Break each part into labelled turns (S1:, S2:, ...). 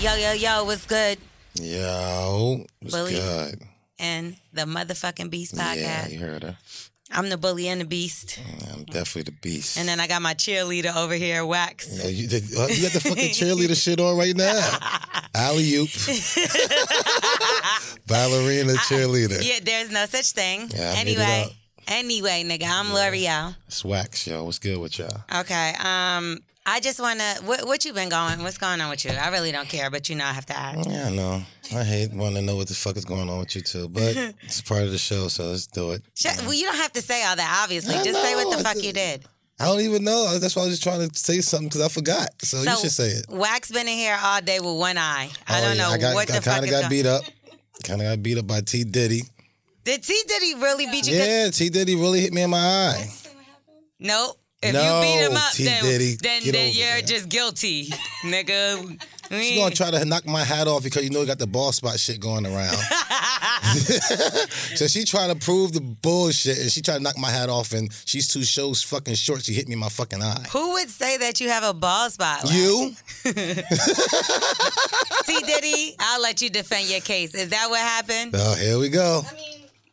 S1: Yo, yo, yo, what's good?
S2: Yo, what's
S1: Bully.
S2: good?
S1: And the motherfucking Beast
S2: Yeah,
S1: podcast.
S2: you heard her.
S1: I'm the bully and the beast.
S2: I'm definitely the beast.
S1: And then I got my cheerleader over here, Wax.
S2: Yo, you, did, uh, you got the fucking cheerleader shit on right now. Alley oop. Ballerina cheerleader.
S1: Yeah, there's no such thing.
S2: Yeah, I made it
S1: anyway,
S2: up.
S1: anyway, nigga, I'm L'Oreal.
S2: It's wax, yo. What's good with y'all?
S1: Okay. Um, I just wanna what what you been going? What's going on with you? I really don't care, but you know I have to ask.
S2: Yeah, I know. I hate wanting to know what the fuck is going on with you two, but it's part of the show, so let's do it.
S1: Shut- well, you don't have to say all that, obviously.
S2: I
S1: just say what
S2: know,
S1: the fuck
S2: I just-
S1: you did.
S2: I don't even know. That's why I was just trying to say something because I forgot. So, you should say it.
S1: Wax been in here all day with one eye. I
S2: Oh,
S1: don't
S2: yeah,
S1: know
S2: I got,
S1: what
S2: I
S1: the fuck
S2: kind
S1: is
S2: of got
S1: going-
S2: beat up. Kind of got beat up by T Diddy.
S1: Did T Diddy really beat you? 'Cause-
S2: Yeah, T Diddy really hit me in my eye.
S1: Nope. If
S2: No,
S1: you beat him up,
S2: T.
S1: then
S2: Diddy,
S1: then,
S2: get
S1: then
S2: over
S1: you're
S2: there.
S1: just guilty, nigga. We-
S2: She's gonna try to knock my hat off because you know you got the ball spot shit going around. so she tried to prove the bullshit and she tried to knock my hat off and she's two shows fucking short. She hit me in my fucking eye.
S1: Who would say that you have a ball spot?
S2: You?
S1: T Diddy, I'll let you defend your case. Is that what happened?
S2: Oh, here we go.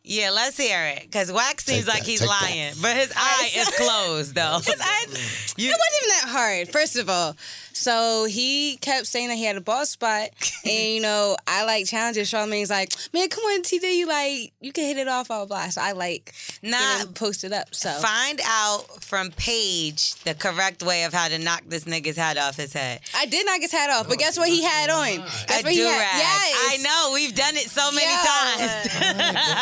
S1: Yeah, let's hear it. Cause Wax seems
S2: that,
S1: like he's
S2: take that.
S1: lying, but his eye is closed though.
S3: it wasn't even that hard, first of all. So he kept saying that he had a bald spot, and you know, I like challenges. Charlamagne's like, man, come on, TD, you like, you can hit it off, blah, blah, blah. So I like,
S1: Nah.
S3: you know, post it up. So
S1: Find out from Paige the correct way of how to knock this nigga's hat off his head.
S3: I did knock his hat off, but guess what he had on? That's
S1: Oh, a
S3: what he
S1: do
S3: had.
S1: rag.
S3: Yes.
S1: I know we've done it so many
S3: Yeah.
S1: times.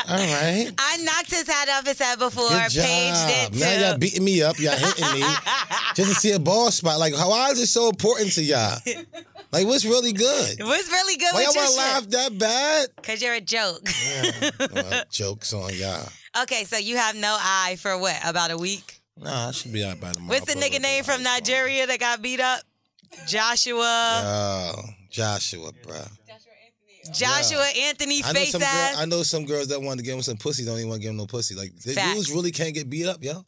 S2: All right.
S1: I knocked his hat off his head before.
S2: Good
S1: Paige did too.
S2: job. Now y'all beating me up. Y'all hitting me just to see a ball spot. Like, how- why is it so important to y'all? Like, what's really good?
S1: What's really good
S2: Why y'all
S1: with your
S2: want to
S1: shit?
S2: laugh that bad?
S1: Cause you're a joke.
S2: Well, jokes on y'all.
S1: okay, so you have no eye for what? About a week?
S2: Nah, I should be out by tomorrow.
S1: What's the
S2: Put a
S1: nigga
S2: little
S1: name
S2: bit
S1: from
S2: of ice on.
S1: Nigeria that got beat up? Joshua.
S2: Oh, Joshua, bro.
S1: Joshua Anthony
S2: I know
S1: face
S2: some girl, I
S1: ass.
S2: know some girls that want to give him some pussy don't even want to give him no pussy. Like the
S1: Facts.
S2: dudes really can't get beat up, yo.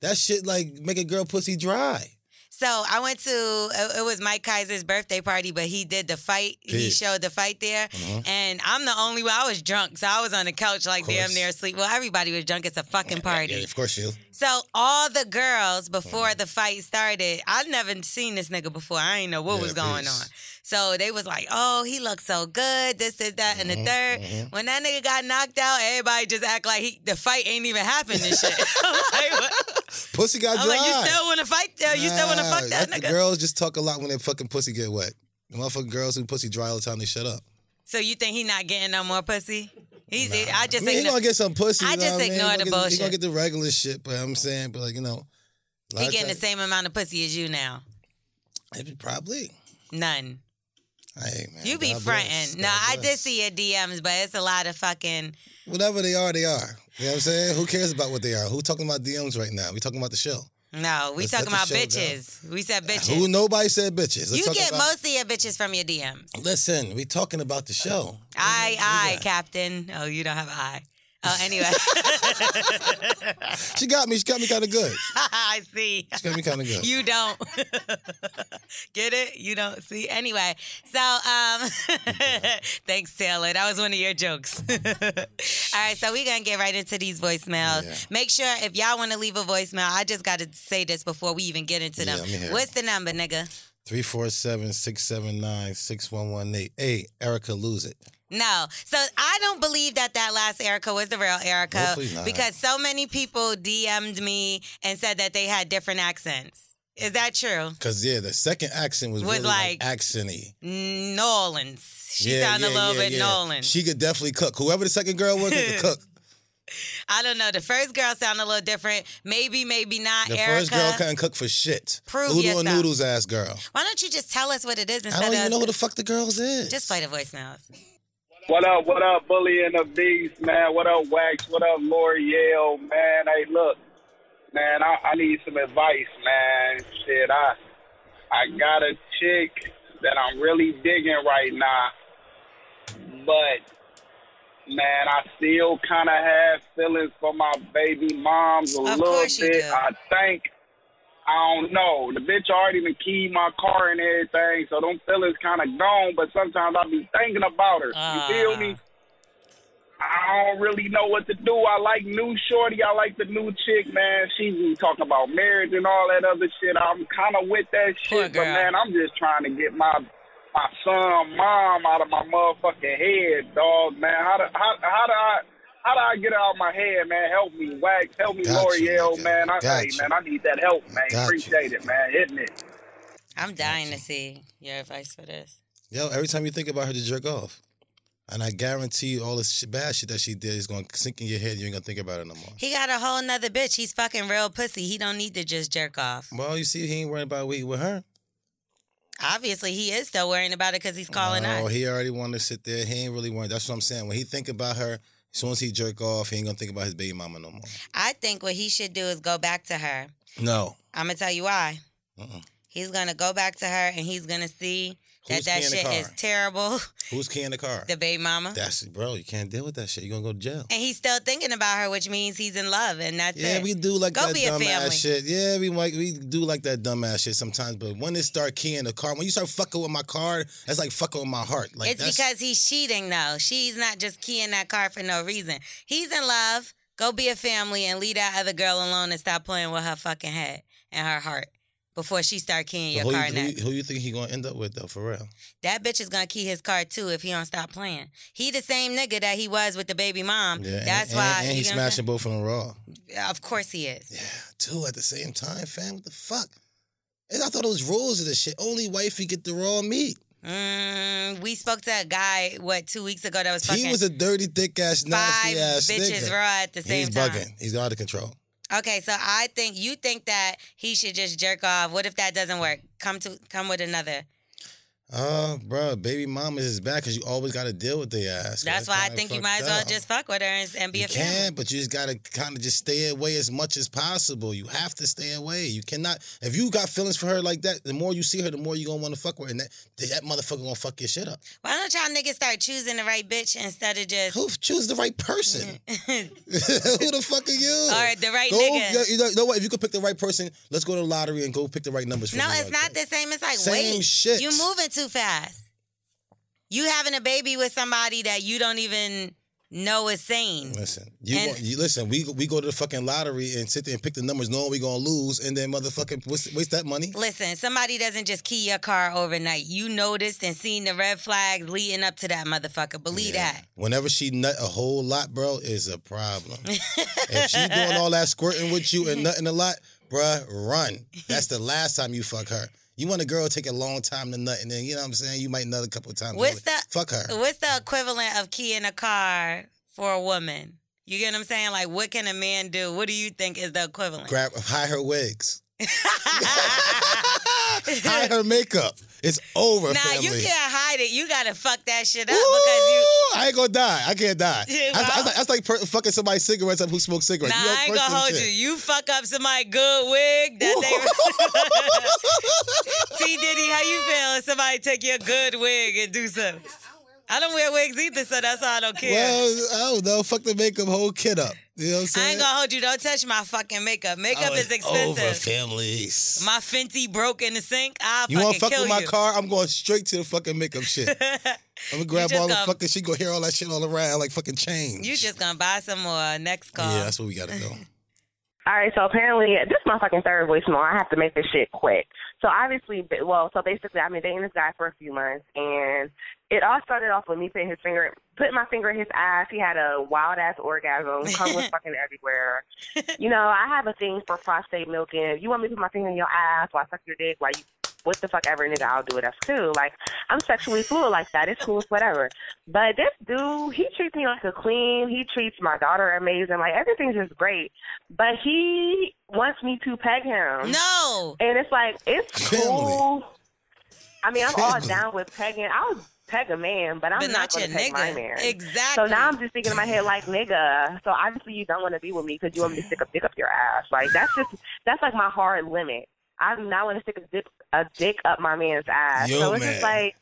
S2: That shit like make a girl pussy dry.
S1: So I went to it- it was Mike Kaiser's birthday party, but he did the fight. He
S2: Peace. Uh-huh.
S1: showed the fight there, and I'm the only one. I was drunk, so I was on the couch like
S2: course.
S1: damn near asleep. Well, everybody was drunk. It's a fucking party.
S2: Yeah, of course you.
S1: So all the girls before
S2: Mm-hmm.
S1: the fight started, I'd never seen this nigga before. I ain't know what
S2: Yeah,
S1: was going
S2: peace.
S1: on. So they was like, "Oh, he looks so good." This, this, that, and the
S2: Mm-hmm,
S1: 3rd When that nigga got knocked out, everybody just act like he, the fight ain't even happened and shit. I'm like, what?
S2: Pussy got
S1: I'm
S2: dry.
S1: like, you still want to fight? Uh, you still want to
S2: Nah,
S1: fuck that
S2: that's-
S1: nigga?
S2: Girls just talk a lot when their fucking pussy get wet. The motherfucking girls who pussy dry all the time they shut up.
S1: So you think he not getting no more pussy? He's. I
S2: I
S1: just.
S2: mean, he
S1: igno-
S2: gonna get some pussy.
S1: I
S2: you know
S1: just
S2: what
S1: ignore
S2: mean?
S1: the
S2: He gonna get- He
S1: bullshit.
S2: gonna get the regular shit, but I'm saying, but like you know, a lot
S1: he
S2: of
S1: getting the
S2: times-
S1: same amount of pussy as you now.
S2: Maybe- Probably.
S1: None.
S2: Hey man,
S1: You be
S2: God bless.
S1: fronting. No,
S2: God
S1: I
S2: bless.
S1: did see your DMs, but it's a lot of fucking.
S2: Whatever they are, they are. You know what I'm saying? Who cares about what they are? Who talking about DMs right now? We talking about the show.
S1: No, we
S2: Let's
S1: talking about
S2: let the show go.
S1: bitches. We said bitches.
S2: Who nobody said bitches. Let's
S1: you
S2: talk
S1: get
S2: about-
S1: most of your bitches from your DMs.
S2: Listen, we talking about the show.
S1: Aye, aye, Captain. Oh, you don't have an eye. Oh, anyway,
S2: She got me. She got me kind of good.
S1: I see.
S2: She got me kind of good.
S1: You don't get it. You don't see. Anyway, so um, thanks, Taylor. That was one of your jokes. All right, so we're gonna get right into these voicemails.
S2: Yeah.
S1: Make sure if y'all want to leave a voicemail, I just gotta say this before we even get into
S2: Yeah,
S1: them.
S2: let me hear it.
S1: What's the number, nigga?
S2: 347-679-6118. Hey, Erica, lose it.
S1: No. So I don't believe that that last Erica was the real Erica
S2: Hopefully not.
S1: because so many people DM'd me and said that they had different accents. Is that true?
S2: Cause yeah, the second accent was,
S1: Was
S2: really like,
S1: like-
S2: accenty.
S1: New Orleans. She
S2: yeah,
S1: sounded
S2: yeah,
S1: a little
S2: yeah,
S1: bit
S2: yeah.
S1: New Orleans.
S2: She could definitely cook. Whoever the second girl was could cook.
S1: I don't know. The first girl sounded a little different. Maybe, maybe not.
S2: The
S1: Uh, Erica.
S2: first girl couldn't cook for shit.
S1: Prove
S2: Oodle
S1: yourself.
S2: and noodles ass girl.
S1: Why don't you just tell us what it is
S2: I
S1: instead
S2: don't
S1: of
S2: even know who the fuck the girls is.
S1: just play the voicemails?
S4: What up, what up, Bully and the Beast, man? What up, Wax? What up, L'Oreal, man? Hey, look, man, I, I need some advice, man. Shit, I I got a chick that I'm really digging right now, but man, I still kind of have feelings for my baby moms a
S1: Of
S4: little
S1: course you
S4: bit.
S1: do.
S4: I think I don't know. The bitch already even keyed my car and everything, so them feelings kind of gone. But sometimes I be thinking about her.
S1: Ah.
S4: you feel me? I don't really know what to do. I like new shorty. I like the new chick, man. She be talking about marriage and all that other shit. I'm kind of with that
S1: Poor
S4: shit,
S1: girl.
S4: but man, I'm just trying to get my my son, mom, out of my motherfucking head, dog, man. How do how, how do I how do I get it out of my head, man? Help me, Wax. Help me,
S2: Got you,
S4: L'Oreal,
S2: nigga.
S4: man. I
S2: Got
S4: hey,
S2: you.
S4: man, I need that help, man.
S2: Got you.
S4: Appreciate it, man. Hitting it.
S1: I'm dying to see your advice for this.
S2: Yo, every time you think about her to jerk off. And I guarantee you all this shit, bad shit that she did is gonna sink in your head. You ain't gonna think about it no more.
S1: He got a whole nother bitch. He's fucking real pussy. He don't need to just jerk off.
S2: Well, you see, he ain't worried about what he with her.
S1: Obviously, he is still worrying about it because he's calling
S2: oh,
S1: us.
S2: he already wanted to sit there. He ain't really worried. That's what I'm saying. When he think about her, as soon as he jerk off, he ain't gonna think about his baby mama no more.
S1: I think what he should do is go back to her.
S2: No.
S1: I'm gonna tell you why.
S2: Uh-uh.
S1: He's gonna go back to her and he's gonna see
S2: Who's
S1: that that
S2: keying the
S1: shit
S2: car?
S1: is terrible.
S2: Who's keying the car?
S1: The baby mama.
S2: That's bro. You can't deal with that shit. You are gonna go to jail.
S1: and he's still thinking about her, which means he's in love, and that's
S2: Yeah,
S1: it.
S2: we do like
S1: Go
S2: that
S1: be a
S2: dumb
S1: family.
S2: ass shit. Yeah, we like we do like that dumb ass shit sometimes. But when it start keying the car, when you start fucking with my car, that's like fucking with my heart. Like
S1: it's
S2: that's,
S1: because he's cheating, though. She's not just keying that car for no reason. He's in love. Go be a family and leave that other girl alone and stop playing with her fucking head and her heart before she start keying
S2: But
S1: your
S2: who,
S1: car
S2: you,
S1: next.
S2: who, who you think he gonna end up with though? For real,
S1: That bitch is gonna key his car too if he don't stop playing. He the same nigga that he was with the baby mom.
S2: yeah. and-
S1: That's
S2: and,
S1: why.
S2: and, he's
S1: you know what I'm
S2: smashing both of them raw.
S1: saying? Of course he is.
S2: Yeah, two at the same time, fam. What the fuck? And I thought it was rules of this shit. Only wifey get the raw meat.
S1: Mm, we spoke to a guy what two weeks ago that was fucking
S2: He was a dirty, thick ass,
S1: five
S2: nasty ass
S1: bitches
S2: nigga.
S1: raw at the same
S2: he's
S1: time.
S2: bugging. He's out of control.
S1: Okay, so I think you think that he should just jerk off. What if that doesn't work? Come to come with another.
S2: Oh, bro, baby mama is bad because you always got to deal with their ass.
S1: That's why I
S2: kinda
S1: think you
S2: fucked
S1: might as well
S2: up.
S1: just fuck with her and, and be
S2: you
S1: a family.
S2: can, but you just gotta kind of just stay away as much as possible. You have to stay away. You cannot. If you got feelings for her like that, the more you see her, the more you gonna want to fuck with her, and that that motherfucker gonna fuck your shit up.
S1: Why don't y'all niggas start choosing the right bitch instead of just
S2: Who choose the right person? Who the fuck are you?
S1: All right, the Mm-hmm. right
S2: go,
S1: nigga.
S2: yeah, You know, you know what? If you could pick the right person, let's go to the lottery and go pick the right numbers. For
S1: No,
S2: you,
S1: it's
S2: like
S1: not
S2: that.
S1: the same. It's like
S2: Same
S1: wait,
S2: shit.
S1: you moving too fast. You having a baby with somebody that you don't even know is sane.
S2: Listen, you,
S1: And-
S2: go, you listen. We we go to the fucking lottery and sit there and pick the numbers, knowing we gonna lose, and then motherfucking waste, waste that money.
S1: Listen, somebody doesn't just key your car overnight. You noticed and seen the red flags leading up to that motherfucker. Believe that.
S2: Whenever she nut a whole lot, bro, is a problem. if she doing all that squirting with you and nutting a lot, bruh, run. That's the last time you fuck her. You want a girl to take a long time to nut, and then you know what I'm saying. You might nut a couple of times.
S1: What's Oh the
S2: fuck her?
S1: What's the equivalent of keying a car for a woman? You get what I'm saying? Like, what can a man do? What do you think is the equivalent?
S2: Grab hide her wigs, hide her makeup. It's over,
S1: nah,
S2: family.
S1: you can't hide it. You gotta fuck that shit up because you.
S2: Ooh, I ain't gonna die. I can't die.
S1: Yeah,
S2: that's,
S1: well-
S2: that's like, that's like per, fucking somebody cigarettes up who smokes cigarettes.
S1: Nah,
S2: You
S1: I ain't
S2: first
S1: gonna
S2: in
S1: hold
S2: shit.
S1: you. You fuck up somebody good wig that they. T Diddy, how you feel if somebody take your good wig and do something? I don't wear wigs either, so that's why I don't care.
S2: Well, I don't know. Fuck the makeup, whole kid up. You know what I'm saying?
S1: I ain't gonna hold you. Don't touch my fucking makeup. Makeup
S2: Oh,
S1: is
S2: it's
S1: expensive.
S2: Over families.
S1: my Fenty broke in the sink. I'll
S2: you
S1: fucking
S2: want to fuck
S1: kill
S2: with my
S1: you.
S2: car? I'm going straight to the fucking makeup shit. I'm gonna grab
S1: just
S2: all the
S1: gonna-
S2: fucking. She gonna hear all that shit all around like fucking change.
S1: You just gonna buy some more next call.
S2: yeah, that's what we gotta do.
S5: All right, so apparently this is my fucking third voicemail. I have to make this shit quick. So obviously, b- well, so basically, I've been dating this guy for a few months, and it all started off with me putting his finger, putting my finger in his eyes. He had a wild ass orgasm, cum was fucking everywhere. You know, I have a thing for prostate milking. If you want me to put my finger in your ass while I suck your dick, while you what the fuck ever, nigga, I'll do it. That's cool. Like, I'm sexually fluid like that. It's cool. It's whatever. But this dude, he treats me like a queen. He treats my daughter amazing. Like, everything's just great. But he wants me to peg him.
S1: No.
S5: And it's like, it's
S2: Family.
S5: cool. I mean, I'm all
S2: Family.
S5: down with pegging. I'll peg a man, but I'm
S1: But
S5: not,
S1: not
S5: going
S1: your
S5: to peg my
S1: nigga.
S5: man.
S1: Exactly.
S5: So now I'm just thinking in my head like, nigga. So obviously you don't want to be with me because you want me to stick a dick up your ass. Like that's just that's like my hard limit. I do not want to stick a dick a dick up my man's ass.
S2: Yo,
S5: so it's just
S2: man.
S5: like.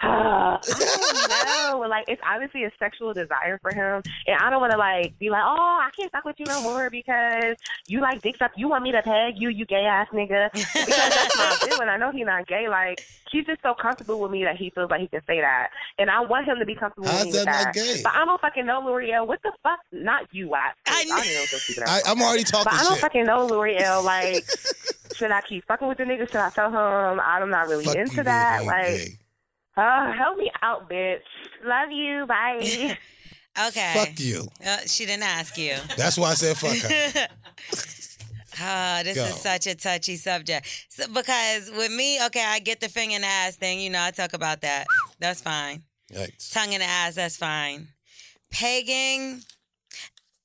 S5: I
S1: Uh,
S5: don't know. Like it's obviously a sexual desire for him, and I don't want to like be like, oh, I can't fuck with you no more because you like dicks up. You want me to peg you, you gay ass nigga. Because that's my feeling. I know he's not gay. Like he's just so comfortable with me that he feels like he can say that, and I want him to be comfortable
S2: How's
S5: with me with
S2: that not
S5: that.
S2: gay?
S5: But I don't fucking know L'Oreal. What the fuck? Not you, Wax.
S1: I
S5: I,
S1: kn-
S5: don't know what those people are
S2: I, I'm already talking
S5: but I don't
S2: shit.
S5: fucking know L'Oreal. Like, should I keep fucking with the nigga? Should I tell him I'm not really
S2: Fuck you,
S5: into
S2: dude,
S5: that?
S2: you
S5: Like,
S2: gay.
S5: uh, help me out, bitch. Love you. Bye.
S1: okay.
S2: fuck you.
S1: Uh, she didn't ask you.
S2: That's why I said fuck her.
S1: Ah, this
S2: Go.
S1: is such a touchy subject. So, because with me, okay, I get the finger in the ass thing. You know, I talk about that. That's fine.
S2: Yikes.
S1: Tongue in the ass, that's fine. Pegging,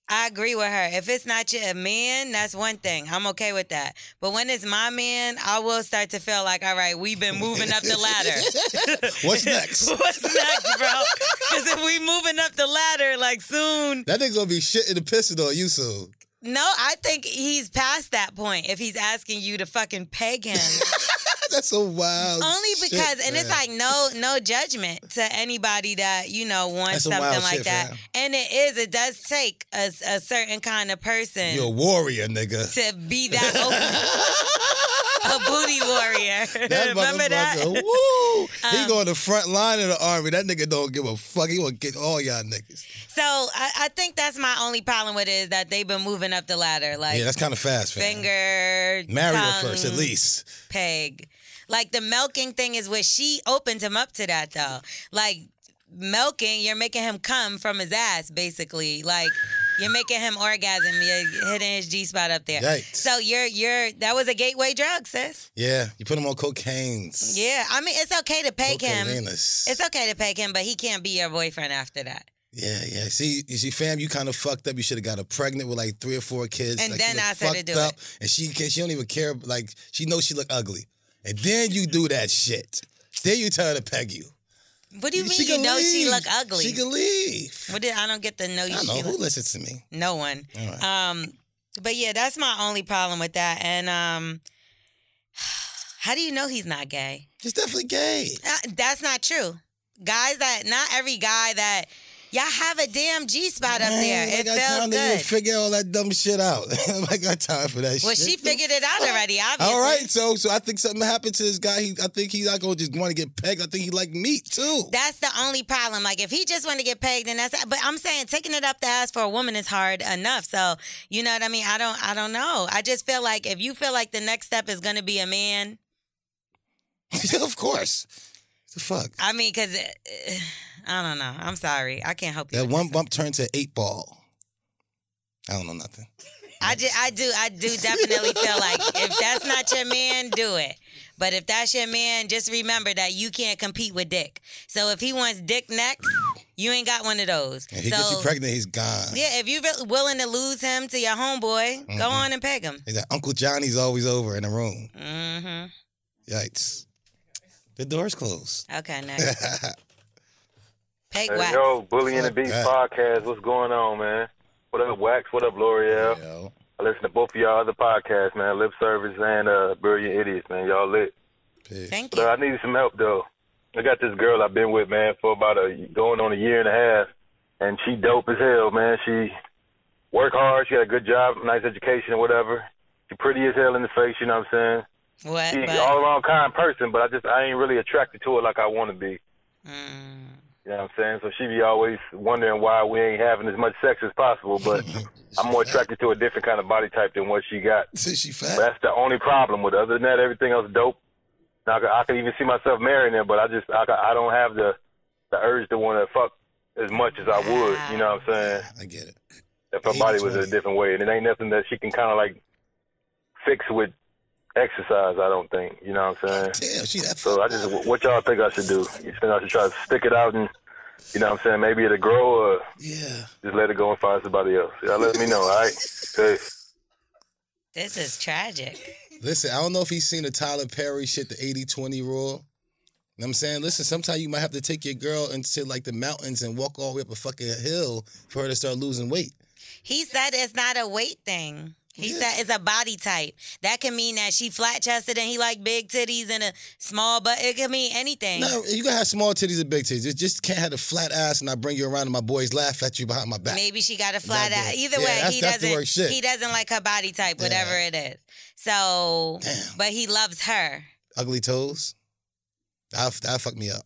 S1: I agree with her. If it's not your man, that's one thing. I'm okay with that. But when it's my man, I will start to feel like, all right, we've been moving up the ladder.
S2: What's next?
S1: What's next, bro? Because if we moving up the ladder, like soon,
S2: That nigga gonna be shitting and pissing on you soon.
S1: no, I think he's past that point. If he's asking you to fucking peg him.
S2: That's so
S1: only
S2: wild. Oh, shit,
S1: because and it's
S2: man.
S1: like no no judgment to anybody that you know wants
S2: That's some
S1: something
S2: wild
S1: like
S2: shit,
S1: that
S2: fam.
S1: and it is it does take a, a certain kind of person
S2: you're a warrior, nigga.
S1: to be that open a booty warrior
S2: That
S1: remember that Uh.
S2: motherfucker, Woo! he go on the front line of the army. That nigga don't give a fuck. He want to get all y'all niggas.
S1: so I, I think that's my only problem with it is that they've been moving up the ladder like
S2: Yeah, that's kind of fast, fam.
S1: finger
S2: Marry her
S1: tongue,
S2: first, at least.
S1: peg. Like the milking thing is where she opens him up to that though. Like milking, you're making him come from his ass basically. Like you're making him orgasm. You're hitting his G spot up there.
S2: Yikes.
S1: So you're you're that was a gateway drug, sis.
S2: Yeah, you put him on cocaines.
S1: Yeah, I mean it's okay to peg him.
S2: Cocaineus.
S1: It's okay to peg him, but he can't be your boyfriend after that.
S2: Yeah, yeah. See, you see, fam, you kind of fucked up. You should have got her pregnant with like three or four kids.
S1: And
S2: Like,
S1: then
S2: you look
S1: I said to
S2: fucked
S1: do
S2: up, And she can, she don't even care. Like she knows she look ugly. And then you do that shit. Then you tell her to peg you.
S1: What do you
S2: She
S1: mean you
S2: can
S1: know she
S2: leave.
S1: look ugly?
S2: She can leave.
S1: what did I don't get the know
S2: I
S1: you
S2: don't know
S1: she
S2: who
S1: look-
S2: listens to me.
S1: No one.
S2: All right.
S1: Um, but yeah, that's my only problem with that. And um, how do you know he's not gay?
S2: She's definitely gay.
S1: Uh, that's not true. Guys, that not every guy that y'all have a damn G spot up there.
S2: Man, I
S1: It
S2: got
S1: feels
S2: time to even
S1: good.
S2: figure all that dumb shit out. I got time for that
S1: Well,
S2: shit.
S1: she figured it out already. Obviously.
S2: All right, so so I think something happened to this guy. He, I think he's not gonna just want to get pegged. I think he like meat too.
S1: That's the only problem. Like, if he just wanted to get pegged, then that's. But I'm saying taking it up the ass for a woman is hard enough. So you know what I mean. I don't. I don't know. I just feel like if you feel like the next step is going to be a man,
S2: of course. The fuck.
S1: I mean, because I don't know. I'm sorry. I can't help you.
S2: That
S1: with
S2: one
S1: this.
S2: bump turned to eight ball. I don't know nothing.
S1: I, ju- I do. I do definitely feel like if that's not your man, do it. But if that's your man, just remember that you can't compete with dick. So if he wants dick next, you ain't got one of those.
S2: If he
S1: so
S2: gets you pregnant, he's gone.
S1: yeah, if you're re- willing to lose him to your homeboy,
S2: Mm-hmm.
S1: go on and peg him.
S2: He's like, Uncle Johnny's always over in the room.
S1: hmm
S2: Yikes. The door's closed.
S1: Okay, next. Peg
S6: Hey,
S1: wax.
S6: yo, Bully and the
S2: Fuck
S6: Beast
S2: that.
S6: podcast. What's going on, man? What up, Wax? What up, L'Oreal?
S2: Yo.
S6: I listen to both of y'all other podcasts, man. Lip Service and uh, Brilliant Idiots, man. Y'all lit.
S2: Peace.
S1: Thank
S6: But uh,
S1: you.
S6: I needed some help though. I got this girl I've been with, man, for about a going on a year and a half, and she dope as hell, man. She work hard. She got a good job, nice education, or whatever. She pretty as hell in the face. You know what I'm
S1: What?
S7: Mm,
S6: saying? She
S1: but-
S6: all around kind person, but I just I ain't really attracted to her like I want to be.
S1: Mm.
S6: You know what I'm saying? So she be always wondering why we ain't having as much sex as possible, but I'm more attracted to a different kind of body type than what she got.
S2: Since she
S6: But
S2: fat.
S6: that's the only problem with it. Other than that, everything else dope. Now, I could, I could even see myself marrying him, but I just I, I don't have the the urge to want to fuck as much as I would. You know what I'm saying?
S2: I get it.
S6: If her body was a different way, and it ain't nothing that she can kind of like fix with exercise. I don't think. You know what I'm saying?
S2: Damn, she that
S6: So I just what y'all think I should do? You think I should try to stick it out and you know what I'm saying? Maybe it'll grow or
S2: Yeah.
S6: just let it go and find somebody else. Y'all let me know. All right. Peace.
S1: This is tragic.
S2: Listen, I don't know if he's seen the Tyler Perry shit, the 80 20 rule. You know what I'm saying? Listen, sometimes you might have to take your girl into like the mountains and walk all the way up a fucking hill for her to start losing weight.
S1: He said it's not a weight thing. He
S2: Yeah.
S1: said it's a body type. That can mean that she flat chested and he like big titties and a small butt. It can mean anything.
S2: No, you gotta have small titties and big titties. You just can't have a flat ass and I bring you around and my boys laugh at you behind my back.
S1: Maybe she got a flat
S2: Not
S1: out.
S2: good.
S1: Either
S2: Yeah,
S1: way,
S2: that's-
S1: he
S2: that's the
S1: doesn't.
S2: worst shit.
S1: He doesn't like her body type, whatever it is. So, but he loves her.
S2: Ugly toes. That'll, that'll fuck me up.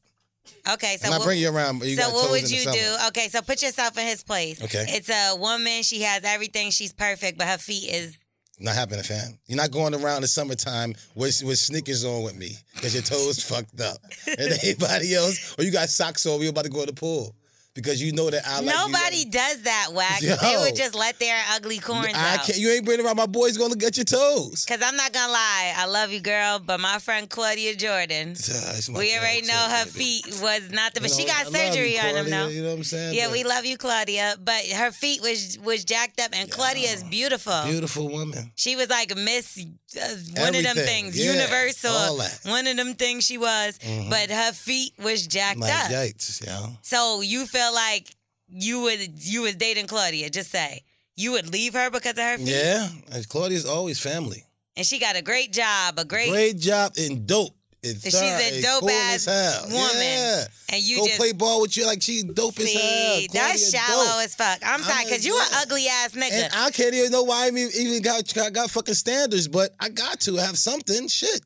S1: Okay, so
S2: and I
S1: what-
S2: bring you around, but you
S1: so
S2: got
S1: what
S2: toes
S1: would
S2: in the
S1: you
S2: summer.
S1: do? Okay, so put yourself in his place.
S2: Okay.
S1: it's a woman. She has everything. She's perfect, but her feet is
S2: Not happening, fam. You're not going around in the summertime with, with sneakers on with me because your toes fucked up. And anybody else, or you got socks on, we're about to go to the pool because you know that I like you. uh,
S1: Nobody does that, Wax.
S2: Yo.
S1: They would just let their ugly corns
S2: I
S1: out.
S2: can't. You ain't bringing around my boys. Gonna look at your toes.
S1: Cause I'm not gonna lie, I love you, girl. But my friend Claudia Jordan,
S2: Ah, it's my
S1: we
S2: girl,
S1: already
S2: too,
S1: know her
S2: baby.
S1: feet was not the. But she
S2: You know,
S1: got
S2: I love
S1: surgery
S2: you,
S1: on them,
S2: Claudia,
S1: though.
S2: You know what I'm saying?
S1: Yeah,
S2: But
S1: we love you, Claudia. But her feet was was jacked up, and Claudia is beautiful.
S2: beautiful woman.
S1: She was like Miss uh, one of them
S2: Everything.
S1: things,
S2: Yeah,
S1: Universal.
S2: all that.
S1: One of them things she was, but her feet was jacked
S2: Like
S1: up.
S2: yikes, yo.
S1: So you feel like you would you was dating Claudia? Just say you would leave her because of her feet,
S2: Yeah, and Claudia's always family.
S1: and she got a great job, a great,
S2: Great, job and dope. And
S1: she's
S2: thorough
S1: a
S2: and
S1: dope
S2: cool
S1: ass
S2: as hell.
S1: woman.
S2: Yeah.
S1: and you
S2: Go
S1: just
S2: play ball with you like she's dope as hell.
S1: see that's
S2: Claudia
S1: shallow
S2: dope.
S1: as fuck. I'm,
S2: I'm
S1: sorry,
S2: a-
S1: cause you an
S2: yeah.
S1: ugly ass nigga.
S2: And I can't even know why I even, even got, got got fucking standards, but I got to have something. Shit.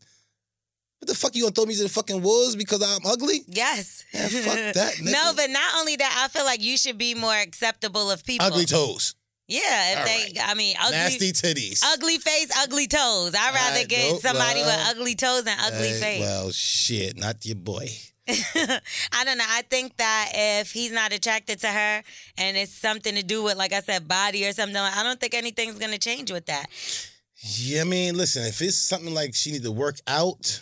S2: What the fuck you gonna throw me to the fucking wolves because I'm ugly?
S1: yes.
S2: Man, fuck that, nigga.
S1: No, but not only that, I feel like you should be more acceptable of people.
S2: Ugly toes,
S1: Yeah, if
S2: All
S1: they, I mean, ugly,
S2: nasty titties.
S1: ugly face, ugly toes. I'd rather
S2: right,
S1: get
S2: nope,
S1: somebody
S2: well,
S1: with ugly toes than ugly
S2: Hey,
S1: face.
S2: Well, shit, not your boy.
S1: I don't know. I think that if he's not attracted to her and it's something to do with, like I said, body or something, I don't think anything's gonna change with that.
S2: Yeah, I mean, listen, if it's something like she need to work out,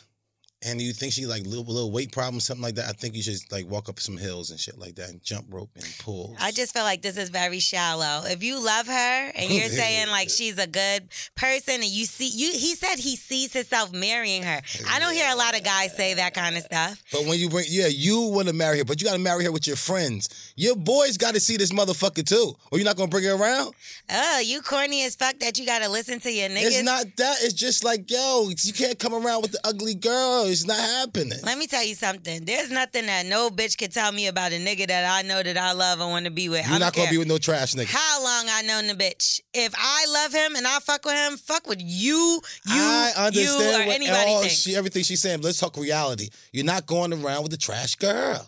S2: and you think she like little little weight problem, something like that, I think you should like walk up some hills and shit like that, and jump rope and pull.
S1: I just feel like this is very shallow. If you love her and you're saying like she's a good person and you see you he said he sees himself marrying her. I don't hear a lot of guys say that kind of stuff.
S2: But when you bring, yeah, you want to marry her, but you got to marry her with your friends. Your boys got to see this motherfucker too, or you're not gonna bring her around.
S1: Oh, you corny as fuck that you gotta listen to your niggas.
S2: It's not that. It's just like, yo, you can't come around with the ugly girl. It's not happening.
S1: Let me tell you something. There's nothing that no bitch could tell me about a nigga that I know that I love and want to be with. I
S2: You're
S1: don't
S2: not gonna
S1: care
S2: be with no trash nigga.
S1: How long I known the bitch? If I love him and I fuck with him, fuck with you, you,
S2: I
S1: you, or
S2: understand what
S1: anybody.
S2: all
S1: thinks.
S2: she, everything she's saying. but Let's talk reality. You're not going around with a trash girl.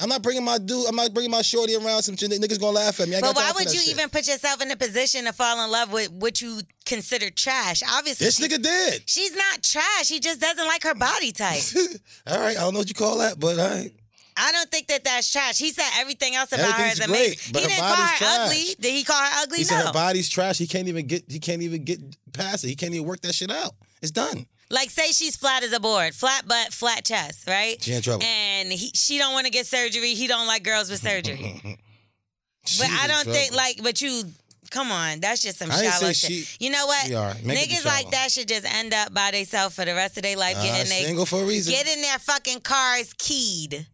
S2: I'm not bringing my dude. I'm not bringing my shorty around. Some shit that niggas gonna laugh at me. I ain't
S1: But
S2: got time
S1: why
S2: for
S1: would
S2: that
S1: you
S2: shit.
S1: even put yourself in a position to fall in love with what you consider trash? Obviously,
S2: This nigga did.
S1: she's not trash. She just doesn't like her body type. e-,
S2: All right. I don't know what you call that, but all right.
S1: I don't think that that's trash. He said everything else about her is
S2: Everything's
S1: amazing.
S2: great, but
S1: he
S2: her
S1: didn't call
S2: body's
S1: her
S2: trash.
S1: ugly. Did he call her ugly?
S2: He
S1: no.
S2: said her body's trash. He can't even get. He can't even get past it. He can't even work that shit out. It's done.
S1: Like say she's flat as a board, flat butt, flat chest, right?
S2: She in trouble.
S1: And he, she don't want to get surgery. He don't like girls with surgery. but
S2: She's
S1: I
S2: in
S1: don't
S2: trouble.
S1: think like. But you, come on, that's just some
S2: I ain't
S1: shallow
S2: say
S1: shit.
S2: she-
S1: you know what?
S2: We are. Make it be
S1: Niggas like
S2: shallow.
S1: that should just end up by themselves for the rest of their life,
S2: Uh,
S1: getting they
S2: single for a reason.
S1: getting their fucking cars keyed.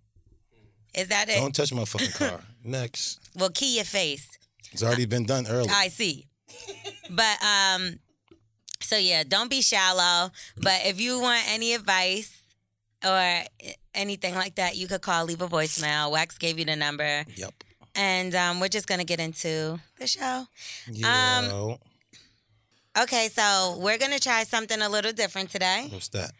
S1: Is that it?
S2: Don't touch my fucking car. Next.
S1: Well, key your face.
S2: It's already been done early.
S1: I see. But um so yeah, don't be shallow, but if you want any advice or anything like that, you could call, leave a voicemail. Wax gave you the number.
S2: Yep.
S1: And um, we're just gonna get into the show.
S2: Yeah.
S1: um, Okay, so we're gonna try something a little different today.
S2: What's that?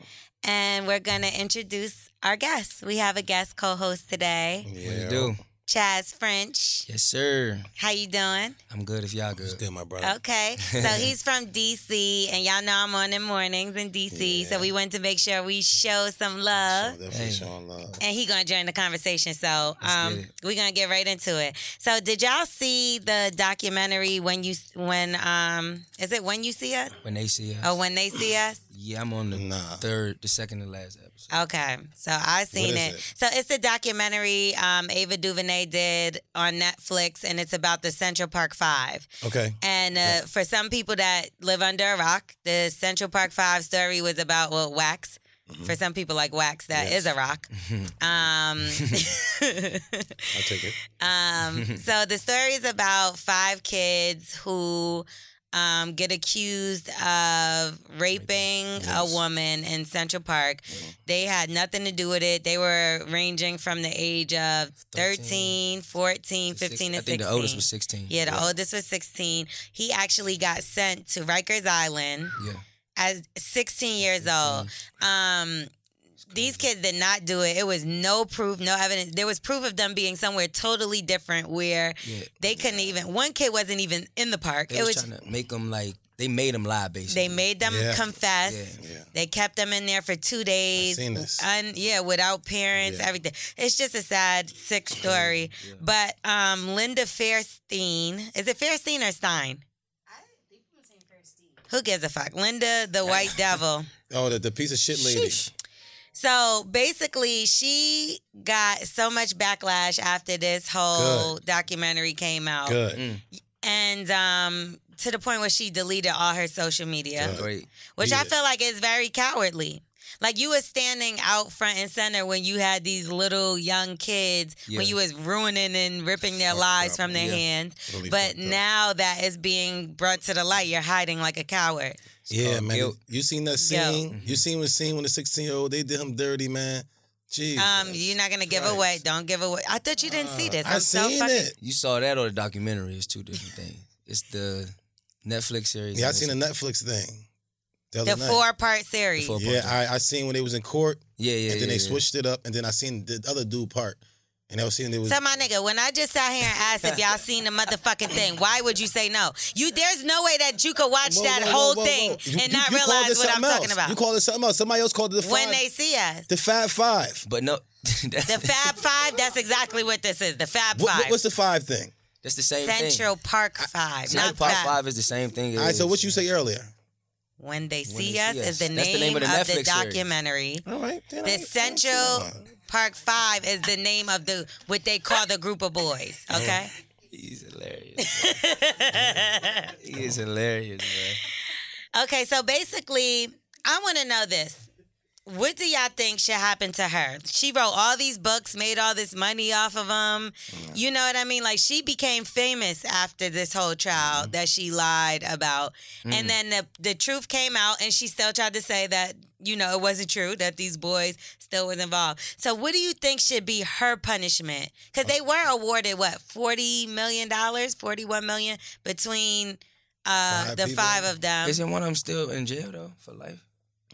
S1: And we're gonna introduce our guest. We have a guest co host today.
S2: Yeah.
S8: do?
S1: Chaz French.
S9: Yes, sir.
S1: How you doing?
S9: I'm good if y'all
S2: It's
S9: good.
S2: good, my brother.
S1: Okay. So he's from DC, and y'all know I'm on in mornings in DC. So we wanted to make sure we show some love.
S2: Definitely
S9: Hey.
S2: showing love.
S1: and he gonna join the conversation. So um,
S9: get it.
S1: we're gonna get right into it. So did y'all see the documentary when you when um is it when you see us
S9: When they see us.
S1: or when they see us?
S9: Yeah, I'm on the
S2: Nah.
S9: third, the second to last episode.
S1: Okay, so I seen
S2: is
S1: it.
S2: it?
S1: So it's a documentary um, Ava DuVernay did on Netflix, and it's about the Central Park Five.
S2: Okay.
S1: And uh, for some people that live under a rock, the Central Park Five story was about well wax.
S2: Mm-hmm.
S1: For some people like wax, that is a rock. um,
S2: I'll take it.
S1: Um, so the story is about five kids who um, get accused of raping a woman in Central Park. They had nothing to do with it. They were ranging from the age of 13, 14, 15,
S9: I
S1: and 16.
S9: think the oldest was 16.
S1: Yeah, the oldest was 16. He actually got sent to Rikers Island
S9: Yeah.
S1: at 16 years old. Um, these kids did not do it. It was no proof, no evidence. There was proof of them being somewhere totally different where
S9: Yeah.
S1: they couldn't even. One kid wasn't even in the park.
S9: They
S1: it
S9: was
S1: was.
S9: trying to make them like, they made them lie, basically.
S1: they made them
S2: Yeah.
S1: confess.
S9: Yeah.
S2: Yeah.
S1: They kept them in there for two days.
S2: seen this.
S1: Un- yeah, without parents,
S2: Yeah.
S1: everything. It's just a sad, sick story. But um, Linda Fairstein, is it Fairstein or Stein? Who gives a fuck? Linda the White Devil.
S2: Oh, the, the piece of shit lady.
S1: So basically, she got so much backlash after this whole documentary came out,
S2: Good.
S9: Mm. Mm-hmm.
S1: and um, to the point where she deleted all her social media,
S9: Great.
S1: which I
S2: Yeah.
S1: feel like is very cowardly. Like you was standing out front and center when you had these little young kids,
S9: Yeah.
S1: when you was ruining and ripping their
S2: Fucked
S1: lives
S2: up,
S1: from their
S9: yeah.
S1: hands.
S2: Really
S1: but
S2: fucked up.
S1: now that is being brought to the light, you're hiding like a coward.
S2: Yeah,
S9: called
S2: man.
S9: guilt.
S2: You seen that scene?
S1: Yo.
S9: Mm-hmm.
S2: You seen the scene when the 16 year old they did him dirty, man. Jeez.
S1: Um, you're not gonna give
S2: Christ.
S1: away. Don't give away. I thought you didn't see this. I'm
S2: Uh, I
S1: so
S2: seen
S1: fucking
S2: it.
S9: You saw that or the documentary is two different things. It's the Netflix series.
S2: Yeah, I
S9: and
S2: seen the
S9: it's-
S2: Netflix thing. The, other
S1: the
S2: night.
S1: four part series.
S9: four-
S2: Yeah, I, I seen when they was in court,
S9: Yeah, yeah,
S2: and then
S9: yeah,
S2: they
S9: yeah.
S2: switched it up, and then I seen the other dude part, and I was seeing it was
S1: So my nigga, when I just sat here and asked if y'all seen the motherfucking thing, why would you say no? You there's no way that you could watch
S2: Whoa,
S1: that
S2: whoa, whoa,
S1: whole
S2: whoa, whoa.
S1: thing
S2: You-
S1: and
S2: you-
S1: not
S2: you called it
S1: realize what I'm
S2: something
S1: talking
S2: else.
S1: about.
S2: You called it something else. Somebody else called it the five,
S1: when they see us,
S2: the Fab Five.
S9: But no,
S1: the Fab Five. That's exactly what this is. The Fab
S2: What,
S1: Five.
S2: what- what's the five thing?
S9: that's the same thing.
S1: Central Park Five.
S9: Central
S1: not
S9: Park
S1: Fab.
S9: 5 is the same thing.
S2: All right, so
S9: as-
S2: what you say earlier?
S1: When they see
S9: They See
S1: us
S9: Us.
S1: is the
S9: That's
S1: name,
S9: the name of the
S1: of the
S9: Netflix series.
S1: documentary.
S2: All right, then I-
S1: The Central Park Five is the name of the what they call the group of boys. Okay.
S9: He's hilarious. bro. he is hilarious, man.
S1: Okay, so basically, I want to know this. What do y'all think should happen to her? She wrote all these books, made all this money off of them.
S2: Mm.
S1: You know what I mean? Like she became famous after this whole trial
S2: Mm-hmm.
S1: that she lied about.
S2: Mm.
S1: And then the the truth came out and she still tried to say that, you know, it wasn't true that these boys still was involved. So what do you think should be her punishment? Cuz they were awarded what? 40 million dollars, 41 million between uh
S2: Five
S1: the
S2: people.
S1: five of them.
S9: Isn't one of them still in jail though for life?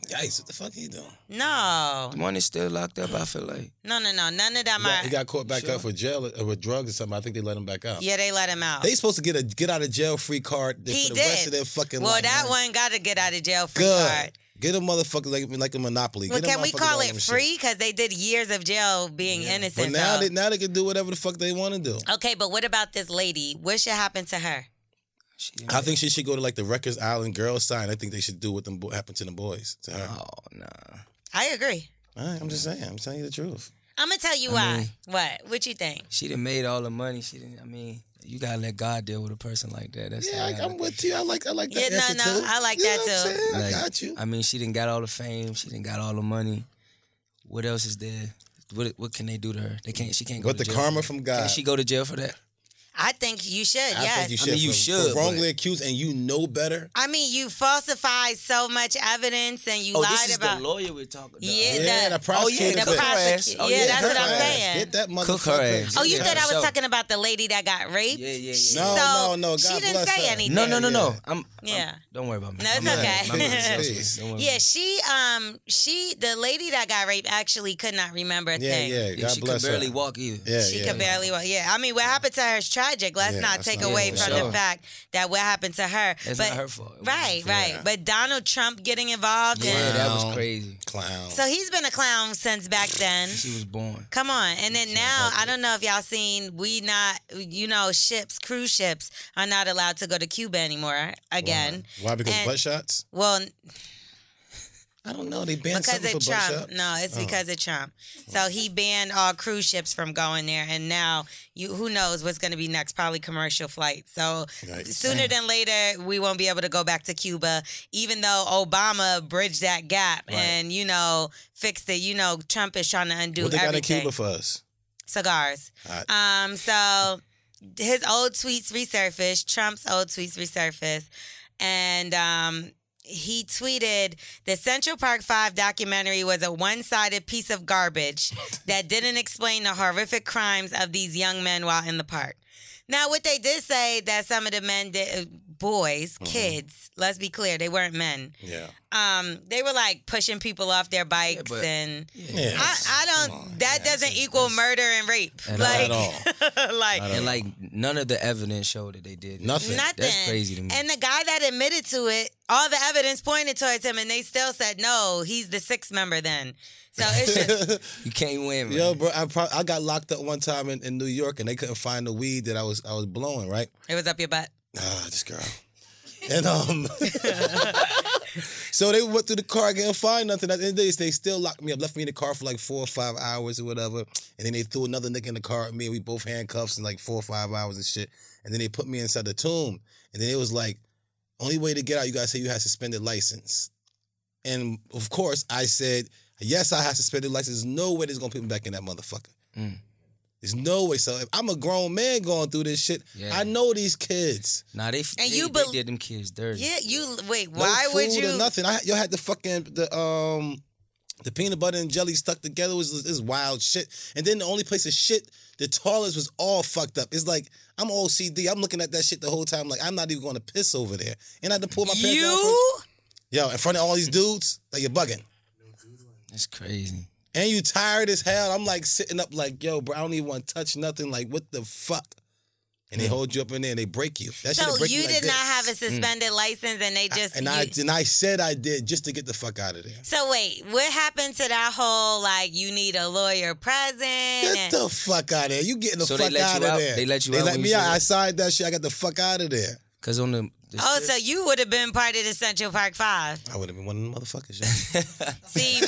S2: Yikes! What the fuck he doing?
S1: No,
S9: The one is still locked up. I feel like.
S1: no, no, no. None of them
S2: He got,
S1: are.
S2: he got caught back up for jail or with drugs or something. I think they let him back out.
S1: yeah, they let him out.
S2: They supposed to get a get out of jail free card for
S1: he
S2: the
S1: did.
S2: rest of their fucking
S1: well,
S2: life.
S1: that
S2: man.
S1: one got to get out of jail free
S2: Good.
S1: card.
S2: Get a motherfucker like like a monopoly.
S1: Well,
S2: Get a
S1: can we
S2: motherfucker
S1: call
S2: all
S1: it
S2: them
S1: free?
S2: shit.
S1: Because they did years of jail being
S2: But
S1: innocent.
S2: now
S1: so-
S2: they now they can do whatever the fuck they want to do.
S1: okay, but what about this lady? What should happen to her?
S9: She
S2: I think she should go to like the Records Island Girls sign. I think they should do what them bo- happened to the boys to her.
S9: Oh nah.
S1: I agree.
S2: All right, I'm just saying. I'm telling you the truth.
S1: I'm gonna tell you why. what? What you think?
S9: She done made all the money. She didn't. I mean, you gotta let God deal with a person like that. That's
S2: Yeah,
S9: how
S2: I, I'm with you. I like I like that.
S1: Yeah, no,
S2: answer
S1: no,
S2: too.
S1: I like
S2: You
S1: that
S2: know what I'm
S1: too.
S2: saying? I
S9: Like,
S2: got you.
S9: I mean, she didn't got all the fame. She didn't got all the money. What else is there? What what can they do to her? They can't. She can't go.
S2: But
S9: to
S2: the
S9: jail
S2: karma
S9: for that.
S2: from God.
S9: Can she go to jail for that?
S1: I think you should.
S2: I
S1: yes.
S2: think you should.
S9: mean, you
S2: for- for
S9: should, but-
S2: wrongly accused, and you know better.
S1: I mean, you falsified so much evidence and you
S9: Oh,
S1: lied
S9: this is
S1: about.
S9: the lawyer we're talking about.
S1: Yeah,
S2: Yeah,
S1: that-
S2: the prosecutor.
S1: the
S9: cook her
S2: could-
S9: ass.
S1: prosecu-
S9: Oh,
S1: yeah,
S9: yeah,
S1: that's
S9: cook
S1: what
S9: her
S1: I'm
S9: ass.
S1: saying.
S2: Get that motherfucker.
S9: Cook her ass.
S1: oh, you
S9: Yeah,
S1: thought I was
S9: so-
S1: talking about the lady that got raped?
S9: Yeah, yeah, yeah.
S2: No,
S1: So,
S2: Oh, no, no. God
S1: she didn't
S2: bless
S1: say
S2: her.
S1: anything.
S9: No, no, no, no. I'm.
S1: Yeah.
S9: I'm- don't worry about me.
S1: No, it's
S9: I'm not-
S1: okay.
S9: I'm not
S2: Please.
S9: don't worry
S1: Yeah, she um she the lady that got raped actually could not remember a
S2: Yeah,
S1: thing.
S2: yeah.
S9: about me. Yeah,
S2: God
S9: she could
S2: bless
S9: barely
S2: her.
S9: walk either.
S2: Yeah,
S1: She
S2: yeah.
S1: could barely walk. Yeah, I mean, what happened to her is tragic. Let's
S2: Yeah,
S1: not
S2: that's
S1: take
S2: not-
S1: away
S2: yeah,
S1: from the
S9: sure.
S1: fact that what happened to her.
S9: That's
S1: but
S9: not her fault. It
S1: right,
S9: was-
S1: right. But Donald Trump getting involved,
S9: Yeah,
S1: and
S9: that was
S2: Clown.
S9: crazy.
S2: Clown.
S1: so he's been a clown since back then.
S9: She was born.
S1: Come on, and then now I don't know if y'all seen we not you know ships cruise ships are not allowed to go to Cuba anymore again.
S2: Why? Because
S1: And-
S2: butt shots?
S1: Well,
S2: I don't know. They banned
S1: because
S2: something
S1: of
S2: for Oh. butt
S1: Trump.
S2: shots.
S1: No, it's because of Trump. So he banned all cruise ships from going there, and now you who knows what's going to be next? Probably commercial flights. So
S2: Yikes.
S1: sooner than later, we won't be able to go back to Cuba, even though Obama bridged that gap and you know fixed it. You know, Trump is trying to undo
S2: What they got in
S1: everything.
S2: Cuba for us?
S1: Cigars.
S2: Hot.
S1: Um, so his old tweets resurfaced. Trump's old tweets resurfaced, and um, he tweeted the Central Park Five documentary was a one-sided piece of garbage that didn't explain the horrific crimes of these young men while in the park. Now, what they did say that some of the men did, uh, boys, kids. Let's be clear, they weren't men.
S2: Yeah.
S1: Um, they were like pushing people off their bikes
S9: but-
S1: and.
S2: Yeah.
S1: I, I don't. that doesn't equal murder and rape. like,
S2: at all.
S1: like
S9: And like none of the evidence showed that they did
S2: Nothing.
S1: nothing.
S9: That's crazy to me.
S1: And the guy that admitted to it, all the evidence pointed towards him, and they still said no. He's the sixth member then. So it's just
S9: You can't win. Man.
S2: Yo, bro, I pro- I got locked up one time in, in New York, and they couldn't find the weed that I was I was blowing. Right?
S1: it was up your butt.
S2: Ah, this girl. And um, so they went through the car, couldn't find nothing. At the end of the day, they still locked me up, left me in the car for like four or five hours or whatever. And then they threw another nigga in the car at me, and we both handcuffs in like four or five hours and shit. And then they put me inside the tomb. And then it was like, only way to get out, you gotta say you have suspended license. And of course, I said, yes, I have suspended license. There's no way there's gonna put me back in that motherfucker.
S9: Mm.
S2: There's no way. So if I'm a grown man going through this shit,
S9: Yeah.
S2: I know these kids.
S9: Nah, they, they,
S1: you
S9: they
S1: bel-
S9: did them kids dirty.
S1: Yeah, you wait.
S2: No
S1: Why would
S2: food Or
S1: you?
S2: nothing. I, y'all had the fucking the um the peanut butter and jelly stuck together was this wild shit. And then the only place of shit, the toilets was all fucked up. It's like I'm OCD. I'm looking at that shit the whole time. Like I'm not even going to piss over there. And I had to pull my pants down. for-
S1: You?
S2: Yo, in front of all these dudes, like you're bugging.
S9: That's crazy.
S2: And you tired as hell. I'm like sitting up, like yo, bro. I don't even want to touch nothing. Like what the fuck? And they hold you up in there and they break you. That shit'll
S1: Mm. So
S2: break
S1: you
S2: like
S1: did
S2: this. Mm.
S1: not have a suspended license, and they just
S2: And I
S1: you-
S2: and I said I did just to get the fuck out of there.
S1: So wait, what happened to that whole like you need a lawyer present?
S2: Get
S1: and-
S2: the fuck out of there. You getting the
S9: So they
S2: fuck
S9: let
S2: out
S9: you
S2: of
S9: out?
S2: there.
S9: They let you out when
S2: me
S9: you
S2: out.
S9: said
S2: I
S9: it?
S2: signed that shit. I got the fuck out of there.
S9: Cause on the, the
S1: Oh,
S9: strip-
S1: so you would have been part of the Central Park Five.
S2: I would have been one of the motherfuckers. yo.
S1: See,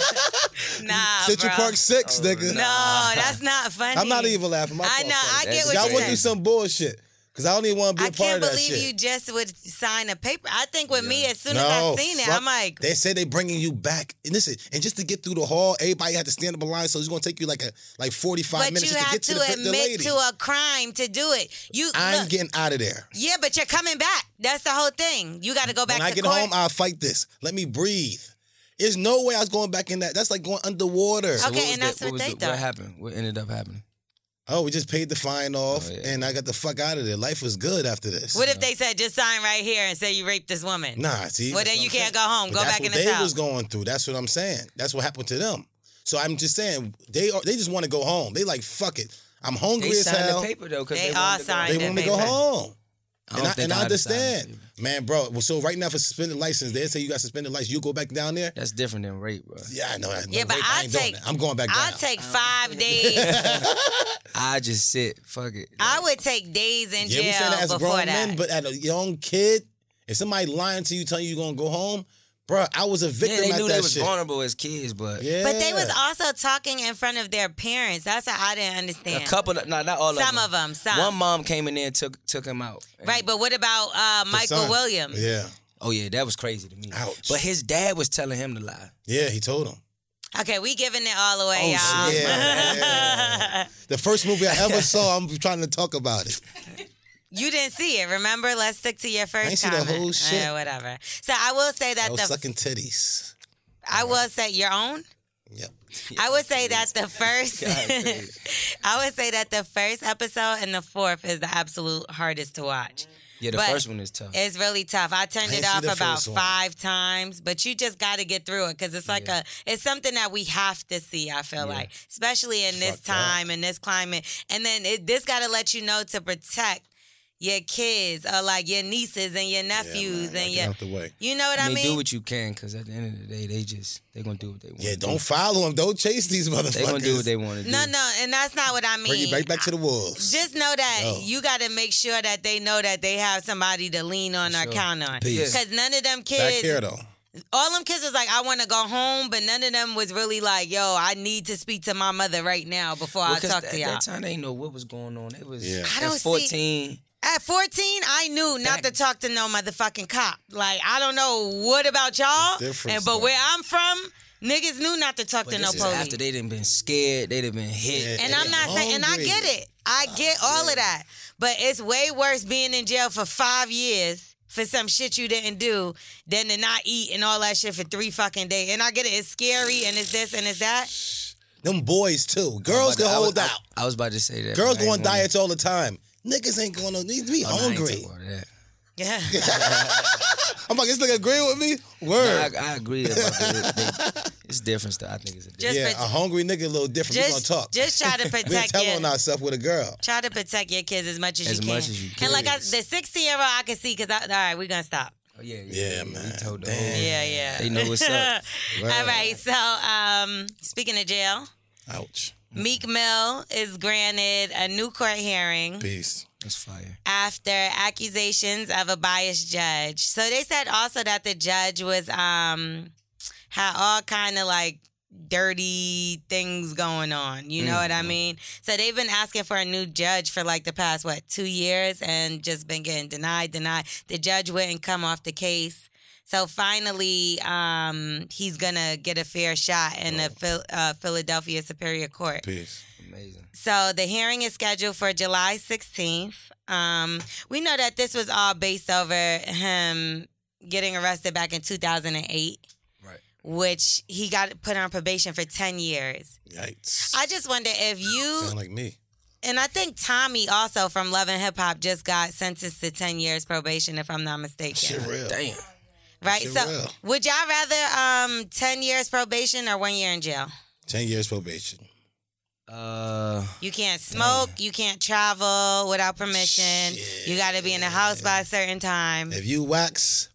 S1: my-
S9: Ah,
S1: nah,
S2: Central
S1: bro.
S2: Park
S9: Oh,
S2: 6, nigga.
S1: No, that's not funny.
S2: I'm not even laughing. My
S1: I
S2: fault,
S1: know. I
S2: bro.
S1: get
S9: what
S2: Y'all
S9: you're
S2: went through
S9: saying.
S2: some bullshit. Because I don't even want to be
S1: I
S2: a part
S1: can't
S2: of that
S1: believe
S2: shit.
S1: you just would sign a paper. I think with me, as soon as
S2: no,
S1: I seen it,
S2: fuck-
S1: I'm like,
S2: they say they bringing you back, and listen, and just to get through the hall, everybody had to stand up in line, so it's gonna take you like a like forty five
S1: but
S2: minutes
S1: you
S2: just to
S1: have
S2: get
S1: to,
S2: to, the, the
S1: admit
S2: lady.
S1: to a crime to do it. You
S2: I'm
S1: look,
S2: getting out of there.
S1: yeah, but you're coming back. That's the whole thing. You got to go back
S2: When I
S1: to
S2: get
S1: court.
S2: home, I'll fight this. Let me breathe. There's no way I was going back in that. That's like going underwater.
S9: so
S1: Okay,
S9: was
S1: and
S9: the-
S1: that's what
S9: was
S1: they
S9: the-
S1: thought.
S9: What happened? What ended up happening?
S2: Oh, we just paid the fine off,
S9: Oh, yeah.
S2: and I got the fuck out of there. Life was good after this.
S1: what if they said just sign right here and say you raped this woman?
S2: Nah, see.
S1: Well,
S2: that's
S1: then
S2: what
S1: you
S2: I'm
S1: can't
S2: saying.
S1: go home.
S2: But
S1: Go
S2: that's
S1: back
S2: what
S1: in the
S2: they
S1: South.
S2: was going through. That's what I'm saying. That's what happened to them. So I'm just saying they are. They just want to go home. They like fuck it. I'm hungry
S9: They
S2: as
S9: signed
S2: hell.
S9: the paper though, cause
S1: They
S9: they,
S1: all
S9: wanted to go-
S1: signed
S2: They
S1: that
S2: want to go
S1: paper.
S2: home.
S9: I
S2: and
S9: don't
S2: I,
S9: think
S2: and I
S9: I'd have signed
S2: understand,
S9: it.
S2: man, bro. well, So right now for suspended license, they say you got suspended license. You go back down there.
S9: That's different than rape, bro.
S2: Yeah, I know. I know.
S1: Yeah, but
S2: Wait,
S1: I'll
S2: I ain't doing
S1: take-
S2: that. I'm going back down.
S1: I'll take five days.
S9: I just sit. Fuck it.
S1: I would take days in
S2: Yeah,
S1: jail
S2: we said that as
S1: before
S2: grown
S1: that.
S2: men, but at a young kid, if somebody lying to you, telling you you're gonna go home, bro, I was a
S9: yeah,
S2: victim
S9: they
S2: at
S9: knew
S2: that
S9: they was
S2: shit.
S9: vulnerable as kids, but
S2: Yeah.
S1: But they was also talking in front of their parents. That's what I didn't
S9: a
S1: understand.
S9: couple. Of, nah, not all
S1: Some
S9: of
S1: of
S9: them.
S1: 'em, some.
S9: One mom came in there and took took him out. And-
S1: right, but what about uh,
S2: The
S1: Michael
S2: son.
S1: Williams?
S2: Yeah,
S9: Oh yeah, that was crazy to me.
S2: Ouch.
S9: But his dad was telling him to lie.
S2: yeah, he told him.
S1: Okay, we giving it all away,
S9: Oh,
S1: y'all.
S9: shit.
S2: Yeah, yeah. the first movie I ever saw. I'm trying to talk about it.
S1: You didn't see it, remember? Let's stick to your first
S2: ain't see the
S1: comment.
S2: whole shit.
S1: Uh, whatever. So I will say that
S2: I was
S1: the
S2: sucking titties.
S1: I will say your own.
S2: Yep.
S1: I would say that the first I would say that the first episode and the fourth is the absolute hardest to watch.
S9: Yeah, the
S1: But
S9: first one is tough.
S1: It's really tough. I turned
S2: I
S1: it
S2: didn't see
S1: off
S2: the
S1: about
S2: first one.
S1: five times, but you just got to get through it because it's like a it's something that we have to see. I feel like, especially in this
S2: Fucked up.
S1: time and this climate, and then it, this got to let you know to protect your kids or like your nieces and your nephews
S2: Gotta
S1: and
S2: Get
S1: your.
S2: out the way.
S1: You know what I
S9: I mean,
S1: mean?
S9: do what you can, cause at the end of the day, they just they gonna do what they want.
S2: Yeah, don't follow them. Don't chase these motherfuckers.
S9: They gonna do what they want to do.
S1: no, no, and that's not what I mean.
S2: Bring it right back to the wolves.
S1: Just know that
S2: No.
S1: you got to make sure that they know that they have somebody to lean on or
S9: sure.
S1: count on.
S2: Peace.
S1: Because none of them
S2: Back
S1: kids,
S2: here though.
S1: all them kids was like, I want to go home, but none of them was really like, yo, I need to speak to my mother right now before
S9: Well,
S1: I
S9: 'cause
S1: talk
S9: at
S1: to y'all.
S9: that time they didn't know what was going on. It was
S2: Yeah.
S1: I
S9: at
S1: don't see-
S9: 14.
S1: At 14, I knew not to talk to no motherfucking cop. Like, I don't know what about y'all,
S2: Different
S1: and, but
S2: stuff.
S1: where I'm from, niggas knew not to talk
S9: But
S1: to no
S9: this is
S1: police.
S9: after they done been scared, they done been hit.
S2: Yeah.
S1: And I'm not saying, and I
S2: Hungry.
S1: get it. I get all of that. But it's way worse being in jail for five years for some shit you didn't do than to not eat and all that shit for three fucking days. And I get it. It's scary and it's this and it's that.
S2: Them boys too. Girls
S9: But
S2: can
S9: I was-
S2: hold
S9: I-
S2: out.
S9: I, was about to say that.
S2: Girls
S9: but I
S2: go on
S9: ain't wanna-
S2: diets all the time. Niggas ain't going to need to be
S9: Oh, no, I ain't
S2: hungry.
S9: talk about that.
S1: Yeah.
S2: I'm like, this nigga agree with me? Word.
S9: I, I agree about the, the, it's different stuff. I think it's a different.
S1: Just,
S2: yeah,
S1: prot-
S2: a hungry nigga a little different. we gonna
S1: just,
S2: talk.
S1: just try to
S2: we ain't
S1: protect
S2: telling
S1: your,
S2: on ourselves with a girl.
S1: try to protect your kids as much as,
S9: As
S1: you,
S9: much
S1: can.
S9: as you
S1: And like I,
S9: can.
S1: the 16 year old, I can see because, all right, we're going to stop.
S9: Oh, yeah,
S2: Yeah,
S9: yeah, yeah,
S2: man.
S9: We told the
S2: Damn.
S9: whole.
S1: Yeah, yeah.
S9: They know what's up.
S1: all right. So, um, speaking of jail,
S2: Ouch.
S1: Meek Mill is granted a new court hearing
S2: Peace.
S9: That's fire.
S1: after accusations of a biased judge. So they said also that the judge was um had all kind of like dirty things going on. You know what I mean? So they've been asking for a new judge for like the past what, 2 years and just been getting denied, denied. The judge wouldn't come off the case. So finally, um, he's gonna get a fair shot in the Phil- uh, Philadelphia Superior Court.
S2: Peace.
S9: Amazing.
S1: So the hearing is scheduled for July 16th. Um, we know that this was all based over him getting arrested back in 2008,
S9: Right.
S1: which he got put on probation for 10 years.
S2: Yikes.
S1: I just wonder if you
S2: Sound like me.
S1: and I think Tommy also from Love and Hip Hop just got sentenced to 10 years probation, if I'm not mistaken.
S2: Shit real.
S9: Damn.
S1: right?
S2: shit
S1: so
S2: real.
S1: would y'all rather um 10 years probation or one year in jail?
S2: Ten years probation.
S9: Uh,
S1: You can't smoke. You can't travel without permission. You got to be in the house by a certain time.
S2: If you wax,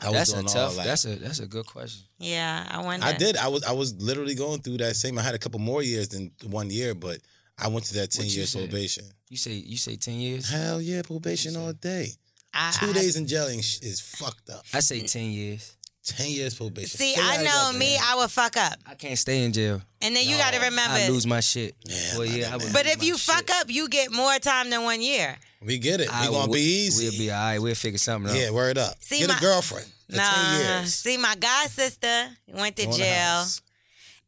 S2: I was
S9: that's a
S2: doing all
S9: tough.
S2: that.
S9: That's a that's a good question.
S1: Yeah, I wonder.
S2: I did. I was I was literally going through that same. I had a couple more years than one year, but I went to that ten
S9: What you
S2: years
S9: said?
S2: probation.
S9: You say you say ten years.
S2: Hell yeah, probation all day.
S1: I,
S2: Two
S1: I-
S2: days in jail ain't sh- is fucked up.
S9: I
S1: Mm.
S9: say ten years.
S2: Ten years probation.
S1: See,
S2: Stay out
S1: I
S2: of
S1: know
S2: that
S1: me.
S2: damn-
S1: I would fuck up,
S9: I can't stay in jail.
S1: and then you got to
S9: I
S1: remember.
S9: lose my shit.
S2: Yeah,
S9: well,
S2: my
S9: yeah.
S2: bad,
S9: I would
S2: man.
S1: But
S9: lose
S1: if
S9: my
S1: you
S9: shit.
S1: fuck up, you get more time than one year.
S2: we get it.
S9: I
S2: we gonna
S9: would-
S2: be easy.
S9: We'll be all right. We'll figure something out.
S2: Yeah, word up.
S1: See,
S2: get
S1: my-
S2: a girlfriend. For ten
S1: Nah.
S2: years.
S1: See, my god sister went to
S2: Go in the
S1: jail,
S2: house.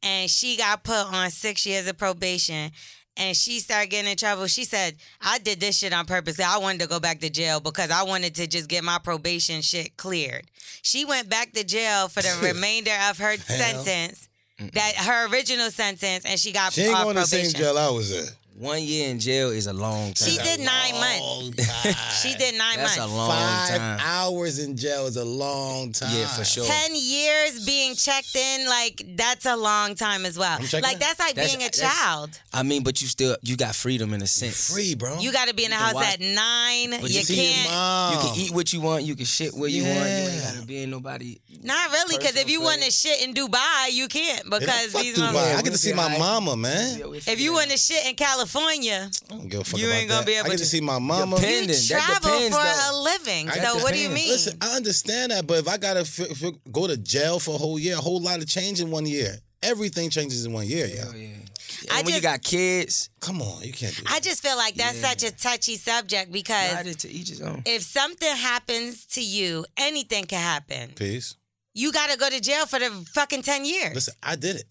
S1: and she got put on six years of probation. And she started getting in trouble. She said, "I did this shit on purpose. I wanted to go back to jail because I wanted to just get my probation shit cleared." She went back to jail for the remainder of her sentence, that her original sentence, and she got
S2: She ain't
S1: off
S2: going to the
S1: probation.
S2: same jail I was in.
S9: One year in jail is a long time.
S1: She did nine months.
S2: Oh,
S1: She did nine
S9: That's a
S1: months.
S9: long
S2: Five
S9: time.
S2: hours in jail is a long time.
S9: Yeah, for sure.
S1: Ten years being checked in, like that's a long time as well.
S2: checking
S1: Like
S2: in.
S1: that's like
S9: That's-
S1: being a
S9: that's-
S1: child.
S9: I mean, but you still you got freedom in a sense.
S2: Free, bro.
S1: You got to be in the
S9: can
S1: house
S9: watch-
S1: at nine.
S9: But
S1: you
S9: you
S2: see your
S1: can't.
S2: mom.
S9: You can eat what you want. You can shit where you want. You ain't
S2: Yeah.
S9: gotta be in nobody.
S1: Not really, because if
S9: Personal
S1: you want to
S9: thing.
S1: shit in Dubai, you can't
S2: Yeah,
S1: because
S2: fuck
S1: these
S2: Dubai.
S1: mother-
S2: I get
S9: we'll
S2: to see
S9: be
S2: my
S9: alright.
S2: mama, man.
S1: If you want to shit in California,
S2: I don't give a fuck
S1: You
S2: about
S1: ain't gonna
S2: that.
S1: be able
S2: I get
S1: to-
S2: to see my mama.
S9: Depend- Depending.
S1: you
S9: That
S1: travel
S9: depends,
S1: for
S9: though.
S1: a living.
S9: That
S1: so what do you
S9: depends.
S1: mean?
S2: Listen, I understand that, but if I gotta f- f- go to jail for a whole year, a whole lot of change in one year. Everything changes in one year, yeah.
S9: Oh, yeah. And
S1: I
S9: when
S1: just-
S9: you got kids,
S2: Come on, you can't do that.
S1: I just feel like that's
S9: Yeah.
S1: such a touchy subject because
S9: I did to each his own.
S1: if something happens to you, anything can happen.
S2: Peace.
S1: You got to go to jail for the fucking 10 years.
S2: Listen, I did it.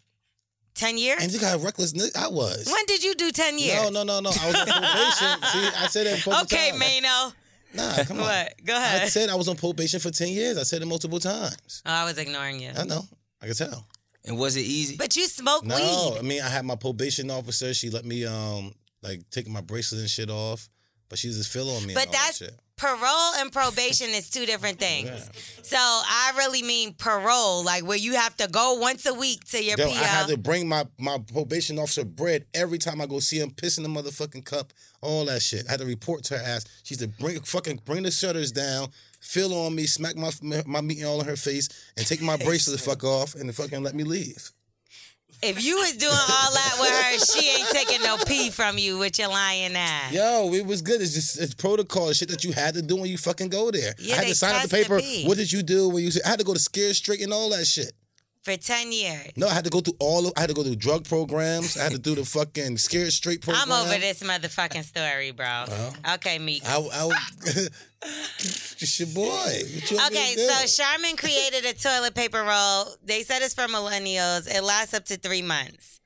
S1: 10 years?
S2: And you got reckless nigga. I was.
S1: When did you do 10 years?
S2: No, no, no, no. I was on probation. See, I said that multiple
S1: Okay,
S2: times.
S1: Mano. Oh,
S2: Nah, come on.
S1: What? Go
S2: I
S1: ahead.
S2: said I was on probation for 10 years. I said it multiple times.
S1: oh, I was ignoring you.
S2: I know. I can tell.
S9: And was it easy?
S1: But you smoke
S2: No,
S1: weed.
S2: I mean I had my probation officer. She let me um like take my bracelet and shit off, but she was just feeling on me. and
S1: But
S2: all
S1: that's-
S2: that shit.
S1: Parole and probation is two different things. So I really mean parole, like where you have to go once a week to your
S2: Yo,
S1: PO.
S2: I had to bring my my probation officer bread every time I go see him, pissing the motherfucking cup, all that shit. I had to report to her ass. She said, "Bring fucking bring the shutters down, fill on me, smack my my meat all in her face, and take my bracelet the fuck off, and fucking let me leave."
S1: If you was doing all that with her, she ain't taking no pee from you with your lying ass.
S2: Yo, it was good. It's just it's protocol shit that you had to do when you fucking go there.
S1: Yeah,
S2: I had
S1: they
S2: to sign up the
S1: test the
S2: paper.
S1: pee.
S2: what did you do when you? I had to go to Scared Straight and all that shit.
S1: For 10 years.
S2: No, I had to go through all. Of, I had to go through drug programs. I had to do the fucking Scared Straight program.
S1: I'm over this motherfucking story, bro. Okay, Meek.
S2: Uh-huh. I, I, would- it's your boy. What you want me
S1: Okay,
S2: to do?
S1: so Charmin created a toilet paper roll. They said it's for millennials. It lasts up to three months.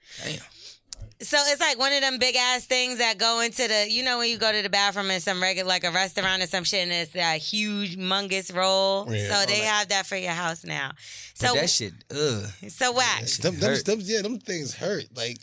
S1: Damn. So it's like one of them big ass things that go into the, you know, when you go to the bathroom in some regular, like a restaurant or some shit, and it's that huge, mongous roll.
S2: Yeah.
S1: So they have that for your house now. So
S9: But that shit, ugh,
S1: so whack.
S2: them, them,
S9: hurt.
S2: them, yeah, them things hurt. Like,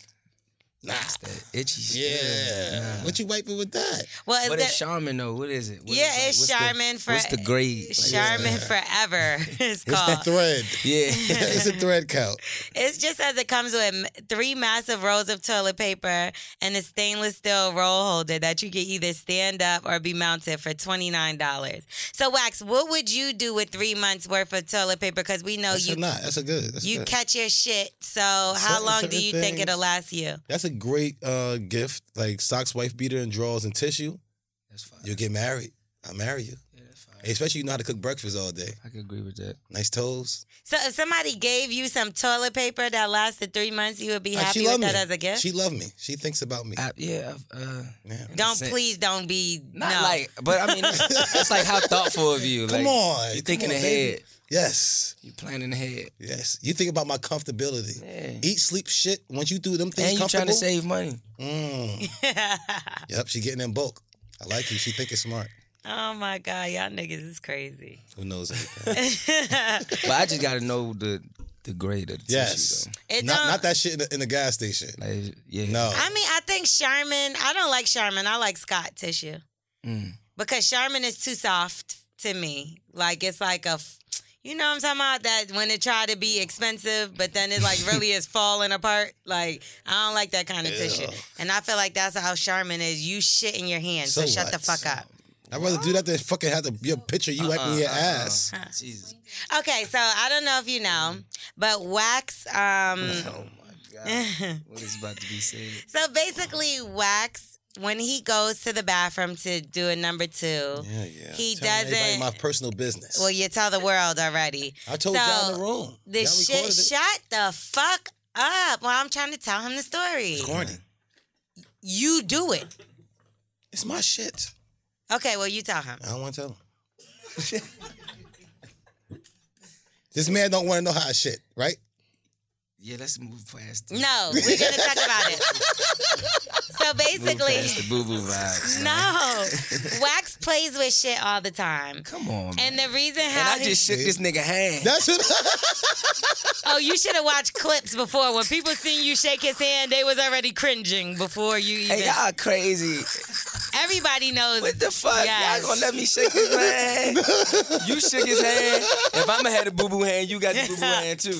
S2: nah.
S9: that itchy.
S2: Yeah.
S9: shit. Nah.
S2: What you wiping with that?
S1: Well, it's
S9: What
S1: the-
S9: is Charmin though? What is it? What
S1: Yeah,
S9: is, like,
S1: it's
S9: what's the-
S1: Charmin for-
S9: What's the grade? Like,
S1: Charmin Forever is
S2: It's
S1: called.
S2: the thread.
S9: Yeah.
S2: it's a thread
S9: Oh,
S2: count.
S1: It's just as it comes with m- three massive rolls of toilet paper and a stainless steel roll holder that you can either stand up or be mounted for $29. So, Wax, what would you do with three months worth of toilet paper? Because we know
S2: That's
S1: you
S2: a not. That's a good. That's
S1: you
S2: good.
S1: catch your shit. So, how
S2: Certain-
S1: long do
S2: certain
S1: you think
S2: things-
S1: it'll last you?
S2: That's a great uh, gift. Like socks, wife beater, and drawers and tissue.
S9: That's fine.
S2: You'll get married. I'll marry you.
S9: Yeah, that's fine.
S2: Especially you know how to cook breakfast all day.
S9: I can agree with that.
S2: Nice toes.
S1: So, if somebody gave you some toilet paper that lasted three months, you would be
S2: Like,
S1: happy
S2: Oh, she
S1: with
S2: love me.
S1: that as a gift?
S2: She loved me. She thinks about me.
S9: I, yeah. I've, uh,
S2: Yeah.
S1: don't
S9: sense.
S1: please don't be
S9: not
S1: no.
S9: like, but I mean, that's like how thoughtful of you.
S2: Come
S9: like,
S2: on.
S9: You
S2: Come
S9: thinking
S2: on,
S9: ahead.
S2: baby. Yes.
S9: You planning ahead.
S2: Yes. You think about my comfortability.
S9: Yeah.
S2: Eat, sleep, shit. Once you do them
S9: and
S2: things
S9: you trying to
S2: comfortable.
S9: save money.
S2: Mm. yep. She getting in bulk. I like you. She thinking smart.
S1: oh my god, y'all niggas is crazy.
S2: Who knows anything?
S9: But I just gotta know the the grade of the
S2: yes.
S9: tissue
S1: It
S2: Not,
S1: don't-
S2: not that shit in the, in the gas station.
S9: though. Like, yeah.
S2: No.
S1: I mean, I think Charmin. I don't like Charmin. I like Scott tissue
S9: Mm.
S1: because Charmin is too soft to me. Like it's like a, f- you know, what I'm talking about that when it tried to be expensive, but then it like really is falling apart. Like I don't like that kind of tissue, and I feel like that's how Charmin is. You shit in your hand, so,
S2: So
S1: shut
S2: what?
S1: the fuck up.
S2: I'd rather do that than fucking have to your picture you
S9: Uh-uh,
S2: wiping your ass.
S9: Jesus.
S1: Okay, so I don't know if you know, but wax. Um,
S9: Oh my god. what is about to be said?
S1: so basically, wax. When he goes to the bathroom to do a number two,
S2: Yeah, yeah.
S1: He
S2: Telling everybody
S1: doesn't-
S2: my personal business.
S1: Well, you tell the world already.
S2: I told
S1: so,
S2: y'all in the room.
S1: The
S2: Y'all
S1: shit,
S2: recorded it.
S1: shut the fuck up. Well, I'm trying to tell him the story.
S2: Corny.
S1: You do it.
S2: It's my shit.
S1: Okay, well, you tell him.
S2: I don't want to tell him. this man don't want to know how I shit, right?
S9: Yeah, let's move past. The,
S1: No, we're gonna talk about it. So
S9: move past
S1: basically,
S9: the boo boo vibes. man.
S1: no. Wax plays with shit all the time.
S9: Come on. man.
S1: And the reason
S9: And
S1: how
S9: I just
S1: he,
S9: shook this nigga hand.
S2: That's what.
S1: oh you should have watched clips before when people seen you shake his hand they was already cringing before you even
S9: Hey, y'all crazy.
S1: everybody knows
S9: What the fuck?
S1: Yes.
S9: Y'all gonna let me shake his hand? you shook his hand. If I'm gonna have the boo boo hand, you got the boo boo hand too.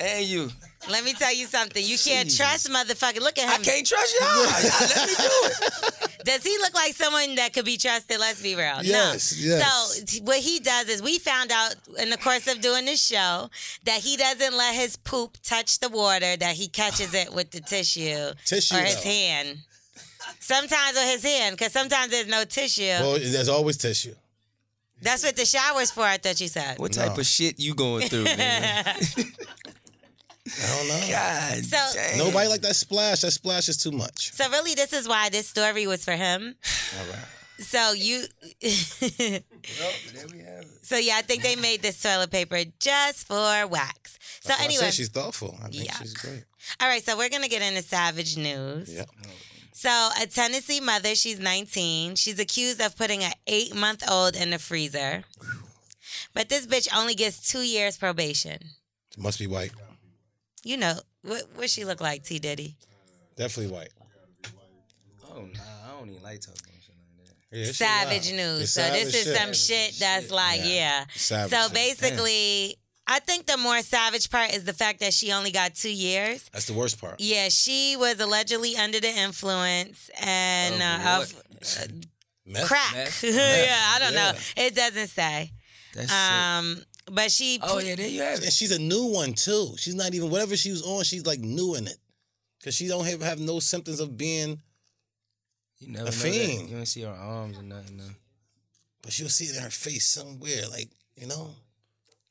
S9: And you.
S1: let me tell you something you can't trust motherfucker look at him
S9: I can't trust y'all. y'all let me do it.
S1: Does he look like someone that could be trusted? Let's be real.
S2: Yes,
S1: no.
S2: yes.
S1: So t- what he does is we found out in the course of doing this show that he doesn't let his poop touch the water, that he catches it with the tissue,
S2: Tissue,
S1: or his
S2: though.
S1: hand. Sometimes with his hand, because sometimes there's no tissue.
S2: well, there's always tissue.
S1: That's what the shower's for, I thought you said.
S9: What type of shit you going through, nigga?
S2: I don't know.
S9: God
S1: So-
S9: damn.
S2: Nobody like that splash. That splash is too much.
S1: So really, this is why this story was for him. So you, so yeah, I think they made this toilet paper just for wax. So
S2: I
S1: anyway,
S2: said she's thoughtful. I think
S1: Yeah.
S2: she's great.
S1: all right. So we're gonna get into savage news.
S2: Yep.
S1: So, a Tennessee mother, she's 19. She's accused of putting an eight month old in the freezer. But this bitch only gets two years probation.
S2: Must be white.
S1: You know, what what she look like, T. Diddy?
S2: Definitely white.
S9: Oh nah, I don't even like talking shit like that.
S2: Yeah, she
S1: savage
S2: wild.
S1: news.
S2: It's
S1: So, this
S2: savage
S1: is
S2: shit.
S1: some shit that's like, yeah.
S2: Savage
S1: So,
S2: shit.
S1: basically, I think the more savage part is the fact that she only got two years.
S2: That's the worst part.
S1: Yeah, she was allegedly under the influence and
S9: Of
S1: uh, of
S2: Meth.
S1: crack.
S9: Meth.
S1: yeah, I don't know. It doesn't say.
S9: That's
S1: Um, but she.
S9: it. Oh yeah, there you have
S2: And
S9: it.
S2: she's a new one too. She's not even whatever she was on. She's like new in it, cause she don't have, have no symptoms of being.
S9: You never know
S2: fiend.
S9: That. You don't see her arms or nothing. No.
S2: But she'll see it in her face somewhere, like you know.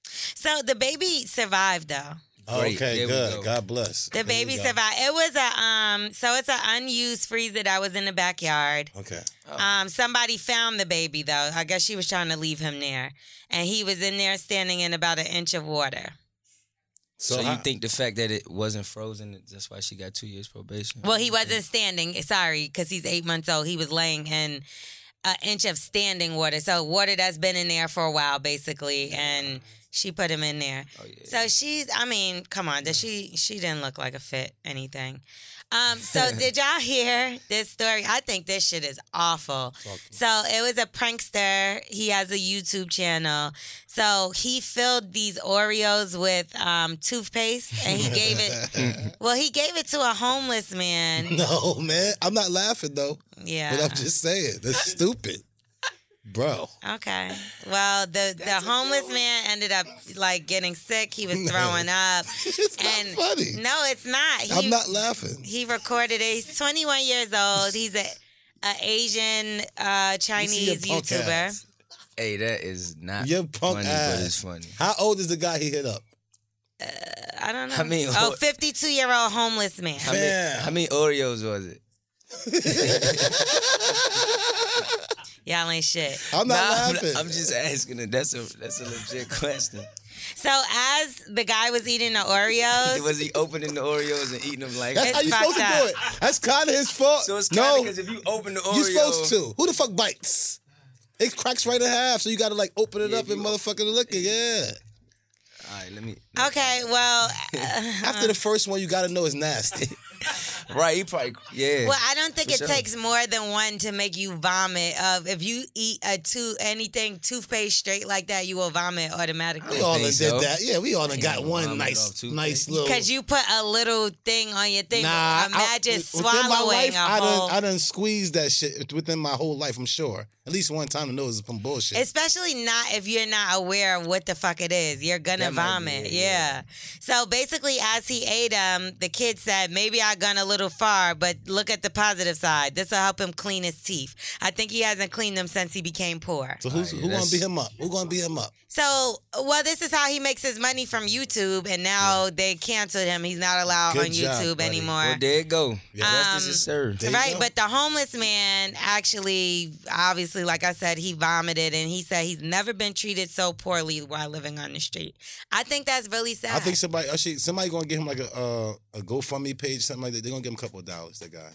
S1: So the baby survived though.
S2: Oh,
S9: Great.
S2: okay,
S9: There we
S2: good.
S9: go.
S2: God bless.
S1: The
S2: There we
S1: baby
S2: go.
S1: survived. It was a um. So it's an unused freezer that was in the backyard.
S2: Okay.
S9: Oh.
S1: Um, somebody found the baby though. I guess she was trying to leave him there, and he was in there standing in about an inch of water.
S9: So,
S2: how-
S9: you think the fact that it wasn't frozen, that's why she got two years probation?
S1: Well, he wasn't standing. Sorry, because he's eight months old. He was laying in an inch of standing water, so water that's been in there for a while, basically. And she put him in there.
S9: Oh, yeah.
S1: So she's. I mean, come on. Does she? She didn't look like a fit anything. Um, so did y'all hear this story? I think this shit is awful. So it was a prankster. He has a YouTube channel. So he filled these Oreos with um, toothpaste, and he gave it. well, he gave it to a homeless man.
S2: No, man, I'm not laughing though.
S1: Yeah.
S2: But I'm just saying, that's stupid, bro.
S1: Okay. Well, the the homeless man ended up like getting sick. He was throwing up.
S2: It's not
S1: and
S2: funny.
S1: No, it's not. He,
S2: I'm not laughing.
S1: He recorded it. He's 21 years old. He's a, a Asian uh,
S2: your
S1: Chinese
S2: punk
S1: YouTuber.
S2: ass.
S9: Hey, that is not
S2: Your punk
S9: funny,
S2: ass.
S9: but it's funny.
S2: How old is the guy he hit up?
S1: I don't know.
S9: I mean,
S1: oh,
S9: what-
S1: 52 year old homeless man.
S9: How many,
S2: Fam.
S9: how many Oreos was it?
S1: Y'all ain't shit.
S2: I'm not
S9: I'm,
S2: laughing.
S9: I'm just asking it. That's a that's a legit question.
S1: So as the guy was eating the Oreos,
S9: Was he opening the Oreos and eating them like?
S2: That's
S1: Uh, It's
S2: how you supposed
S1: fucked
S2: to do it. That's kind of his fault.
S9: so it's kind
S2: no,
S9: because if you open the Oreo,
S2: you're supposed to. Who the fuck bites? It cracks right in half, so you got to like open it
S9: Yeah,
S2: up
S9: if
S2: and
S9: you-
S2: motherfucking lick it. Yeah.
S9: All right, let me.
S1: okay, well,
S2: After the first one, you got to know it's nasty.
S9: Right, he probably yeah.
S1: well, I don't think
S9: For
S1: it
S9: sure.
S1: takes more than one to make you vomit. Of if you eat a two anything toothpaste straight like that, you will vomit automatically.
S2: We all done
S9: think
S2: did
S9: so.
S2: that. Yeah, we all done got
S9: Yeah,
S2: one
S9: mine was off
S2: nice,
S9: too.
S2: nice little.
S1: Because you put a little thing on your thing.
S2: Nah,
S1: imagine
S2: I, within
S1: swallowing
S2: my life,
S1: a
S2: I
S1: whole.
S2: done, I done squeezed that shit within my whole life. I'm sure, at least one time to know it's some bullshit.
S1: Especially not if you're not aware of what the fuck it is. You're gonna
S9: That might be
S1: vomit.
S9: it,
S1: yeah. So basically, as he ate them, the kid said, "Maybe I gone a little far, but look at the positive side. This will help him clean his teeth. I think he hasn't cleaned them since he became poor.
S2: so who's
S9: Ah, yeah,
S2: who gonna
S9: that's-
S2: beat him up? Who gonna beat him up?
S1: So, well, this is how he makes his money from YouTube, and now they canceled him. He's not allowed
S2: Good
S1: on
S2: job,
S1: YouTube
S2: buddy.
S1: anymore.
S9: Well, there it go. Justice
S1: Um,
S9: is served.
S2: There you
S1: right,
S2: go.
S1: but the homeless man actually, obviously, like I said, he vomited and he said he's never been treated so poorly while living on the street. I think that's really sad.
S2: I think somebody actually somebody gonna give him like a uh, a GoFundMe page something like that. They're gonna give him a couple of dollars. That guy.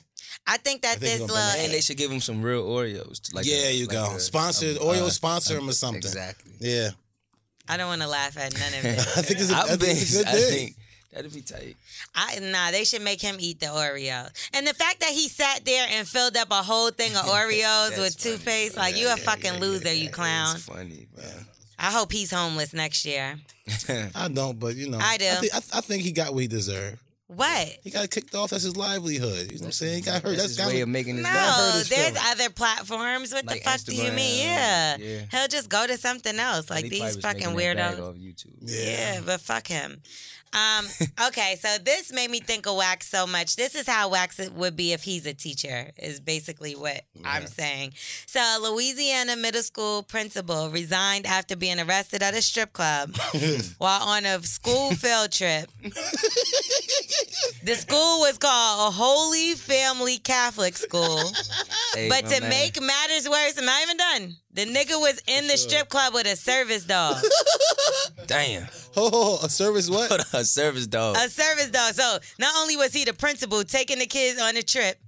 S1: I think that
S2: I think
S1: this
S2: he's
S1: look.
S2: gonna be
S9: And they should give him some real Oreos. Like
S2: yeah,
S9: a-
S2: you
S9: like
S2: go.
S9: a-
S2: sponsor
S9: a-
S2: Oreo,
S9: uh,
S2: sponsor him or something.
S9: Exactly.
S2: Yeah,
S1: I don't want to laugh at none of it.
S2: I think it's a, I
S9: I've
S2: think
S9: been.
S2: it's a good
S9: I
S2: thing.
S9: think that'd be tight.
S1: I, nah, they should make him eat the Oreos. And the fact that he sat there and filled up a whole thing of Oreos
S9: That's
S1: with
S9: funny,
S1: toothpaste,
S9: bro.
S1: like
S9: Yeah,
S1: you a
S9: yeah,
S1: fucking
S9: yeah,
S1: loser,
S9: yeah,
S1: you
S9: it's
S1: clown.
S9: funny, bro.
S1: I hope he's homeless next year.
S2: I don't, but you know,
S1: I do.
S2: I think, I, I think he got what he deserved.
S1: What?
S2: He got kicked off. That's his livelihood. You know what I'm saying? He got hurt.
S9: That's
S2: That's,
S9: his way of
S2: kind
S9: making his
S2: hurt
S1: No,
S2: his
S1: there's
S2: feelings.
S1: other platforms. What
S9: Like
S1: the fuck do you mean?
S9: Instagram,
S1: Yeah.
S9: yeah.
S1: He'll just go to something else. Like
S9: He probably
S1: these
S9: was
S1: fucking
S9: making that bag
S1: weirdos.
S9: off YouTube.
S1: Yeah. but fuck him. Um, okay, so this made me think of Wax so much. This is how Wax it would be if he's a teacher, is basically what I'm saying. So, a Louisiana middle school principal resigned after being arrested at a strip club while on a school field trip. the school was called Holy Family Catholic School.
S9: Hey,
S1: But
S9: my
S1: to
S9: man.
S1: make matters worse, I'm not even done. The nigga was in the strip club with a service dog.
S9: damn,
S2: Oh, a service what?
S9: a service dog.
S2: Oh.
S1: A service dog. So not only was he the principal taking the kids on the trip,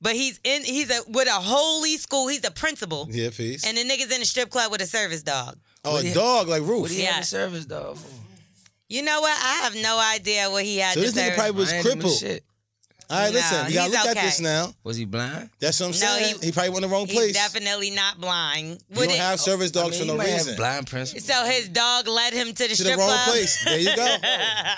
S1: but he's in he's a with a holy school. He's the principal.
S2: Yeah, peace.
S1: And the niggas in the strip club with a service dog.
S2: oh, a dog like Roof.
S9: What he
S1: Yeah.
S9: had a service dog for?
S1: You know what? I have no idea what he had
S2: So
S1: to
S2: this nigga
S1: serve.
S2: probably was
S9: I ain't even
S2: crippled.
S9: Shit.
S2: All right,
S1: No,
S2: listen, you gotta
S1: he's
S2: look at
S1: okay.
S2: this now.
S9: Was he blind?
S2: That's what I'm
S1: No,
S2: saying.
S1: he-
S2: He, probably went the wrong
S1: He's
S2: place.
S1: definitely not blind.
S2: You
S1: Would
S2: don't
S1: it-
S2: have service dogs
S9: I mean, he
S2: for no
S9: might have
S2: reason.
S9: Blind principal.
S1: so his dog led him to the
S2: to
S1: strip
S2: the wrong
S1: club.
S2: place. There you go.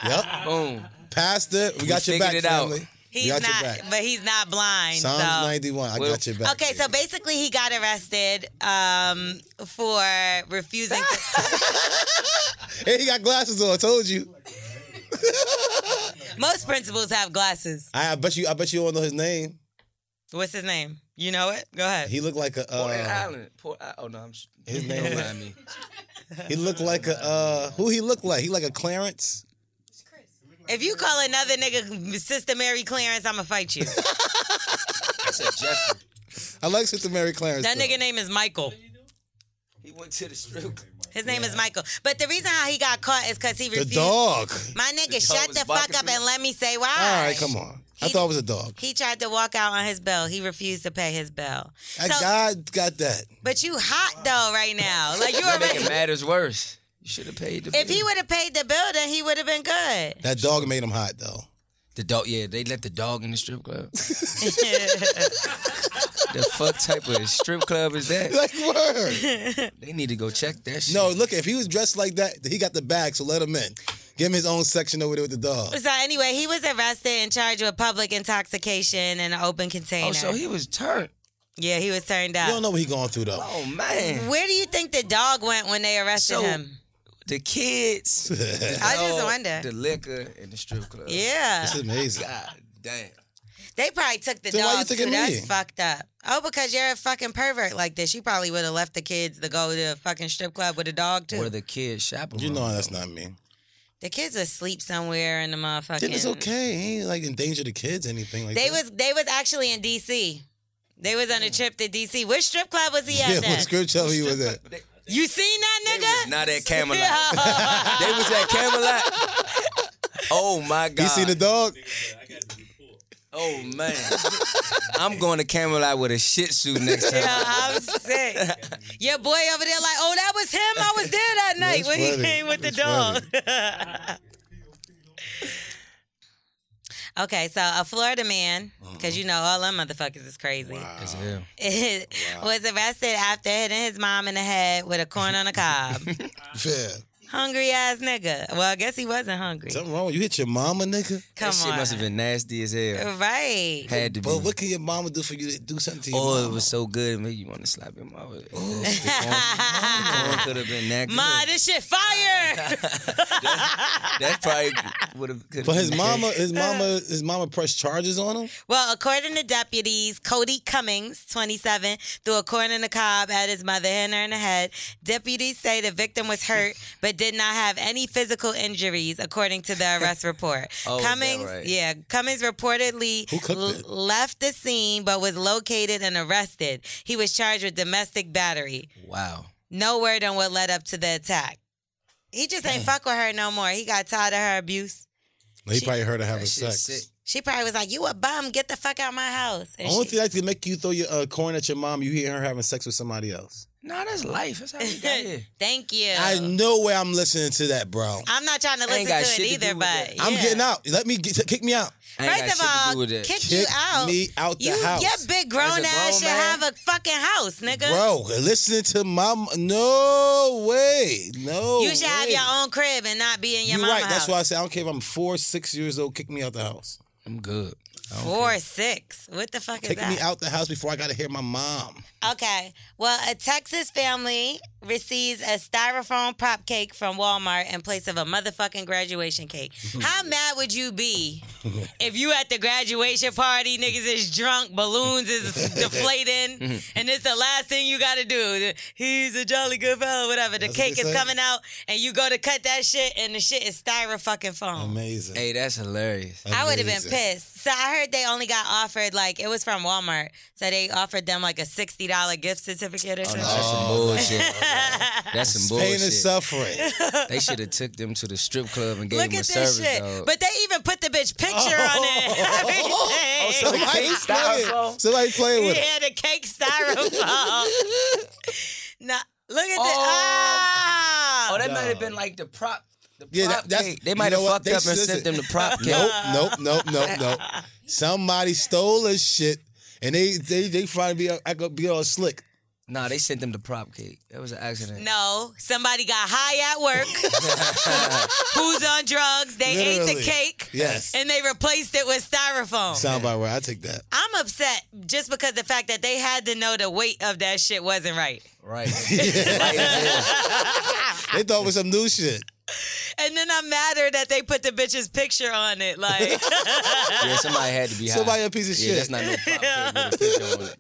S2: yep.
S9: Boom.
S2: Pastor, we got your
S9: figured
S2: back,
S9: it out.
S2: family.
S1: He's
S2: we got
S1: not,
S2: your back.
S1: but he's not blind.
S2: Psalms
S1: so.
S2: 91. I
S9: Well-
S2: got your back.
S1: Okay, so basically he got arrested um, for refusing to
S2: Hey, he got glasses on. I told you.
S1: Most principals have glasses.
S2: I, I bet you. I bet you don't know his name.
S1: What's his name? You know it? Go ahead.
S2: He looked like a.
S9: Port
S2: Uh,
S9: Island. Port I- oh no, I'm. sh-
S2: his
S9: Don't
S2: name.
S9: mind me.
S2: he looked like a. Uh, who he looked like? He like a Clarence.
S1: If you call another nigga Sister Mary Clarence, I'ma fight you.
S9: I said Jeffrey.
S2: I like Sister Mary Clarence.
S1: That
S2: though.
S1: nigga name is Michael.
S9: He went to the strip. club.
S1: His name is Michael. But the reason how he got caught is because he
S2: The
S1: refused.
S2: dog.
S1: My nigga,
S9: dog
S1: shut
S9: was
S1: the fuck
S9: barking
S1: up
S9: through-
S1: and let me say why.
S2: All right, come on. I
S1: He-
S2: thought it was a dog.
S1: He tried to walk out on his bill. He refused to pay his bill.
S2: I
S1: So-
S2: God got that.
S1: But you hot though right now. Like you
S9: That
S1: already.
S9: making matters worse. You should have paid the.
S1: If he would have paid the bill, then he would have been good.
S2: That dog made him hot though.
S9: the dog, yeah, they let the dog in the strip club. the fuck type of strip club is that?
S2: Like word.
S9: They need to go check that shit.
S2: No, look. If he was dressed like that, he got the bag. So let him in. Give him his own section over there with the dog.
S1: So anyway, he was arrested and charged with public intoxication in an open container.
S9: Oh, so he was turned.
S1: yeah, he was turned
S2: You
S1: out.
S2: don't know what he going through though.
S9: Oh man,
S1: Where do you think the dog went when they arrested
S9: So-
S1: him?
S9: the kids. the
S1: I just
S9: dog,
S1: wonder.
S9: The liquor and the strip club.
S1: Yeah,
S2: It's amazing.
S9: God damn.
S1: they probably took the
S2: Then why you
S1: dog
S2: took it
S1: too.
S2: me?
S1: That's fucked up. Oh, because you're a fucking pervert like this. You probably would have left the kids to go to a fucking strip club with a dog too.
S9: Where the kids shopping?
S2: You know that's not me.
S1: the kids would sleep somewhere in the motherfucking.
S2: Then it's okay. He ain't like endanger the kids or anything like
S1: They
S2: that.
S1: was they was actually in D.C. They was on a trip to D.C. Which strip club was he at?
S2: yeah,
S1: then?
S2: what script show he was at?
S1: You seen that
S9: They
S1: nigga?
S9: was not at Camelot. they was at Camelot. Oh my God.
S2: He seen the dog?
S9: Oh man. I'm going to Camelot with a shih tzu next time.
S1: Yeah, I'm sick. Your boy over there, like, oh, that was him. I was there that night
S2: That's
S1: when he
S2: funny.
S1: came with the
S2: That's
S1: dog. okay, so a Florida man, because you know
S2: Uh-huh.
S1: all them motherfuckers is crazy,
S9: That's hell.
S1: was arrested after hitting his mom in the head with a corn on a cob.
S2: Fair.
S1: hungry ass nigga. Well, I guess he wasn't hungry.
S2: Something wrong? You hit your mama, nigga?
S1: Come
S9: that shit
S1: on.
S9: must have been nasty as hell.
S1: Right.
S9: Had to be.
S2: But what can your mama do for you to do something to your
S9: Oh, it
S2: mama?
S9: was so good. Maybe you want to slap him out. It
S2: Oh.
S9: could have been that good.
S1: Ma, this shit fire.
S9: that probably would have.
S2: But his mama, his mama, his mama pressed charges on him.
S1: Well, according to deputies, Cody Cummings, 27, threw a corn in the cob at his mother, hitting her in the head. Deputies say the victim was hurt but did not have any physical injuries, according to the arrest report.
S9: Oh, is that
S1: Cummings,
S9: right?
S1: yeah, Cummings reportedly
S2: Who cooked
S1: l-
S2: it?
S1: left the scene but was located and arrested. He was charged with domestic battery.
S9: Wow.
S1: No word on what led up to the attack. He just ain't fuck with her no more. He got tired of her abuse.
S2: He probably heard her having
S9: That shit
S2: sex.
S9: sick.
S1: She probably was like, "You a bum? Get the fuck out my house." And
S2: Only
S1: she-
S2: thing that can make you throw your uh, coin at your mom, you hear her having sex with somebody else.
S9: Nah, that's life. That's how we got here.
S1: Thank you.
S2: I know where I'm listening to that, bro.
S1: I'm not trying to
S9: I
S1: listen
S9: ain't got
S1: to it
S9: shit to do
S1: either,
S9: with
S1: but
S9: that.
S2: I'm
S1: yeah.
S2: getting out. Let me get, kick me out.
S9: I ain't got
S1: First of
S9: shit to
S1: all,
S9: do with that.
S1: kick, you
S2: Kick
S1: out.
S2: me out the
S1: you,
S2: house.
S1: Your big grown
S9: As a
S1: ass
S9: grown
S1: should
S9: man.
S1: have a fucking house, nigga.
S2: Bro, listening to my m- no way, no.
S1: you should have
S2: way.
S1: your own crib and not be in your
S2: You're
S1: mama
S2: right.
S1: house.
S2: That's why I say I don't care if I'm four, six years old. Kick me out the house.
S9: I'm good.
S1: Four six. What the fuck
S2: Kick
S1: is that?
S2: me out the house before I gotta hear my mom.
S1: Okay. Well, a Texas family receives a styrofoam prop cake from Walmart in place of a motherfucking graduation cake. How mad would you be if you at the graduation party, niggas is drunk, balloons is deflating, and it's the last thing you gotta do? He's a jolly good fellow, whatever. The
S2: That's what
S1: cake
S2: they
S1: is
S2: say.
S1: coming out, and you go to cut that shit, and the shit is styrofoam.
S2: Amazing.
S9: Hey, that's hilarious.
S1: I would have been
S2: Amazing.
S1: pissed. So I heard they only got offered like it was from Walmart, so they offered them like a sixty dollar gift certificate
S2: Oh,
S1: or something.
S9: That's some bullshit. That's some
S2: Pain and
S9: bullshit.
S2: suffering.
S9: They should have took them to the strip club and gave
S1: Look
S9: them a
S1: at this
S9: service
S1: shit.
S9: dog.
S1: But they even put the bitch picture on
S2: Oh,
S1: it. Everything.
S2: Somebody playing.
S9: styrofoam?
S2: Somebody playing with. it.
S1: yeah, the cake styrofoam. now look at this.
S9: Oh.
S1: Ah!
S9: oh, that might have been like the prop. The
S2: Yeah,
S9: prop
S2: that- that's-
S9: cake. They
S2: you
S9: might
S2: know
S9: have
S2: what?
S9: fucked
S2: They
S9: up and
S2: should-
S9: sent them the prop cake.
S2: Nope, nope, nope, nope, nope. Somebody stole a shit, and they they they trying to be all- act- be all slick.
S9: Nah, they sent them the prop cake. That was an accident.
S1: No, somebody got high at work. Who's on drugs? They ate the
S2: Literally.
S1: cake.
S2: Yes.
S1: And they replaced it with
S9: Oh,
S1: styrofoam.
S2: Sound about right. I take that.
S1: I'm upset just because the fact that they had to know the weight of that shit wasn't right.
S9: Right.
S2: They thought it was some new shit.
S1: And then I'm madder that they put the bitch's picture on it. Like,
S9: yeah, somebody had to be high.
S2: Somebody a piece of
S9: yeah, that's
S2: shit.
S9: not no prop cake with a picture on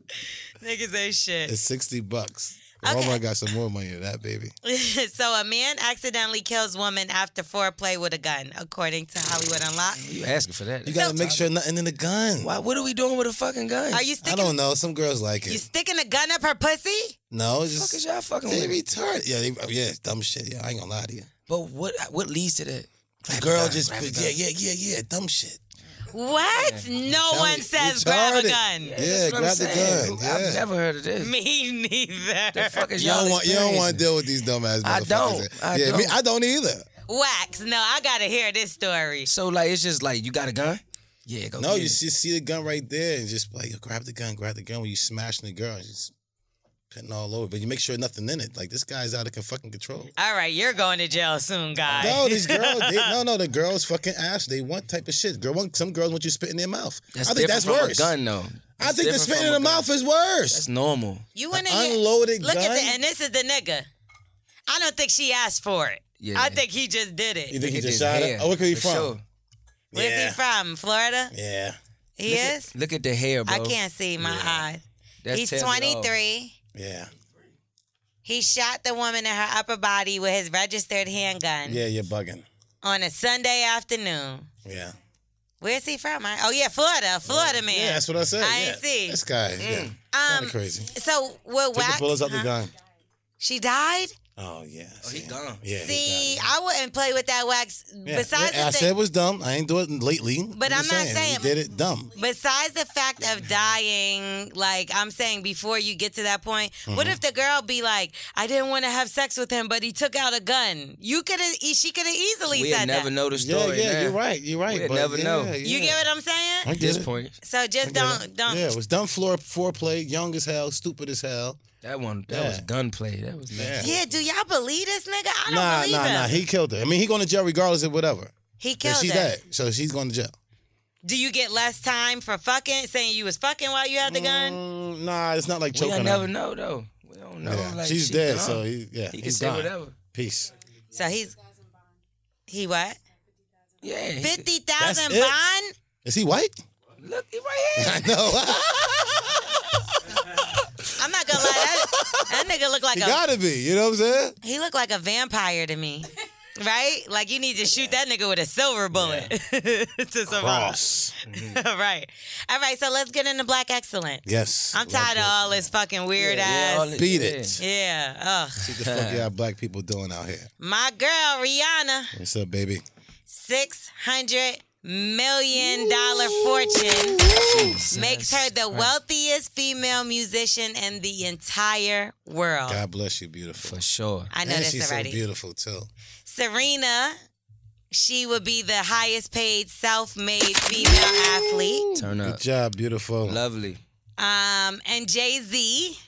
S9: it.
S1: niggas ain't shit.
S2: It's sixty bucks.
S1: Okay.
S2: Oh my god, some more money than that, baby.
S1: so a man accidentally kills woman after foreplay with a gun, according to Hollywood Unlocked.
S9: You asking for that?
S2: You gotta make sure nothing in the gun.
S9: Why? What are we doing with a fucking gun?
S1: Are you
S2: I
S1: sticking
S2: don't know. Some girls like
S1: you
S2: it.
S1: sticking a gun up her pussy?
S2: No, it's
S9: fuck is
S2: just
S9: y'all fucking
S2: they
S9: with?
S2: retarded. Yeah, they, oh, yeah, dumb shit. Yeah, I ain't gonna lie to you.
S9: But what? What leads to that?
S2: The girl
S9: gun,
S2: just
S9: grab a
S2: yeah,
S9: gun.
S2: yeah, yeah, yeah, dumb shit.
S1: What? No
S2: Tell
S1: one
S2: me,
S1: says grab a
S2: retarded.
S1: gun.
S2: Yeah,
S9: That's what I'm
S2: grab the
S9: saying.
S2: gun.
S9: I've
S2: Yeah.
S9: never heard of this.
S1: Me neither.
S9: The fuck is
S2: You
S9: y'all
S2: don't want you don't want to
S9: experiencing?
S2: deal with these dumbass motherfuckers.
S9: I don't. I
S2: yeah, me,
S9: don't.
S2: I don't either.
S1: Wax. No, I gotta hear this story.
S9: So like, it's just like you got a gun. Yeah, go.
S2: No,
S9: get
S2: you
S9: it.
S2: just see the gun right there and just like grab the gun, grab the gun. When you smashing the girl, just putting all over. But you make sure nothing in it. Like this guy's out of con- fucking control.
S1: All right, you're going to jail soon, guys.
S2: No, these girls. They, no, no, the girls fucking ass. They want type of shit. Girl, want, some girls want you spit in their mouth. I think
S9: different
S2: that's
S9: from
S2: worse.
S9: A gun though.
S2: I
S9: That's
S2: think the
S9: different
S2: spit in
S9: from
S2: the
S9: a gun.
S2: mouth is worse.
S9: That's normal.
S1: You wanna
S2: An
S1: hear-
S2: unloaded
S1: Look at
S2: gun?
S1: the and this is the nigga. I don't think she asked for it.
S9: Yeah.
S1: I think he just did it.
S2: you think he
S9: Look at
S2: just
S9: his
S2: shot
S9: hair,
S2: it? Oh, where could he
S9: for
S2: from?
S9: sure.
S1: Where's
S2: yeah.
S1: he from? Florida?
S2: Yeah,
S1: He is?
S9: Look at the hair, bro.
S1: I can't see my eyes.
S9: That
S1: He's
S9: tells it all.
S1: 23.
S2: yeah,
S1: He shot the woman in her upper body with his registered handgun
S2: yeah. You're bugging.
S1: on a Sunday afternoon.
S2: Yeah.
S1: Where's he from? I- oh yeah, Florida, Florida man.
S2: Yeah, that's what I
S1: I
S2: said. yeah.
S1: ain't see.
S2: This guy, yeah.
S1: um,
S2: kinda crazy.
S1: So what?
S2: Took the
S1: Wax?
S2: bullets out the
S1: huh?
S2: gun.
S1: She died.
S2: Oh yeah.
S9: Oh, he
S2: see?
S9: gone.
S2: Yeah. he
S1: See,
S2: got it.
S1: I wouldn't play with that wax.
S2: Yeah,
S1: Besides,
S2: yeah, I
S1: the
S2: said it
S1: thing,
S2: was dumb. I ain't do it lately.
S1: But
S2: just
S1: I'm not saying-
S2: he did it Mm-hmm. dumb.
S1: besides the fact of dying, like I'm saying, before you get to that point, what
S2: Mm-hmm.
S1: if the girl be like, "I didn't want to have sex with him, but he took out a gun." You could have, she could have easily
S9: We
S1: said
S9: never
S1: that.
S9: know the
S2: Yeah,
S9: story.
S2: yeah.
S9: now.
S2: You're right. You're right.
S9: We'd
S2: but
S9: never
S2: yeah,
S9: know.
S2: yeah.
S1: You get what I'm saying?
S2: I
S9: At
S2: get
S9: this
S2: it.
S9: point,
S1: So just
S2: I get
S1: don't,
S2: it.
S1: don't.
S2: Yeah, it was dumb floor foreplay, young as hell, stupid as hell.
S9: that one, that
S2: Yeah.
S9: was gunplay. That was nasty.
S1: Yeah, do y'all believe this nigga? I don't
S2: Nah,
S1: believe
S2: nah,
S1: him.
S2: nah. He killed her. I mean, he going to jail regardless of whatever.
S1: He
S2: But
S1: killed
S2: she
S1: her.
S2: dead, so she's going to jail.
S1: Do you get less time for fucking saying you was fucking while you had the gun?
S2: Mm, nah, it's not like
S9: We
S2: choking
S9: ain't
S2: her.
S9: never know though. We don't know.
S2: Yeah,
S9: Like,
S2: she's
S9: she
S2: dead,
S9: gone.
S2: so he, yeah,
S9: he can
S2: he's
S9: say
S2: gone.
S9: whatever.
S2: Peace.
S1: So he's he what?
S9: Yeah, he could-
S1: Fifty thousand
S2: That's it?
S1: bond?
S2: Is he white?
S9: look, he right here.
S2: I know.
S1: I'm not gonna lie, that, that nigga look like
S2: he
S1: a
S2: gotta be. You know what I'm saying?
S1: he looked like a vampire to me. Right? Like you need to shoot that nigga with a silver bullet to survive.
S2: Ross.
S1: right. All right, so let's get into black excellent.
S2: Mm-hmm. Yes.
S1: I'm tired of all this fucking weird
S9: Yeah, all
S1: ass.
S9: it-
S2: Beat
S9: yeah.
S2: it.
S1: Yeah. Ugh.
S2: See the fuck y'all black people doing out here.
S1: My girl Rihanna.
S2: What's up, baby?
S1: six hundred million dollar fortune makes her the wealthiest female musician in the entire world.
S2: God bless you, beautiful.
S9: For sure.
S1: I know
S2: and
S1: this
S2: she's
S1: already.
S2: so beautiful too.
S1: Serena, she would be the highest paid self-made female athlete.
S9: Turn
S2: Good
S9: up.
S2: job, beautiful.
S9: Lovely.
S1: Um, and Jay Z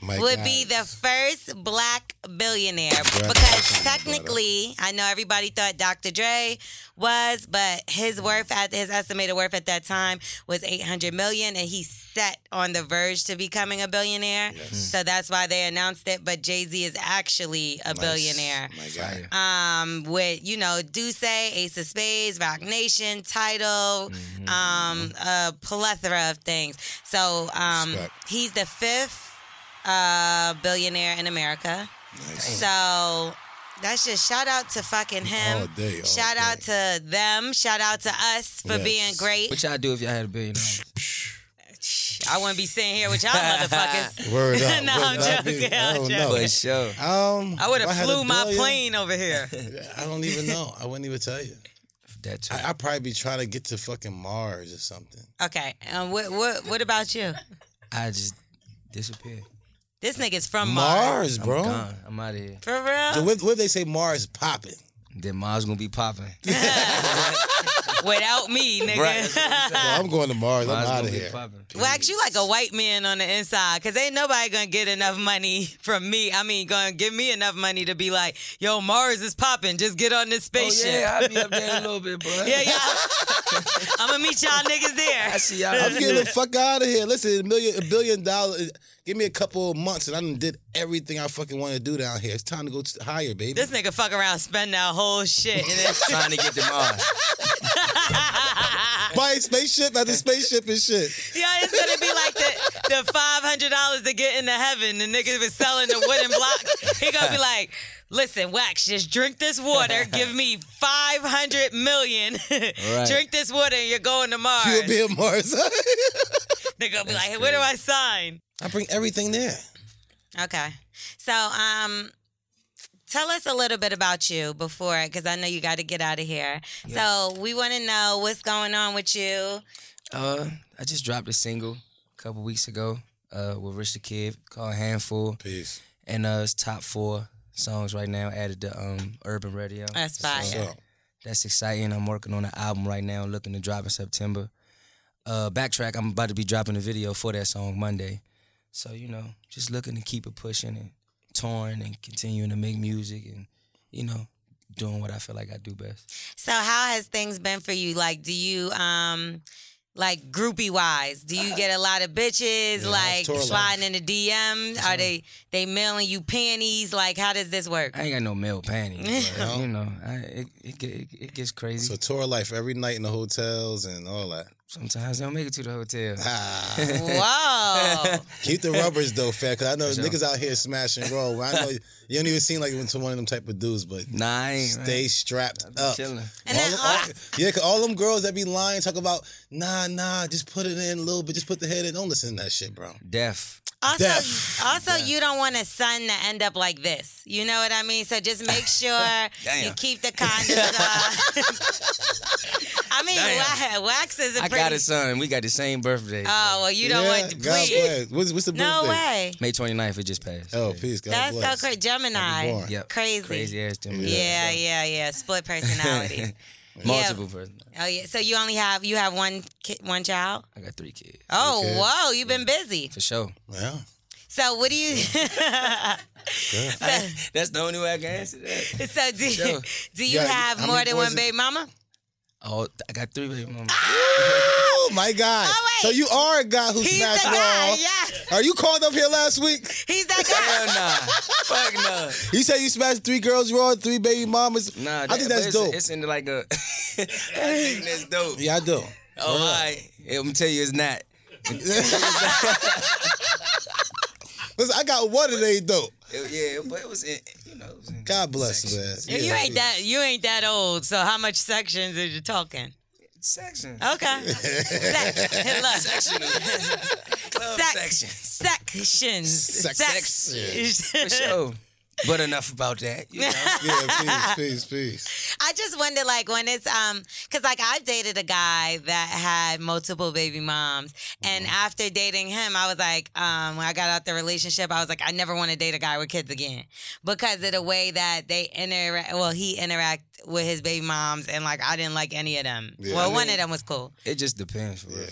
S2: My
S1: would
S2: God.
S1: be the first black billionaire because
S2: Congratulations,
S1: technically, I know everybody thought Dr. Dre was, but his worth at his estimated worth at that time was 800 million and he's set on the verge to becoming a billionaire. So that's why they announced it, but Jay-Z is actually a billionaire.
S2: My God.
S1: Um, with you know, Duce, Ace of Spades, Rock Nation, Title,
S2: Mm-hmm.
S1: um, a plethora of things. So um,
S2: Respect.
S1: he's the fifth uh, billionaire in America. So That's just shout out to fucking him.
S2: All day, all
S1: shout out to them. Shout out to us for
S2: Yes.
S1: being great.
S9: What y'all do if y'all had a billion dollars?
S1: I wouldn't be sitting here with y'all motherfuckers.
S2: Word up.
S1: No,
S2: Would
S1: I'm
S2: not
S1: joking,
S2: be-
S1: I'm
S2: I don't
S1: joking.
S2: know.
S9: For sure.
S2: Um,
S1: I would
S2: if
S1: have
S2: had a
S1: flew my
S2: billion,
S1: plane over here.
S2: I don't even know. I wouldn't even tell you.
S9: That too.
S2: I, I'd probably be trying to get to fucking Mars or something.
S1: Okay. Um, what what what about you?
S9: I just disappear.
S1: This nigga's from Mars.
S2: Mars,
S9: I'm
S2: bro.
S9: gone. I'm out of here.
S1: For
S2: So
S1: real?
S2: what, what if they say Mars popping?
S9: Then Mars gonna be popping.
S1: Without me, nigga.
S9: Right.
S2: Well, I'm going to Mars.
S9: Mars
S2: I'm out
S9: gonna
S2: of
S9: be
S2: here.
S9: popping.
S1: Wax, you like a white man on the inside, cause ain't nobody gonna get enough money from me. I mean, gonna give me enough money to be like, yo, Mars is popping. Just get on this
S9: Oh
S1: spaceship.
S9: yeah, I'll be up there in a little bit, bro.
S1: yeah, I'm gonna meet y'all niggas there.
S9: I see y'all.
S2: I'm getting the fuck out of here. Listen, a million, a billion dollars. Give me a couple of months, and I done did everything I fucking want to do down here. It's time to go t- higher, baby.
S1: This nigga fuck around, spend that whole shit, and then
S9: trying to get to Mars.
S2: Buy a spaceship after spaceship and shit.
S1: yeah, it's gonna be like the the five hundred dollars to get into heaven. The niggas was selling the wooden blocks. He gonna be like, listen, Wax, just drink this water. Give me five hundred million. Drink this water, and you're going to Mars.
S2: You'll be at Mars.
S1: They're gonna be like, hey, where do I sign?
S2: I bring everything there.
S1: Okay. So, um, tell us a little bit about you before, because I know you got to get out of here. So, we want to know what's going on with you.
S9: Uh, I just dropped a single a couple weeks ago uh, with Rich the Kid called Handful,
S2: Peace.
S9: and uh, it's top four songs right now added to um, Urban Radio.
S1: That's fire.
S2: So,
S9: That's exciting. I'm working on an album right now, looking to drop in September. Uh, backtrack. I'm about to be dropping a video for that song Monday, so you know, just looking to keep it pushing and touring and continuing to make music and you know, doing what I feel like I do best.
S1: So, how has things been for you? Like, do you, um, like groupie wise, do you get a lot of bitches like
S2: tour life.
S1: sliding in the DM? Are they they mailing you panties? Like, how does this work?
S9: I ain't got no male panties, but, you know. I, it, it get- it it gets crazy.
S2: so tour life every night in the hotels and all that.
S9: Sometimes they don't make it to the hotel.
S2: Ah,
S1: Whoa!
S2: keep the rubbers though, fat. Cause I know niggas out here smashing roll. I know you don't even seem like you went to one of them type of dudes, but
S9: Nah, I ain't.
S2: stay strapped up.
S9: chilling.
S1: And
S2: all
S1: then
S2: them-
S1: all-
S2: all- yeah, 'cause all them girls that be lying talk about nah, nah, just put it in a little bit, just put the head in. Don't listen to that shit, bro.
S9: Deaf.
S1: Also,
S2: Death.
S1: also, you don't want a son to end up like this. You know what I mean? So just make sure you keep the condoms up. I mean, wa- wax is a
S9: I
S1: pretty.
S9: got a son. We got the same birthday.
S1: Oh well, you don't
S2: yeah,
S1: want to
S2: God
S1: please.
S2: bless. What's, what's the
S1: No
S2: birthday?
S1: way.
S9: May 29th, it just passed.
S2: Oh, peace. God
S1: That's
S2: bless.
S1: so crazy. Gemini.
S2: born.
S9: Yep.
S1: Crazy.
S9: Crazy ass Gemini.
S1: Yeah, yeah, yeah. Split personalities.
S9: Multiple person.
S1: oh yeah. So you only have you have one ki- one child.
S9: I got three kids.
S1: Oh
S2: Okay.
S1: whoa, you've been busy.
S9: For sure.
S2: Yeah.
S1: So what do you?
S9: That's the only way I can answer that.
S1: so do you,
S9: Sure.
S1: do you
S2: Yeah,
S1: have
S2: how
S1: more
S2: many
S1: than
S2: boys
S1: one
S2: is-
S1: baby mama?
S9: Oh, I got three baby mamas.
S2: Oh my God.
S1: Oh, wait.
S2: So you are a guy who
S1: He's
S2: smashed
S1: the guy.
S2: raw.
S1: Yes,
S2: Are you called up here last week?
S1: he's that guy.
S9: Hell nah. Fuck no.
S2: You said you smashed three girls raw, three baby mamas.
S9: Nah,
S2: I think
S9: that- but
S2: that's
S9: it's,
S2: dope.
S9: It's in like a. I think that's dope.
S2: yeah, I do.
S9: Oh, all right. I'm gonna tell you, it's not.
S2: Listen, I got one today though.
S9: It- yeah, but it was in. You know. It was in
S2: God bless, man.
S1: And you
S2: Yeah.
S1: ain't that you ain't that old. So how much sections are you talking?
S9: section.
S1: Okay. Sec- look.
S9: Club
S1: Sec-
S9: section.
S1: sections.
S2: Sec-
S1: Sections.
S9: For sure. But enough about that. You know.
S2: Yeah, peace, peace, peace.
S1: I just wonder, like, when it's um, cause like I've dated a guy that had multiple baby moms, and
S9: Mm-hmm.
S1: after dating him, I was like, um, when I got out the relationship, I was like, I never want to date a guy with kids again because of the way that they interact. Well, he interact with his baby moms, and like I didn't like any of them. well, one of them was cool.
S9: It just depends. For real.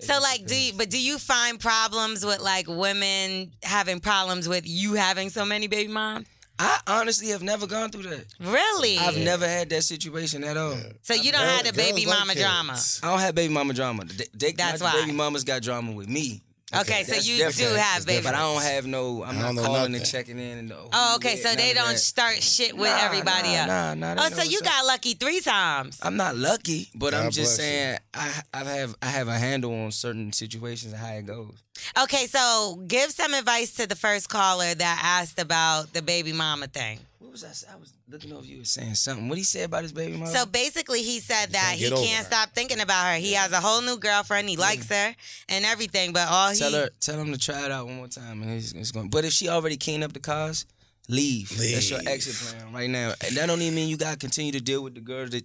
S1: So like, do you, but do you find problems with like women having problems with you having so many baby moms?
S9: I honestly have never gone through that.
S1: Really?
S9: I've never had that situation at all.
S1: so you don't have the baby
S2: Girls like
S1: mama
S2: kids.
S1: drama.
S9: I don't have baby mama drama. They, they,
S1: That's
S9: my
S1: why.
S9: baby mama's got drama with me.
S1: Okay, so
S9: That's
S1: you
S9: different.
S1: do
S9: That's
S1: have baby.
S9: different. But I don't have no. I'm
S2: I
S9: not
S2: don't know
S9: calling and
S2: nothing.
S9: checking in. And no,
S1: Oh, okay.
S9: yeah,
S1: So they
S9: none of
S1: don't
S9: that.
S1: start shit with
S9: Nah,
S1: everybody
S9: nah,
S1: up.
S9: nah, nah, they
S1: oh,
S9: know
S1: so you
S9: what's up.
S1: got lucky three times.
S9: I'm not lucky, but I'm
S2: God
S9: just
S2: bless you.
S9: saying I I have I have a handle on certain situations and how it goes.
S1: Okay, so give some advice to the first caller that asked about the baby mama thing.
S9: What was I? say- I was looking over you and saying something. What he said about his baby mama?
S1: So basically, he said that he
S9: get over
S1: can't
S9: her.
S1: stop thinking about her. He has a whole new girlfriend. He likes her and everything, but all
S9: tell
S1: he
S9: her, tell him to try it out one more time, and it's, it's going. But if she already cleaned up the cars, leave. That's your exit plan right now. And that don't even mean you gotta continue to deal with the girls that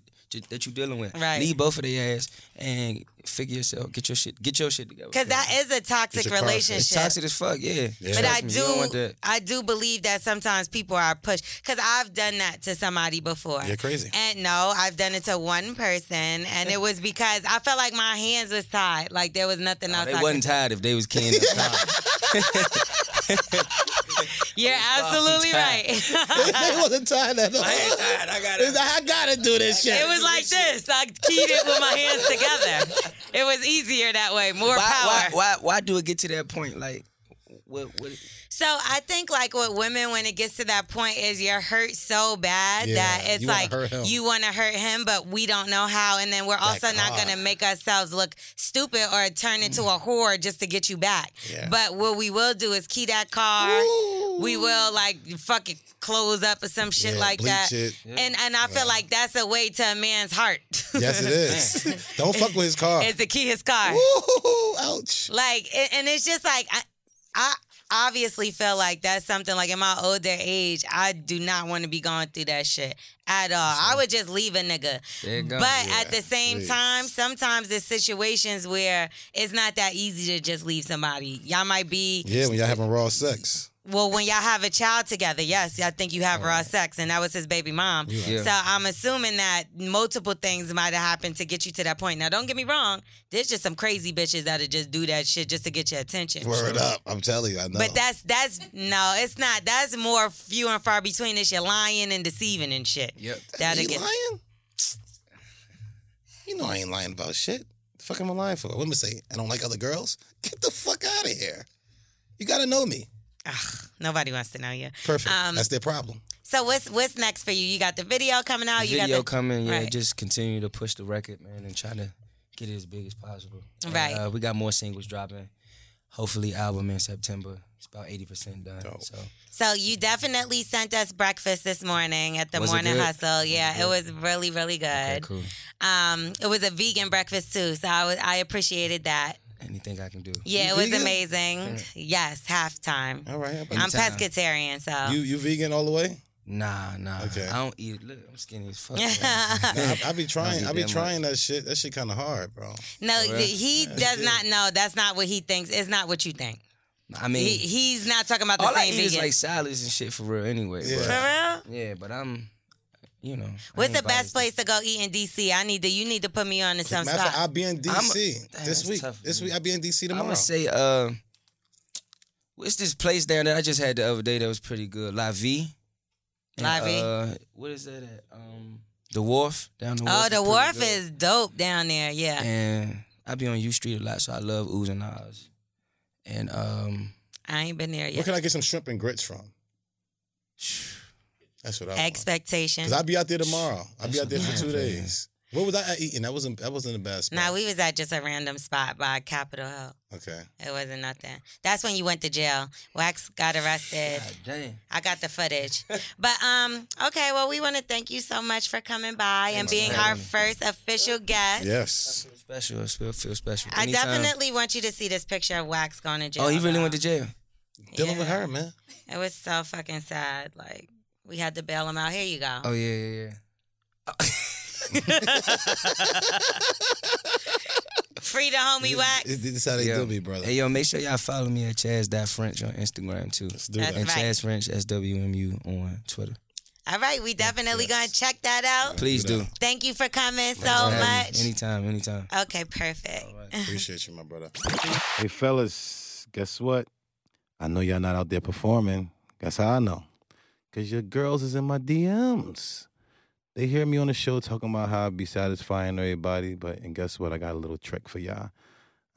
S9: that you dealing with.
S1: Right.
S9: Leave both of their ass and figure yourself. Get your shit. Get your shit together.
S1: because that is a toxic relationship.
S9: It's toxic as fuck. Yeah.
S1: But I
S9: Trust me, you don't want
S1: do,
S9: that.
S1: I do believe that sometimes people are pushed because I've done that to somebody before.
S2: You're crazy.
S1: And no, I've done it to one person, and it was because I felt like my hands was tied, like there was nothing else.
S9: They
S1: I
S9: wasn't
S1: could.
S9: tired if they was cleaning up cars.
S1: You're absolutely right.
S2: they wasn't tired at all.
S9: I got
S2: It's like, I gotta do this shit.
S1: It was like this. I keyed it with my hands together. It was easier that way, more power.
S9: Why, why, why, why do it get to that point? Like, what, what,
S1: So I think like with women, when it gets to that point, is you're hurt so bad
S2: Yeah,
S1: that it's
S2: you wanna
S1: like
S2: hurt him.
S1: you want to hurt him, but we don't know how, and then we're also not
S2: car.
S1: going to make ourselves look stupid or turn into a whore just to get you back.
S2: Mm. Yeah.
S1: But what we will do is key that car. We will like fucking close up or some shit
S2: Yeah,
S1: like
S2: bleach
S1: that.
S2: it.
S1: And and I feel like that's a way to a man's heart.
S2: Yes, it is. Don't fuck with his car.
S1: is to key his car.
S2: Ooh, ouch.
S1: Like, and, and it's just like I, I obviously feel like that's something like in my older age, I do not want to be going through that shit at all. I would just leave a nigga.
S9: There you go.
S1: But at the same time, sometimes there's situations where it's not that easy to just leave somebody. Y'all might be
S2: Yeah, when y'all having raw sex.
S1: well, when y'all have a child together, yes, I think you have raw sex, and that was his baby mom.
S9: Yeah.
S1: So I'm assuming that multiple things might have happened to get you to that point. Now, don't get me wrong, there's just some crazy bitches that'll just do that shit just to get your attention.
S2: Word up. I'm telling you, I know.
S1: But that's that's no, it's not. That's more few and far between. It's your lying and deceiving and shit.
S9: Yep.
S1: That
S2: You
S1: again.
S2: lying? You know I ain't lying about shit. The fuck am I lying for? What am I say? I don't like other girls? Get the fuck out of here. You gotta know me.
S1: Nobody wants to know you.
S2: Perfect.
S1: Um,
S2: That's their problem.
S1: So what's what's next for you? You got the video coming out. Oh, you
S9: video
S1: got the,
S9: coming. Yeah,
S1: right.
S9: just continue to push the record, man, and try to get it as big as possible. And,
S1: Right.
S9: uh, we got more singles dropping. Hopefully, album in September. It's about eighty percent done. So
S1: So you definitely sent us breakfast this morning at the
S9: Was it
S1: morning
S9: good?
S1: hustle. Yeah, it was really really good.
S9: okay, cool.
S1: Um, it was a vegan breakfast too, so I was, I appreciated that.
S9: Anything I can do.
S1: Yeah,
S2: You
S1: it was
S2: vegan?
S1: amazing. Yes, halftime.
S2: All right. how about
S1: I'm
S9: Anytime.
S1: pescatarian, so
S2: you you vegan all the way?
S9: Nah, nah.
S2: Okay.
S9: I don't eat. Look, I'm skinny as fuck.
S2: Nah, I, I be trying.
S9: eat
S2: I
S9: that
S2: be
S9: much.
S2: trying that shit. That shit kind of hard, bro.
S1: no, th- he does not know. That's not what he thinks. It's not what you think.
S9: I mean,
S1: He, he's not talking about the
S9: all I
S1: same
S9: eat
S1: vegan.
S9: is like salads and shit for real. Anyway.
S2: Yeah.
S9: But,
S1: For real?
S9: yeah, but I'm. You know. I
S1: What's
S9: ain't
S1: the best
S9: biased.
S1: place to go eat in DC? I need to. You need to put me on to some
S2: Matter of
S1: spot.
S2: fact, I'll be in
S9: I'm a-
S2: DC
S9: Damn,
S2: this
S9: that's
S2: week.
S9: tough,
S2: this
S9: man.
S2: week I'll be in DC
S9: I'm
S2: tomorrow.
S9: gonna Mm. say, uh, what's this place down there I just had the other day that was pretty good? La Vie. And,
S1: La Vie.
S9: Uh, what is that at? Um, the Wharf down the.
S1: oh, the
S9: Wharf pretty
S1: wharf
S9: good.
S1: is dope down there. Yeah.
S9: And I be on U Street a lot, so I love oohs and ahs. And um,
S1: I ain't been there
S2: Where
S1: yet.
S2: can I get some shrimp and grits from? That's what I. want.
S1: Expectation.
S2: Cause I'll be out there tomorrow. I'll be out there for
S9: That's
S2: two
S9: amazing.
S2: days. What was I at eating? That wasn't. That wasn't the best.
S1: Now we was at just a random spot by Capitol Hill.
S2: Okay.
S1: It wasn't nothing. That's when you went to jail. Wax got arrested.
S9: God damn.
S1: I got the footage. But um, okay. Well, we want to thank you so much for coming by and being our first official guest.
S2: Yes.
S9: Feel special. I feel, feel special.
S1: I
S9: Anytime.
S1: definitely want you to see this picture of Wax going to jail.
S9: Oh, he really
S1: though.
S9: went to jail.
S2: Dealing with
S1: Yeah.
S2: her, man.
S1: It was so fucking sad. Like we had to bail him out. Here you go.
S9: Oh yeah, yeah, yeah.
S1: Free the homie wax.
S2: This this is how they
S9: Yeah.
S2: do me, brother.
S9: Hey yo, make sure y'all follow me at Chaz Dot French on Instagram too.
S2: Let's do
S1: That's
S2: that.
S9: And
S1: right.
S9: Chaz French S W M U on Twitter.
S1: All right, we definitely gonna check that out.
S9: Please do.
S1: Thank you for coming so
S9: Have me.
S1: much.
S9: Anytime, anytime.
S1: Okay, perfect.
S2: Appreciate you, my brother.
S10: Hey, fellas, guess what? I know y'all not out there performing. Guess how I know? Because your girls is in my DMs. They hear me on the show talking about how I be satisfying everybody, but and guess what? I got a little trick for y'all.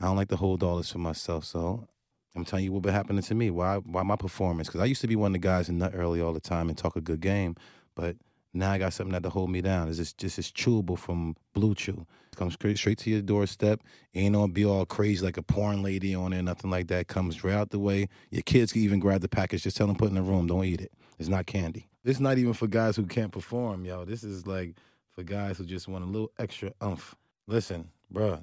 S10: I don't like to hold all this for myself, so I'm telling you what been happening to me. Why why my performance? Because I used to be one of the guys who nut early all the time and talk a good game, but now I got something that to hold me down. It's just, just it's chewable from Blue Chew. It comes straight, straight to your doorstep. Ain't gonna be all crazy like a porn lady on there, nothing like that. Comes right out the way. Your kids can even grab the package. Just tell them put it in the room. Don't eat it. It's not candy. It's not even for guys who can't perform, yo. This is like for guys who just want a little extra umph. Listen, bruh,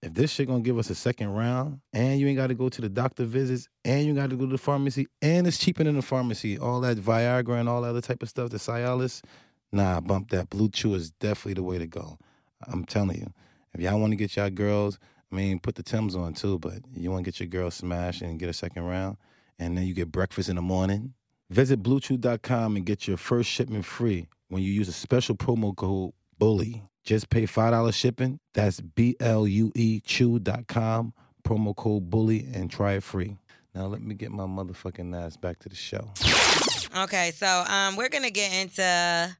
S10: if this shit gonna give us a second round, and you ain't gotta go to the doctor visits, and you gotta go to the pharmacy, and it's cheaper than the pharmacy, all that Viagra and all that other type of stuff, the Cialis, nah, bump that. Blue Chew is definitely the way to go. I'm telling you. If y'all wanna get y'all girls, I mean, put the Tims on too, but you wanna get your girl smashed and get a second round, and then you get breakfast in the morning. Visit BlueChew.com and get your first shipment free when you use a special promo code BULLY. Just pay $5 shipping. That's B L U E Chew.com, promo code BULLY, and try it free. Now, let me get my motherfucking ass back to the show.
S1: Okay, so um, we're gonna get into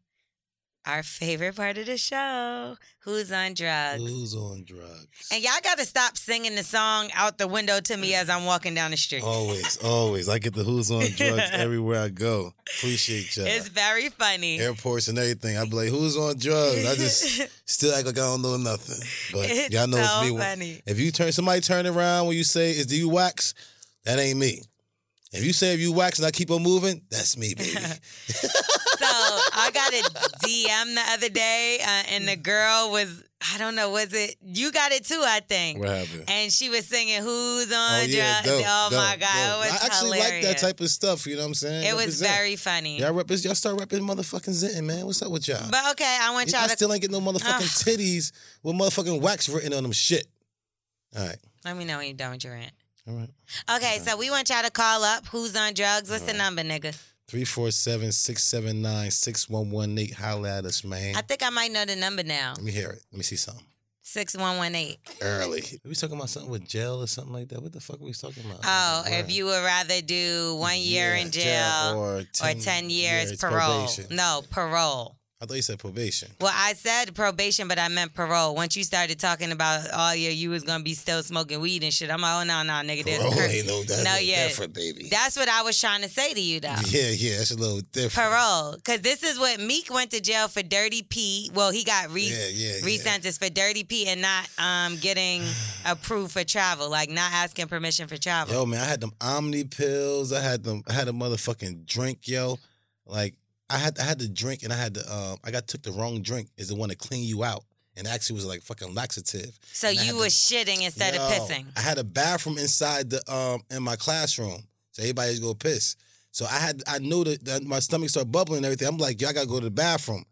S1: our favorite part of the show: who's on drugs.
S2: Who's on drugs?
S1: And y'all gotta stop singing the song out the window to me as I'm walking down the street.
S2: Always, always. I get the who's on drugs everywhere I go. Appreciate y'all.
S1: It's very funny.
S2: Airports and everything. I be like, who's on drugs? I just still act like I don't know nothing. But
S1: It's
S2: y'all know
S1: so
S2: it's me. when-
S1: funny.
S2: If you turn somebody turn around when you say, "Is do you wax?" That ain't me. If you say if you wax and I keep on moving, that's me, baby.
S1: So I got a DM the other day, uh, and
S2: Mm.
S1: the girl was, I don't know, was it? You got it too, I think.
S2: what happened?
S1: And she was singing "Who's on
S2: Oh yeah,
S1: drugs."
S2: dope,
S1: oh my
S2: dope,
S1: god,
S2: dope.
S1: it was
S2: I actually
S1: hilarious.
S2: like that type of stuff. You know what I'm saying?
S1: It was
S2: Represent.
S1: very funny.
S2: Y'all rep- y'all start repping motherfucking Zenton, man. What's up with y'all?
S1: But okay, I want
S2: I
S1: y'all to.
S2: still ain't get no motherfucking titties with motherfucking wax written on them shit. All right.
S1: Let me know when you're done with your rant.
S2: All right.
S1: Okay, so we want y'all to call up. Who's on drugs? What's the number, nigga?
S2: 347 679 6118. Holla at us, man.
S1: I think I might know the number now.
S2: Let me hear it. Let me see something.
S1: Six one one eight.
S2: Early. We was talking about something with jail or something like that. What the fuck were we talking about?
S1: Oh,
S2: Word.
S1: if you would rather do one year
S2: Uh, Yeah,
S1: in jail
S2: or
S1: or
S2: 10
S1: ten years,
S2: years
S1: parole.
S2: probation.
S1: No parole.
S2: I thought you said probation.
S1: Well, I said probation, but I meant parole. Once you started talking about all year, you was gonna be still smoking weed and shit. I'm like, oh no, no, nigga, that's
S2: Parole ain't no, that's
S1: No,
S2: no
S1: yeah.
S2: different, baby.
S1: That's what I was trying to say to you though.
S2: yeah, yeah, that's a little different.
S1: Parole, because this is what Meek went to jail for dirty P. Well, he got re-
S2: Yeah, yeah, yeah.
S1: resentenced for dirty P and not um, getting approved for travel, like not asking permission for travel.
S2: Yo, man, I had them Omni pills. I had them. I had a motherfucking drink, yo. Like I had, I had the drink, and I had the. Um, I got took the wrong drink. Is the one to clean you out, and actually was like fucking laxative.
S1: so
S2: And I had
S1: you
S2: the-
S1: was shitting instead of
S2: Yo,
S1: pissing.
S2: I had a bathroom inside the um in my classroom, so everybody's go piss. So I had I knew that, that my stomach started bubbling and everything. I'm like, yo, I gotta go to the bathroom,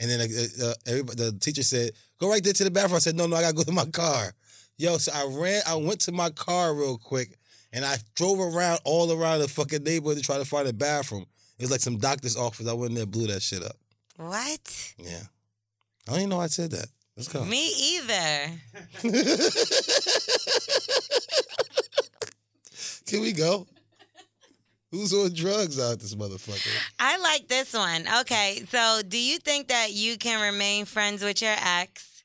S2: and then uh, uh, everybody, the teacher said, go right there to the bathroom. I said, no, no, I gotta go to my car. Yo, so I ran, I went to my car real quick, and I drove around all around the fucking neighborhood to try to find a bathroom. It was like some doctor's office. I went in there, blew that shit up.
S1: What?
S2: Yeah, I don't even know I said that. Let's go.
S1: Me either.
S2: Can we go? Who's on drugs out this motherfucker?
S1: I like this one. Okay, so do you think that you can remain friends with your ex?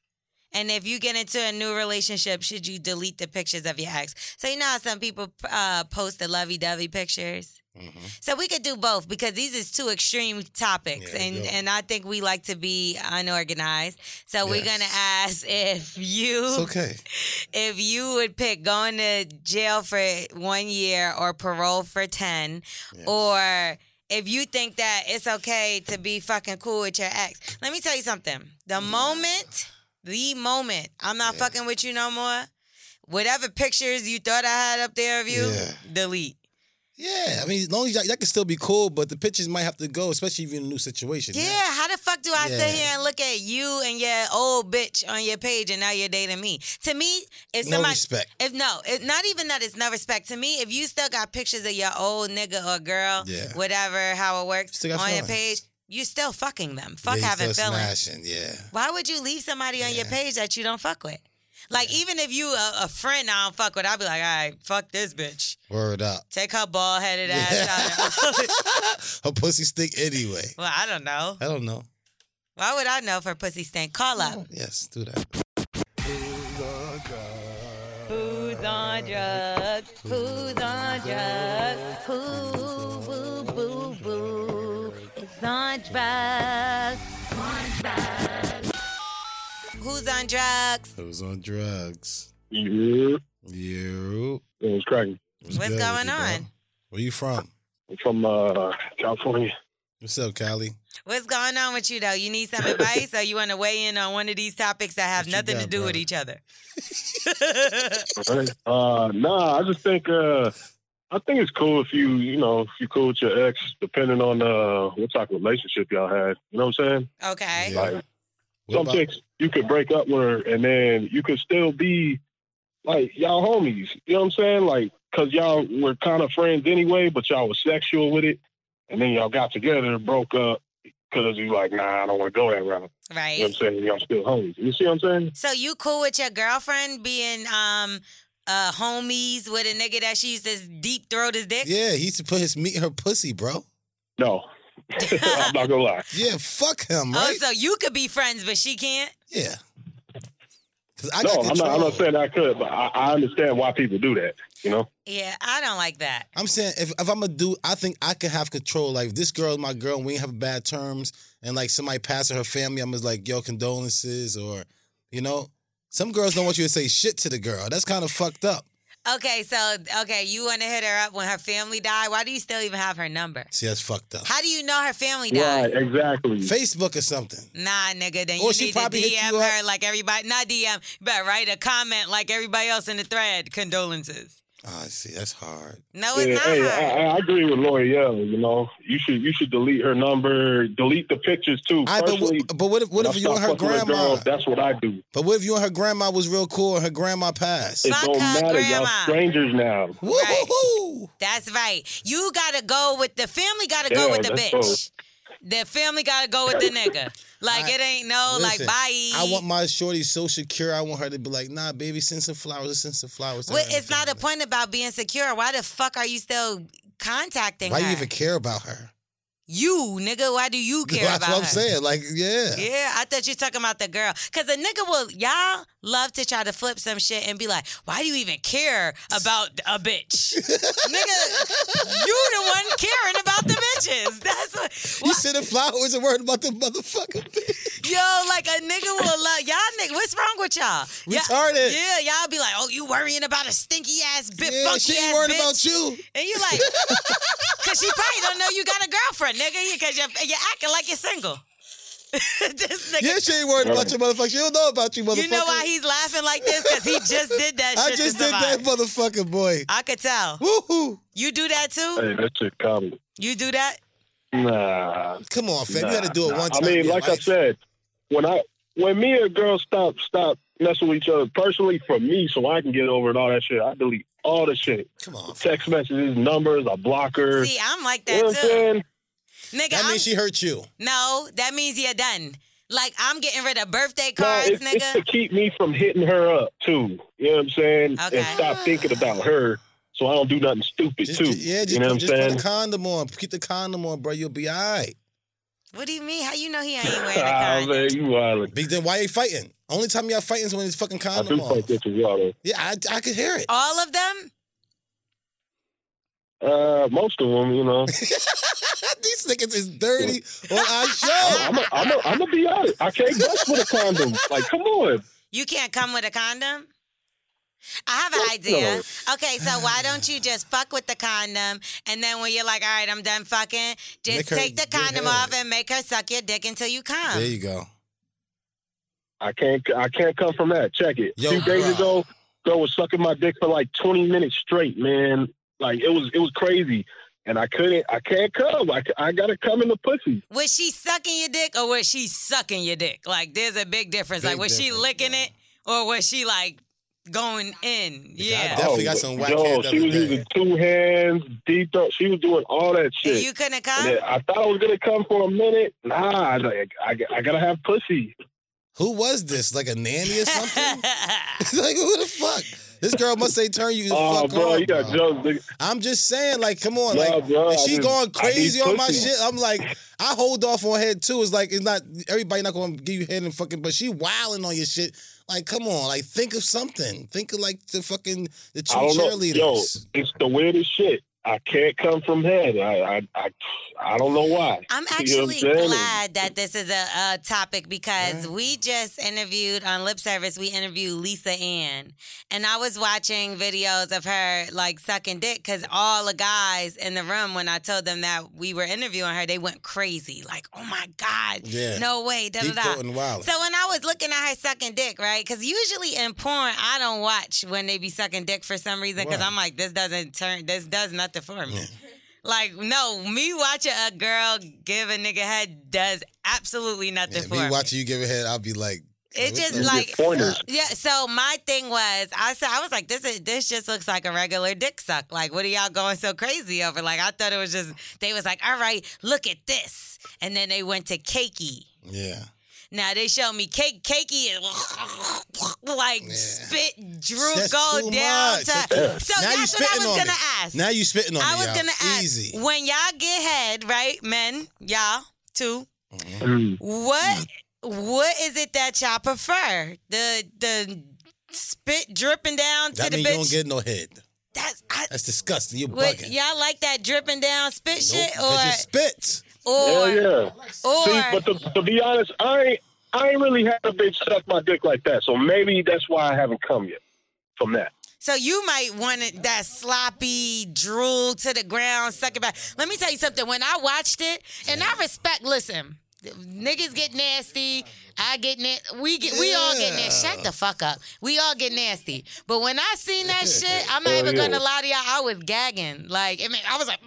S1: And if you get into a new relationship, should you delete the pictures of your ex? So you know how some people uh, post the lovey-dovey pictures. So we could do both because these is two extreme topics,
S2: Yeah,
S1: and
S2: yeah.
S1: and I think we like to be unorganized. So we're
S2: Yes.
S1: gonna ask if you
S2: It's okay.
S1: if you would pick going to jail for one year or parole for 10, or if you think that it's okay to be fucking cool with your ex. Let me tell you something. The moment, the moment I'm not fucking with you no more, whatever pictures you thought I had up there of you,
S2: Yeah.
S1: delete.
S2: Yeah, I mean, as long as y'all, y'all can still be cool, but the pictures might have to go, especially if you're in a new situation.
S1: Yeah, how the fuck do I
S2: Yeah.
S1: sit here and look at you and your old bitch on your page and now you're dating me? To me, if
S2: No
S1: somebody
S2: respect.
S1: if no, it, not even that it's no respect. To me, if you still got pictures of your old nigga or girl,
S2: Yeah.
S1: whatever, how it works
S2: Still got
S1: on your page,
S2: feelings.
S1: you still fucking them. Fuck
S2: Yeah, you
S1: having
S2: still
S1: feelings.
S2: Smashing. Yeah.
S1: Why would you leave somebody on your page that you don't fuck with? Like even if you a, a friend I don't fuck with, I'd be like, all right, fuck this bitch.
S2: Word up.
S1: Take her bald headed ass out. of-
S2: A pussy stick anyway.
S1: well, I don't know.
S2: I don't know.
S1: Why would I know for pussy stink? Call up.
S2: Yes, do that.
S1: Who's on drugs? Who's on drugs? Who, boo, boo, boo, is on drugs? Who's on drugs?
S2: Who's on drugs?
S6: Yeah,
S2: You.
S6: it was cracking.
S1: What's
S2: good with
S1: going
S2: you, bro?
S1: on?
S2: Where you from?
S6: from uh, California.
S2: What's up, Callie?
S1: What's going on with you though? You need some advice, or you want to weigh in on one of these topics that have
S2: What you
S1: nothing
S2: got,
S1: to do with
S2: brother?
S1: each other?
S6: Right. Uh, nah, I just think uh, I think it's cool if you you know if you cool with your ex, depending on uh, what type of relationship y'all had. You know what I'm saying?
S1: Okay.
S6: Like
S2: What
S6: some
S2: about-
S6: chicks you could break up with her, and then you could still be like y'all homies. You know what I'm saying? Like because y'all were kind of friends anyway, but y'all was sexual with it, and then y'all got together, broke up because you like, nah, I don't want to go that route. You know
S1: Right.
S6: what I'm saying? Y'all still homies. You see what I'm saying?
S1: So you cool with your girlfriend being um uh homies with a nigga that she used to deep throat his dick?
S2: Yeah, he used to put his meat in her pussy, bro.
S6: No, I'm not gonna lie.
S2: Yeah, fuck him,
S1: Oh,
S2: right?
S1: so you could be friends, but she can't.
S2: yeah. Cause I
S6: no,
S2: got
S6: I'm not, I'm
S2: control.
S6: not saying I could, but I, I understand why people do that. You know,
S1: Yeah, I don't like that.
S2: I'm saying if, if I'm gonna do, I think I can have control. Like if this girl, is my girl, and we ain't have bad terms, and like somebody passed her her family, I'm just like, yo, condolences, or you know, some girls don't want you to say shit to the girl. That's kind of fucked up.
S1: Okay, so okay, you want to hit her up when her family died. Why do you still even have her number?
S2: See, that's fucked up.
S1: How do you know her family died?
S6: right? Exactly.
S2: Facebook or something.
S1: Nah, nigga, then
S2: Or
S1: you
S2: she
S1: need to
S2: probably hit you
S1: DM her
S2: up.
S1: like everybody. Not DM, but write a comment like everybody else in the thread. Condolences.
S2: Ah, see, that's hard.
S1: No, it's
S6: Yeah,
S1: not.
S6: hey, I, I agree with Lori L. You know, you should you should delete her number, delete the pictures too.
S2: I but,
S6: Personally,
S2: what- but what if what
S6: when
S2: if
S6: I
S2: you and
S6: start
S2: her
S6: fucking with
S2: grandma?
S6: girls, that's what I do.
S2: But what if you and her grandma was real cool and her grandma passed?
S6: It
S1: Fuck
S6: don't
S1: her
S6: matter.
S1: grandma.
S6: Y'all strangers now.
S1: Right.
S2: Woo-hoo-hoo!
S1: That's right. You gotta go with the family. Gotta
S6: Yeah,
S1: go with the
S6: that's
S1: bitch. The family gotta go with the nigga. Like
S2: I-
S1: it ain't no
S2: Listen,
S1: Oh, like bye.
S2: I want my shorty so secure. I want her to be like, nah, baby, send some flowers. Let's Send some flowers. to
S1: Well,
S2: her and
S1: it's not a
S2: family."
S1: point about being secure. Why the fuck are you still contacting
S2: Why
S1: her?
S2: you even care about her?
S1: You, nigga, why do you care
S2: That's
S1: about
S2: what I'm
S1: her?
S2: saying. Like, yeah.
S1: Yeah, I thought you were talking about the girl. Because a nigga will, y'all love to try to flip some shit and be like, why do you even care about a bitch? nigga, you the one caring about the bitches. That's what.
S2: You sending flowers and worried about the motherfucker. bitch.
S1: Yo, like a nigga will love y'all. Nigga, what's wrong with y'all? Yeah-
S2: Retarded.
S1: Yeah, y'all be like, oh, you worrying about a stinky ass bit,
S2: yeah,
S1: funky
S2: she ain't
S1: ass
S2: worried
S1: bitch.
S2: about you.
S1: And you like, cause she probably don't know you got a girlfriend, nigga, because you're, you're acting like you're single. this nigga.
S2: Yeah, she ain't worried about your motherfucker. She don't know about you, motherfucker.
S1: you know why he's laughing like this? Cause he just did that.
S2: I
S1: shit
S2: just
S1: to
S2: did that
S1: somebody.
S2: motherfucker boy.
S1: I could tell.
S2: Woohoo.
S1: You do that too.
S6: Hey, that shit comedy.
S1: You do that.
S6: Nah,
S2: Come on, fam.
S6: Nah,
S2: you had to do it
S6: nah.
S2: one time.
S6: I mean,
S2: in your
S6: like I
S2: life.
S6: said, when I when me and girls stop stop messing with each other personally for me, so I can get over it all that shit. I delete all the shit,
S2: Come on. fam.
S6: text messages, numbers, I block her.
S1: See, I'm like
S6: you know
S1: that
S6: what I'm
S1: too,
S6: saying?
S1: nigga.
S2: That
S1: I'm,
S2: means she hurt you.
S1: no, that means you're done. Like I'm getting rid of birthday
S6: No,
S1: cards,
S6: it's, it's
S1: nigga.
S6: to keep me from hitting her up too. You know what I'm saying?
S1: Okay.
S6: And stop thinking about her, so I don't do nothing stupid
S2: Just,
S6: too.
S2: yeah, just,
S6: you know what I'm
S2: just
S6: saying?
S2: put a condom on. Keep the condom on, bro. You'll be all right.
S1: What do you mean? How you know he ain't wearing a
S6: Ah,
S1: card?
S6: man, you wildin'.
S2: Be- Then why you fighting? Only time y'all fighting is when it's fucking
S6: I
S2: condom
S6: do
S2: on.
S6: think this is y'all though.
S2: Yeah, I, I could hear it.
S1: All of them?
S6: Uh, most of them, you know.
S2: These niggas is dirty on our
S7: Oh,
S2: show.
S6: I'm gonna I'm a, I'm a be honest. I can't bust with a condom. Like, come on.
S1: You can't come with a condom? I have
S2: Oh,
S1: an idea. Okay, so why don't you just fuck with the condom and then when you're like, all right, I'm done fucking, just
S2: Make her
S1: take the
S2: get
S1: condom
S2: head.
S1: off and make her suck your dick until you come.
S2: There you go.
S6: I can't I can't come from that. Check it.
S2: Yo,
S6: Two days
S2: bruh.
S6: ago, girl was sucking my dick for like twenty minutes straight, man. Like it was it was crazy, and I couldn't I can't come. I, I gotta come in the pussy.
S1: Was she sucking your dick or was she sucking your dick? Like, there's a big difference. like,
S2: Big
S1: was she
S2: difference,
S1: licking
S2: bro.
S1: it or was she like going in?
S7: Oh,
S1: Yeah.
S2: def- Definitely got some whack
S6: Yo,
S2: head the
S6: she
S2: other
S6: was
S2: day.
S6: using two hands, deep throat. She was doing all that
S1: And
S6: shit.
S1: you couldn't
S6: And
S1: come?
S6: then I thought I was gonna come for a minute. Nah, I, I, I gotta have pussy.
S2: Who was this? Like a nanny or something? like who the fuck? This girl must say turn you the
S6: Oh,
S2: fuck
S6: bro,
S2: on,
S6: you got
S2: bro.
S6: jokes. nigga.
S2: I'm just saying, like, come on,
S6: Nah,
S2: like,
S6: bro,
S2: if
S6: I
S2: she
S6: just- I
S2: going
S6: need
S2: crazy on my
S6: pussy.
S2: shit, I'm like, I hold off on head too. It's like it's not everybody not gonna give you head and fucking, but she wilding on your shit. Like, come on, like, think of something. Think of like the fucking the two
S6: I don't know.
S2: cheerleaders.
S6: Yo, it's the weirdest shit.
S7: I can't come from head. I I I, I don't know why.
S1: I'm
S7: You know
S1: actually
S7: what I'm saying?
S1: glad that this is a, a topic because we just interviewed on Lip Service. We interviewed Lisa Ann, and I was watching videos of her like sucking dick because all the guys in the room when I told them that we were interviewing her, they went crazy. Like, oh my god,
S2: Yeah.
S1: no way, da da
S2: Deep
S1: da.
S2: throat and wild.
S1: So when I was looking at her sucking dick, right? Because usually in porn, I don't watch when they be sucking dick for some reason because
S11: Right.
S1: I'm like, this doesn't turn, this does nothing for me. Like, no, me watching a girl give a nigga head does absolutely nothing
S2: If
S1: for
S2: me
S1: me.
S2: watching you give a head, I'll be like,
S1: It just
S2: You get
S1: like
S2: pointers.
S1: yeah. So my thing was, I said I was like, this is this just looks like a regular dick suck. Like, what are y'all going so crazy over? Like, I thought it was just they was like, all right, look at this, and then they went to cakey.
S2: yeah.
S1: Now they show me cake, cakey, and like spit, drew
S2: That's
S1: go
S2: too
S1: down
S2: much.
S1: to.
S2: That's
S1: So
S2: too- Now
S1: that's what
S2: you
S1: I
S2: spitting
S1: was
S2: on
S1: gonna
S2: me.
S1: ask.
S2: Now you spitting on
S1: I
S2: me,
S1: was
S2: y'all.
S1: gonna ask
S2: Easy.
S1: when y'all get head, right, men, y'all too.
S2: Mm.
S1: What what is it that y'all prefer? The the spit dripping down
S2: That
S1: to the
S2: means you don't
S1: bitch.
S2: get no head.
S1: That's
S2: that's disgusting. You're
S1: What-
S2: bugging.
S1: y'all like that dripping down spit shit, or
S2: Cause you spit.
S1: or
S7: Hell yeah.
S1: or
S7: See, but to, to be honest, I ain't, I ain't really had a bitch suck my dick like that. So maybe that's why I haven't come yet from that.
S1: So you might want it that sloppy drool to the ground, suck it back. Let me tell you something. When I watched it, and I respect. Listen, niggas get nasty. I get na- we get we all get nasty. Shut the fuck up. We all get nasty. But when I seen that shit, I'm not
S11: Hell
S1: even
S11: Oh, yeah.
S1: gonna lie to y'all. I was gagging. Like it made, I was like.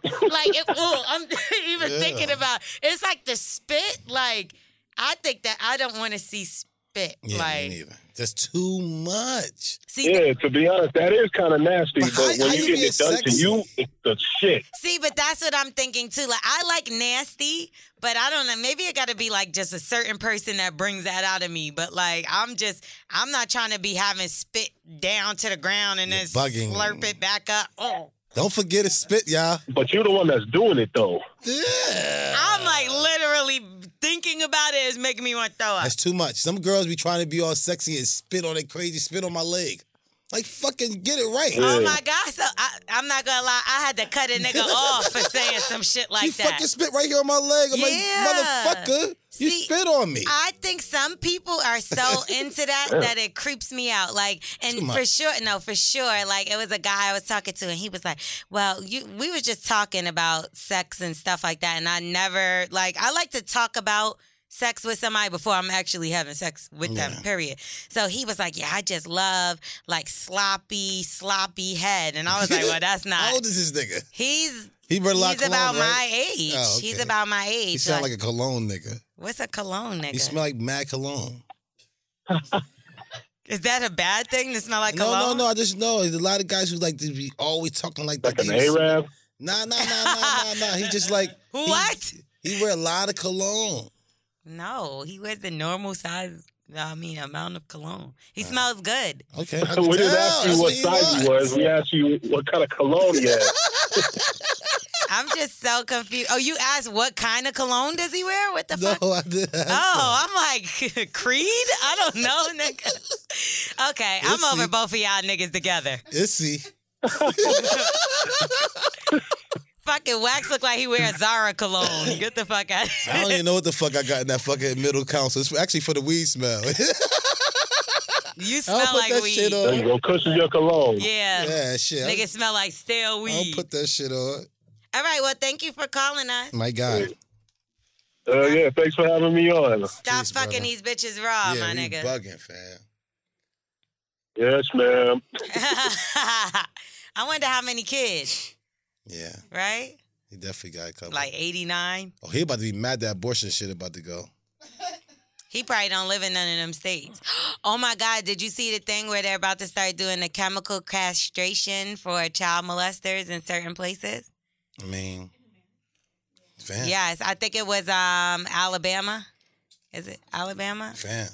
S1: like it, ooh, I'm even
S11: Yeah.
S1: thinking about it's like the spit. Like I think that I don't want to see spit.
S2: Yeah,
S1: like
S2: me neither. That's too much.
S7: yeah, to be honest, that is kind of nasty. But, when you get
S2: being
S7: it done to
S2: sexy?
S7: you, it's the shit.
S1: See, but that's what I'm thinking too. Like I like nasty, but I don't know. Maybe it got to be like just a certain person that brings that out of me. But like I'm just, I'm not trying to be having spit down to the ground and then
S2: bugging.
S1: slurp it back up. Oh,
S2: Don't forget to spit, y'all.
S7: But you're the one that's doing it, though.
S1: I'm like literally thinking about it is making me want to throw up.
S2: That's too much. Some girls be trying to be all sexy and spit on it crazy, spit on my leg. Like fucking get it right.
S1: Oh my god! So I, I'm not gonna lie, I had to cut a nigga off for saying some shit like
S2: you
S1: that.
S2: fucking spit right here on my leg. I'm like,
S1: Yeah.
S2: motherfucker, you spit on me.
S1: I think some people are so into that that it creeps me out. Like,
S2: Too
S1: and
S2: much.
S1: for sure, no, for sure. Like, it was a guy I was talking to, and he was like, "Well, you, we were just talking about sex and stuff like that, and I never like I like to talk about." Sex with somebody before I'm actually having sex with them, period. So he was like, Yeah, I just love like sloppy, sloppy head. And I was like, Well, that's not.
S2: How old is this nigga?
S1: He's
S2: He better lock
S1: he's about
S2: cologne,
S1: my
S2: right?
S1: age.
S2: Oh,
S1: He's
S2: okay.
S1: about my age.
S2: He sound
S1: Like,
S2: like a cologne nigga.
S1: what's a cologne nigga?
S2: He smell like mad cologne.
S1: Is that a bad thing to smell like
S2: no,
S1: cologne?
S2: no, no. I just know there's a lot of guys who like to be always talking like that.
S7: Like an
S2: They just-
S7: Arab?
S2: Nah, nah, nah, nah, nah, nah. He just like
S1: what?
S2: He, wear a lot of cologne.
S1: No, he wears the normal size. I mean, amount of cologne. He smells good.
S2: Okay.
S1: I can
S7: we didn't
S1: tell.
S7: ask you
S1: That's
S7: what
S1: what you
S7: size you
S1: want.
S7: was. We asked you what kind of cologne you had.
S1: I'm just so confused. Oh, you asked what kind of cologne does he wear? What the fuck?
S2: No, I did.
S1: Oh, I'm like Creed. I don't know, nigga. Okay, I'm
S2: Itsy.
S1: over both of y'all niggas together.
S2: Issy.
S1: Fucking wax look like he wears Zara cologne. Get the fuck out.
S2: I don't even know what the fuck I got in that fucking middle council. It's actually for the weed smell.
S1: You
S2: I don't
S1: smell
S2: put
S1: like
S2: that
S1: weed.
S2: shit on.
S7: There you go. Cushion your cologne.
S1: Yeah.
S2: Yeah, shit. I
S1: Niggas
S2: don't-
S1: smell like stale
S2: I don't
S1: weed.
S2: put that shit on.
S1: All right. Well, thank you for calling us.
S2: My God.
S7: Uh, yeah, thanks for having me on.
S1: Stop fucking these bitches raw,
S2: yeah,
S1: my
S2: we
S1: nigga.
S2: bugging, fam.
S7: Yes, ma'am.
S1: I wonder how many kids,
S2: Yeah,
S1: right?
S2: he definitely got a couple.
S1: Like 89.
S2: oh, he about to be mad that abortion shit about to go.
S1: He probably don't live in none of them states. Oh my God, did you see the thing where they're about to start doing the chemical castration for child molesters in certain places?
S2: I mean, fam,
S1: Yes, I think it was um Alabama. Is it Alabama?
S2: fam.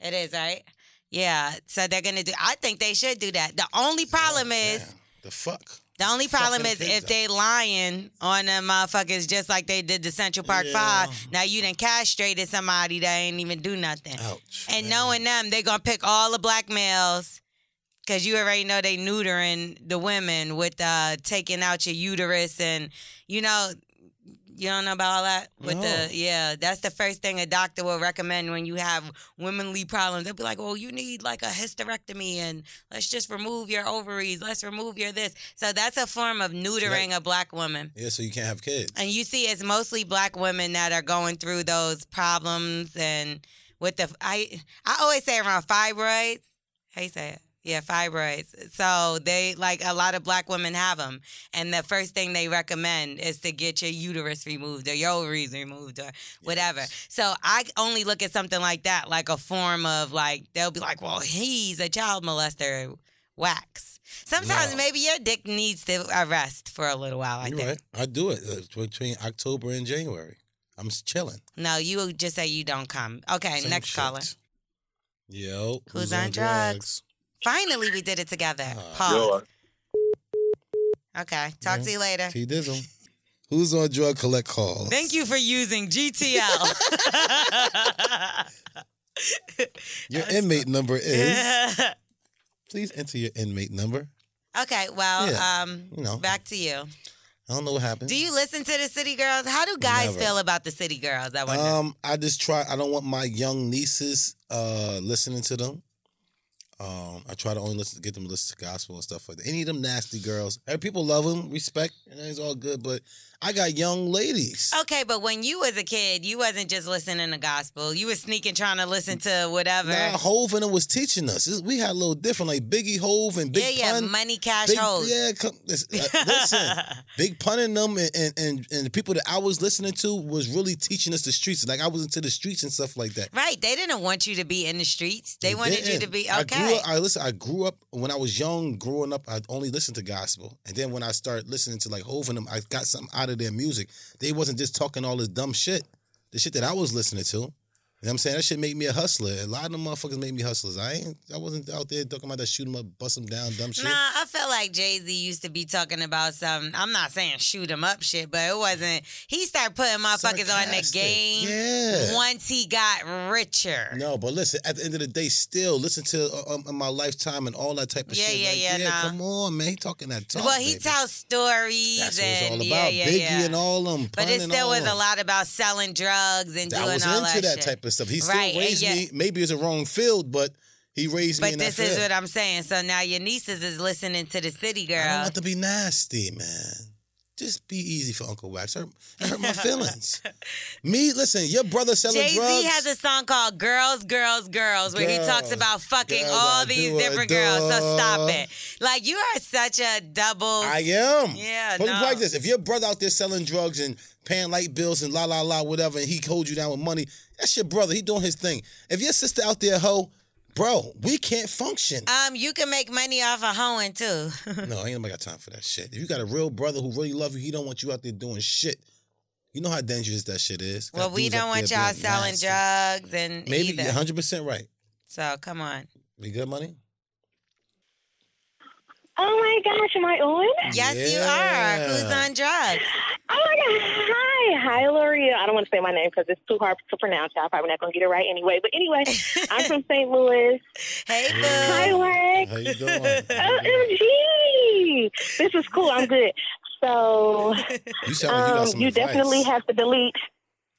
S1: It is, right? Yeah. So they're gonna do I think they should do that. The only problem is
S2: The fuck?
S1: The only problem is
S2: Fucking
S1: if
S2: kids
S1: they lying on them motherfuckers just like they did to Central Park
S2: Yeah.
S1: 5. Now you done castrated somebody that ain't even do nothing.
S2: Ouch.
S1: And knowing them, they gonna pick all the black males Cause you already know they neutering the women with uh, taking out your uterus and you know you don't know about all that with the
S11: No.
S1: yeah that's the first thing a doctor will recommend when you have womanly problems they'll be like well you need like a hysterectomy and let's just remove your ovaries let's remove your this so that's a form of neutering a black woman
S2: Yeah, so you can't have kids.
S1: and you see, it's mostly black women that are going through those problems and with the I I always say around fibroids. How you say it? Yeah, fibroids. So they like a lot of black women have them, and the first thing they recommend is to get your uterus removed or your ovaries removed or whatever. So I only look at something like that, like a form of like they'll be like, well, he's a child molester, wax. Sometimes
S2: No.
S1: maybe your dick needs to rest for a little while. I
S2: You're
S1: think.
S2: right. I do it uh, between October and January. I'm s- chilling.
S1: No, you just say you don't come. Okay,
S2: Same
S1: next
S2: shit.
S1: caller.
S2: Yo,
S1: Who's on drugs? Finally, we did it together.
S2: Uh,
S1: Pause. Okay, talk to you later.
S2: Mm-hmm. T Dizzle. Who's on drug collect call?
S1: Thank you for using GTL.
S2: Your inmate number is. Please enter your inmate number.
S1: okay, well,
S2: Yeah,
S1: um,
S2: you know.
S1: back to you.
S2: I don't know what happened.
S1: Do you listen to the City Girls? How do guys
S2: Never.
S1: feel about the City Girls? I wonder.
S2: Um, I just try. I don't want my young nieces uh listening to them. Um, I try to only listen, get them to listen to gospel and stuff like that. Any of them nasty girls, and people love them, respect, and it's all good. But I got young ladies.
S1: Okay, but when you was a kid, you wasn't just listening to gospel. You was sneaking, trying to listen to whatever.
S2: Nah, Hove and them was teaching us. This- We had a little different, like Biggie Hove and Big
S1: yeah, yeah,
S2: Pun.
S1: money, cash,
S2: Big-
S1: hoes.
S2: Yeah, come, listen, uh, listen, Big Pun and them and, and, and, and the people that I was listening to was really teaching us the streets. Like I was into the streets and stuff like that.
S1: Right. They didn't want you to be in the streets. They, wanted you
S2: didn't.
S1: to be
S2: I grew
S1: okay.
S2: up, I listen. I grew up when I was young. Growing up, I only listened to gospel, and then when I started listening to like Hov and them, I got something out of their music. They wasn't just talking all this dumb shit. The shit that I was listening to. You know what I'm saying? That shit made me a hustler. A lot of them motherfuckers made me hustlers. I ain't I wasn't out there talking about that shoot 'em up, bust 'em down, dumb shit.
S1: Nah, I felt like Jay Z used to be talking about some. I'm not saying shoot him up shit, but it wasn't. He started putting motherfuckers on the
S2: Sarcastic.
S1: game
S2: Yeah.
S1: once he got richer.
S2: No, but listen, at the end of the day, still listen to uh, um, my lifetime and all that type of
S1: Yeah,
S2: shit.
S1: yeah,
S2: Like,
S1: yeah, nah.
S2: Come on, man. He talking that talk.
S1: well, he
S2: baby.
S1: tells stories
S2: That's what
S1: and
S2: it's all about.
S1: yeah, yeah,
S2: Biggie
S1: yeah.
S2: and all them.
S1: but
S2: Pun
S1: it
S2: and
S1: still
S2: all
S1: was
S2: them.
S1: a lot about selling drugs and
S2: I
S1: doing
S2: was
S1: all
S2: into that
S1: shit.
S2: type of stuff. He
S1: Right,
S2: still
S1: and
S2: raised
S1: yet-
S2: me. Maybe it's a wrong field, but he raised me.
S1: But
S2: in
S1: this
S2: that
S1: is
S2: field.
S1: what I'm saying. So now your nieces is listening to the city girl.
S2: I don't want to be nasty, man. Just be easy for Uncle Wax. Hurt, hurt my feelings. me, listen, your brother selling
S1: Jay Z
S2: drugs.
S1: has a song called "Girls, Girls, Girls," where he talks
S2: Girls,
S1: about fucking
S2: girls,
S1: all
S2: I
S1: these
S2: do, I
S1: different
S2: do.
S1: girls. So stop it. Like you are such a double.
S2: I am.
S1: Yeah,
S2: Put it
S1: no.
S2: like this: if your brother out there selling drugs and paying light bills and la la la whatever, and he holds you down with money, that's your brother. He doing his thing. If your sister out there hoe, bro, we can't function.
S1: Um, you can make money off of hoeing too.
S2: No, ain't nobody got time for that shit. If you got a real brother who really love you, he don't want you out there doing shit. You know how dangerous that shit is. Got
S1: well, we
S2: dudes
S1: don't
S2: up
S1: want
S2: there
S1: y'all
S2: being
S1: selling
S2: nasty.
S1: drugs and
S2: Maybe
S1: either.
S2: you're 100 percent right.
S1: So come on.
S2: We good money?
S12: Oh my gosh, am I on?
S1: Yes, you
S2: Yeah.
S1: are. Who's on drugs?
S12: Oh my God. Hi. Hi, Lori. I don't want to say my name because it's too hard to pronounce. I'm probably not going to get it right anyway. But anyway, I'm from St. Louis.
S1: Hey, boo.
S12: Hi, Lex.
S2: How you doing?
S12: OMG. This is cool. I'm good. So, um,
S2: You sound like you got some
S12: you
S2: advice.
S12: definitely have to delete.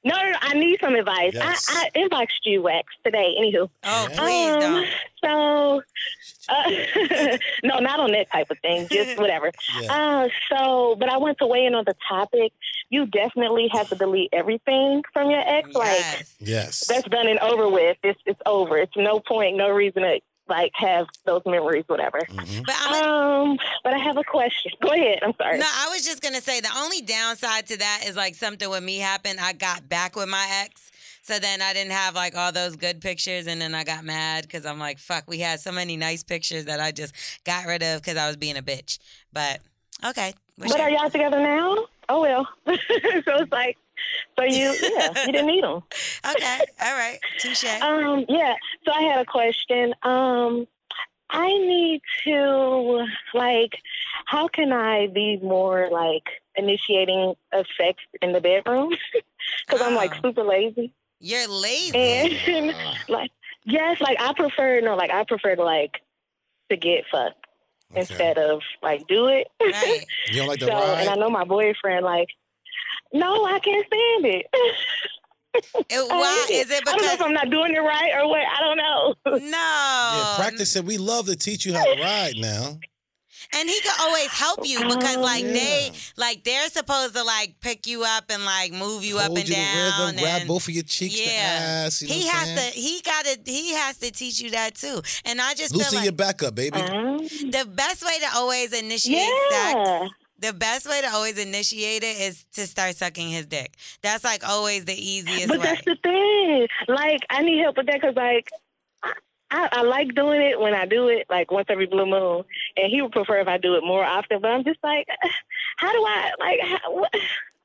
S12: No, no, no, I need some advice.
S2: Yes.
S12: I, I inboxed you, Wax, today. Anywho.
S1: Oh,
S12: please don't. So, uh, no, not on that type of thing. Just whatever.
S11: Yeah.
S12: Uh, so, but I want to weigh in on the topic. You definitely have to delete everything from your ex. Like,
S2: Yes.
S12: that's done and over with. It's it's over. It's no point, no reason to like have those memories, whatever.
S1: But
S12: um, but I have a question. Go ahead. I'm sorry.
S1: No, I was just gonna say the only downside to that is like something with me happened. I got back with my ex, so then I didn't have like all those good pictures, and then I got mad because I'm like, fuck, we had so many nice pictures that I just got rid of because I was being a bitch. But okay,
S12: but are y'all together now? Oh well. so it's like, so you yeah, you didn't need them.
S1: okay, all right, touche.
S12: Um, yeah. So I had a question. Um, I need to like, how can I be more like initiating of sex in the bedroom? Because I'm
S1: Ah.
S12: like super lazy.
S1: You're lazy.
S12: And like, yes, like I prefer no, like I prefer to like to get fucked instead of like do it.
S2: You don't like the
S12: so,
S2: ride?
S12: and I know my boyfriend like, no, I can't stand it.
S1: why is it?
S12: Oh, I don't know if I'm not doing it right or what. I don't know.
S1: No.
S2: Yeah, practice it. We love to teach you how to ride now.
S1: And he can always help you
S2: Oh,
S1: because like they like they're supposed to like pick you up and like move you up
S2: Hold
S1: and
S2: you to
S1: down.
S2: rhythm, grab
S1: and-
S2: both of your cheeks, the ass. You know
S1: he
S2: what I'm
S1: has
S2: saying?
S1: to. He gotta. He has to teach you that too. And I just
S2: loosen
S1: feel like
S2: your back up, baby.
S12: Uh-huh.
S1: the best way to always initiate sex. The best way to always initiate it is to start sucking his dick. That's like always the easiest
S12: But
S1: way.
S12: that's the thing. Like, I need help with that because, like, I, I like doing it when I do it, like once every blue moon. And he would prefer if I do it more often. But I'm just like, how do I, like, how, what?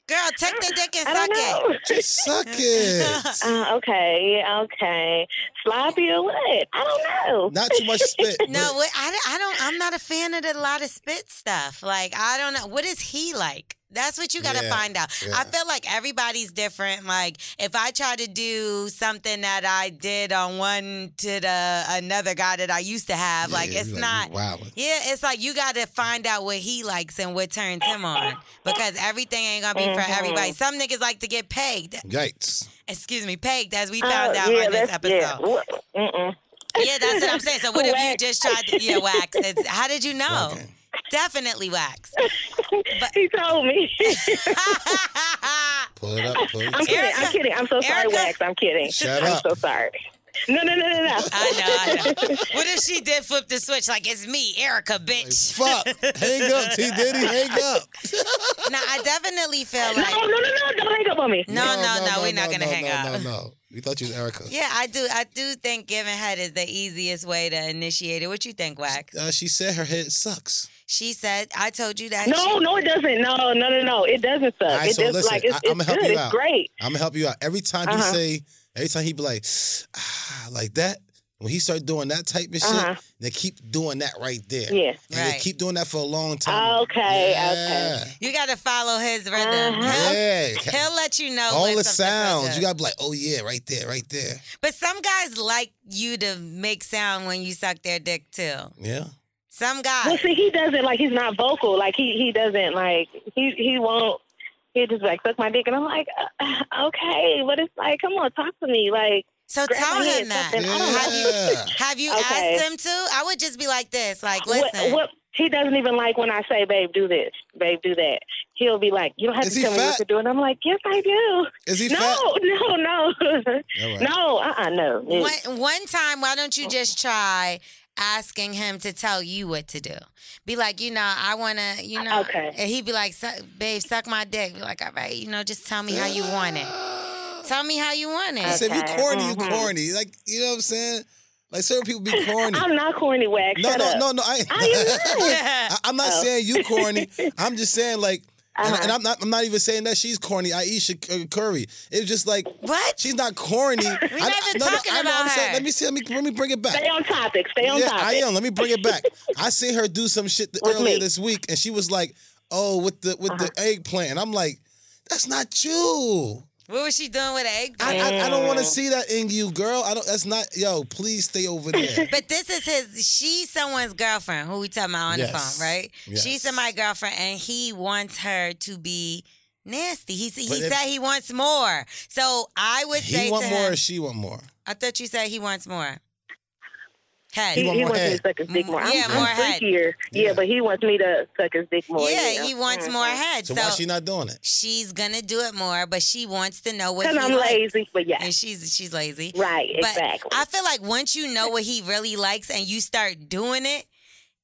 S1: Girl, take the dick and
S12: suck it.
S2: Just suck it.
S12: uh, okay, yeah, okay. Sloppy or what? I don't know.
S2: Not too much spit.
S1: No, what, I, don't- I don't. I'm not a fan of the lot of spit stuff. Like I don't know what is he like. That's what you got to
S11: Yeah,
S1: find out. I
S11: yeah.
S1: feel like everybody's different. Like if I try to do something that I did on one to the another guy that I used to have, like
S11: yeah,
S1: it's
S11: you like,
S1: not.
S11: you wildin'.
S1: Yeah, it's like you got to find out what he likes and what turns him on because everything ain't gonna be for
S11: Mhm.
S1: everybody. Some niggas like to get pegged.
S2: Yikes.
S1: Excuse me, pegged, as we found
S11: Oh,
S1: out
S11: yeah,
S1: on this
S11: that's-
S1: episode.
S11: yeah.
S1: Yeah, that's what I'm saying. So what if you
S11: Wax.
S1: just tried to yeah, wax? It's, how did you know? Definitely wax. But
S12: he told me.
S2: Pull it up, pull it
S12: I'm kidding. I'm kidding. I'm so sorry, Wax. I'm kidding.
S2: Shut
S12: I'm
S2: up.
S12: so sorry. No, no, no, no, no.
S1: I know, I know. What if she did flip the switch? Like it's me, Erica, bitch.
S2: fuck. Hang up, T. Diddy, hang up.
S1: Nah, I definitely feel like
S12: no, no, no, don't hang up on me.
S1: No, no, no, we're not gonna
S2: no,
S1: hang
S2: no,
S1: up.
S2: No, no, We thought you was Erica.
S1: Yeah, I do. I do think giving head is the easiest way to initiate it. What you think, Wax?
S2: Uh, she said her head sucks.
S1: She said, "I told you that."
S12: No,
S1: she-
S12: no, it doesn't. No, no, no, no. It doesn't suck.
S2: All right,
S12: it
S2: so
S12: just
S2: listen,
S12: like it's,
S2: I,
S12: it's
S2: am gonna help
S12: good.
S2: you
S12: it's
S2: out.
S12: great.
S2: I'm gonna help you out. Every time you
S12: Uh-huh.
S2: say, every time he be like, ah, like that. When he start doing that type of shit,
S12: Uh-huh.
S2: then keep doing that right there.
S12: Yeah.
S2: and they
S1: Right.
S2: keep doing that for a long time.
S12: Okay, Uh-huh.
S2: yeah. okay.
S1: You got to follow his rhythm. He'll,
S2: Yeah,
S1: he'll let you know.
S2: all
S1: when
S2: the
S1: something's
S2: sounds.
S1: good.
S2: You gotta be like, oh yeah, right there, right there.
S1: But some guys like you to make sound when you suck their dick too.
S2: Yeah.
S1: Some guys.
S12: Well, see, he doesn't like. He's not vocal. Like he he doesn't like. He he won't. He just like suck my dick, and I'm like, uh, okay, but it's like, come on, talk to me, like.
S1: So
S12: grab
S1: tell
S12: my head,
S1: him that.
S12: something. I don't know.
S1: Have you
S12: Okay.
S1: asked him to? I would just be like this. Like,
S12: What,
S1: listen.
S12: what he doesn't even like when I say, "Babe, do this, babe, do that." He'll be like, "You don't have
S2: Is
S12: to
S2: he
S12: tell me
S2: fat?
S12: what to do," and I'm like, "Yes, I do."
S2: Is he
S12: no,
S2: fat?
S12: No, no,
S2: right.
S12: no, uh, uh no. no.
S1: One, one time, why don't you just try asking him to tell you what to do? Be like, you know, I want to, you know.
S12: Okay.
S1: And he'd be like, "Suck- babe, suck my dick. Be like, all right, you know, just tell me how you want it. Tell me how you want it.
S2: I said, if you corny,
S12: mm-hmm.
S2: you corny. Like you know what I'm saying? Like certain people be corny.
S12: I'm not corny, wax.
S2: No,
S12: Shut
S2: no,
S12: up.
S2: no, no. I,
S12: am
S2: I, am not
S12: Oh. Uh-huh.
S2: saying you corny. I'm just saying like, and- and, I'm not. I'm not even saying that she's corny. Aisha C- uh, Curry. It's just like
S1: what?
S2: She's not corny. We're
S12: not even talking
S2: I'm
S12: about
S2: saying.
S12: her.
S2: Let me see. Let me let me bring it back.
S12: Stay on topic. Stay on
S2: yeah,
S12: topic.
S2: I am. Let me bring it back. I seen her do some shit th-
S12: With
S2: earlier
S12: me. Uh-huh.
S2: this week, and she was like, "Oh, with the with the eggplant," and I'm like, "That's not you."
S1: What was she doing with an egg?
S2: I, I, I don't want to see that in you, girl. I don't. That's not. Yo, please stay over there.
S1: But this is his. She's someone's girlfriend. Who we talking about on the
S2: Yes.
S1: phone, right?
S2: Yes.
S1: She's somebody's girlfriend, and he wants her to be nasty. He s- he
S2: But if-
S1: said he wants more. So I would say
S2: He
S1: to
S2: want more.
S1: him,
S2: or She want more.
S1: I thought you said he wants more. Head.
S12: He, he wants me to suck his dick more. I'm,
S1: Mm, Yeah,
S12: I'm
S1: more head.
S12: freakier. Yeah. but he wants me to suck his dick more. Mm-hmm.
S1: Yeah, he wants more head.
S2: So,
S1: So,
S2: why she not doing it?
S1: she's gonna do it more, but she wants to know what.
S12: Because
S1: he
S12: I'm
S1: likes.
S12: lazy, but yeah.
S1: And she's she's lazy.
S12: Right,
S1: But
S12: exactly.
S1: I feel like once you know what he really likes and you start doing it,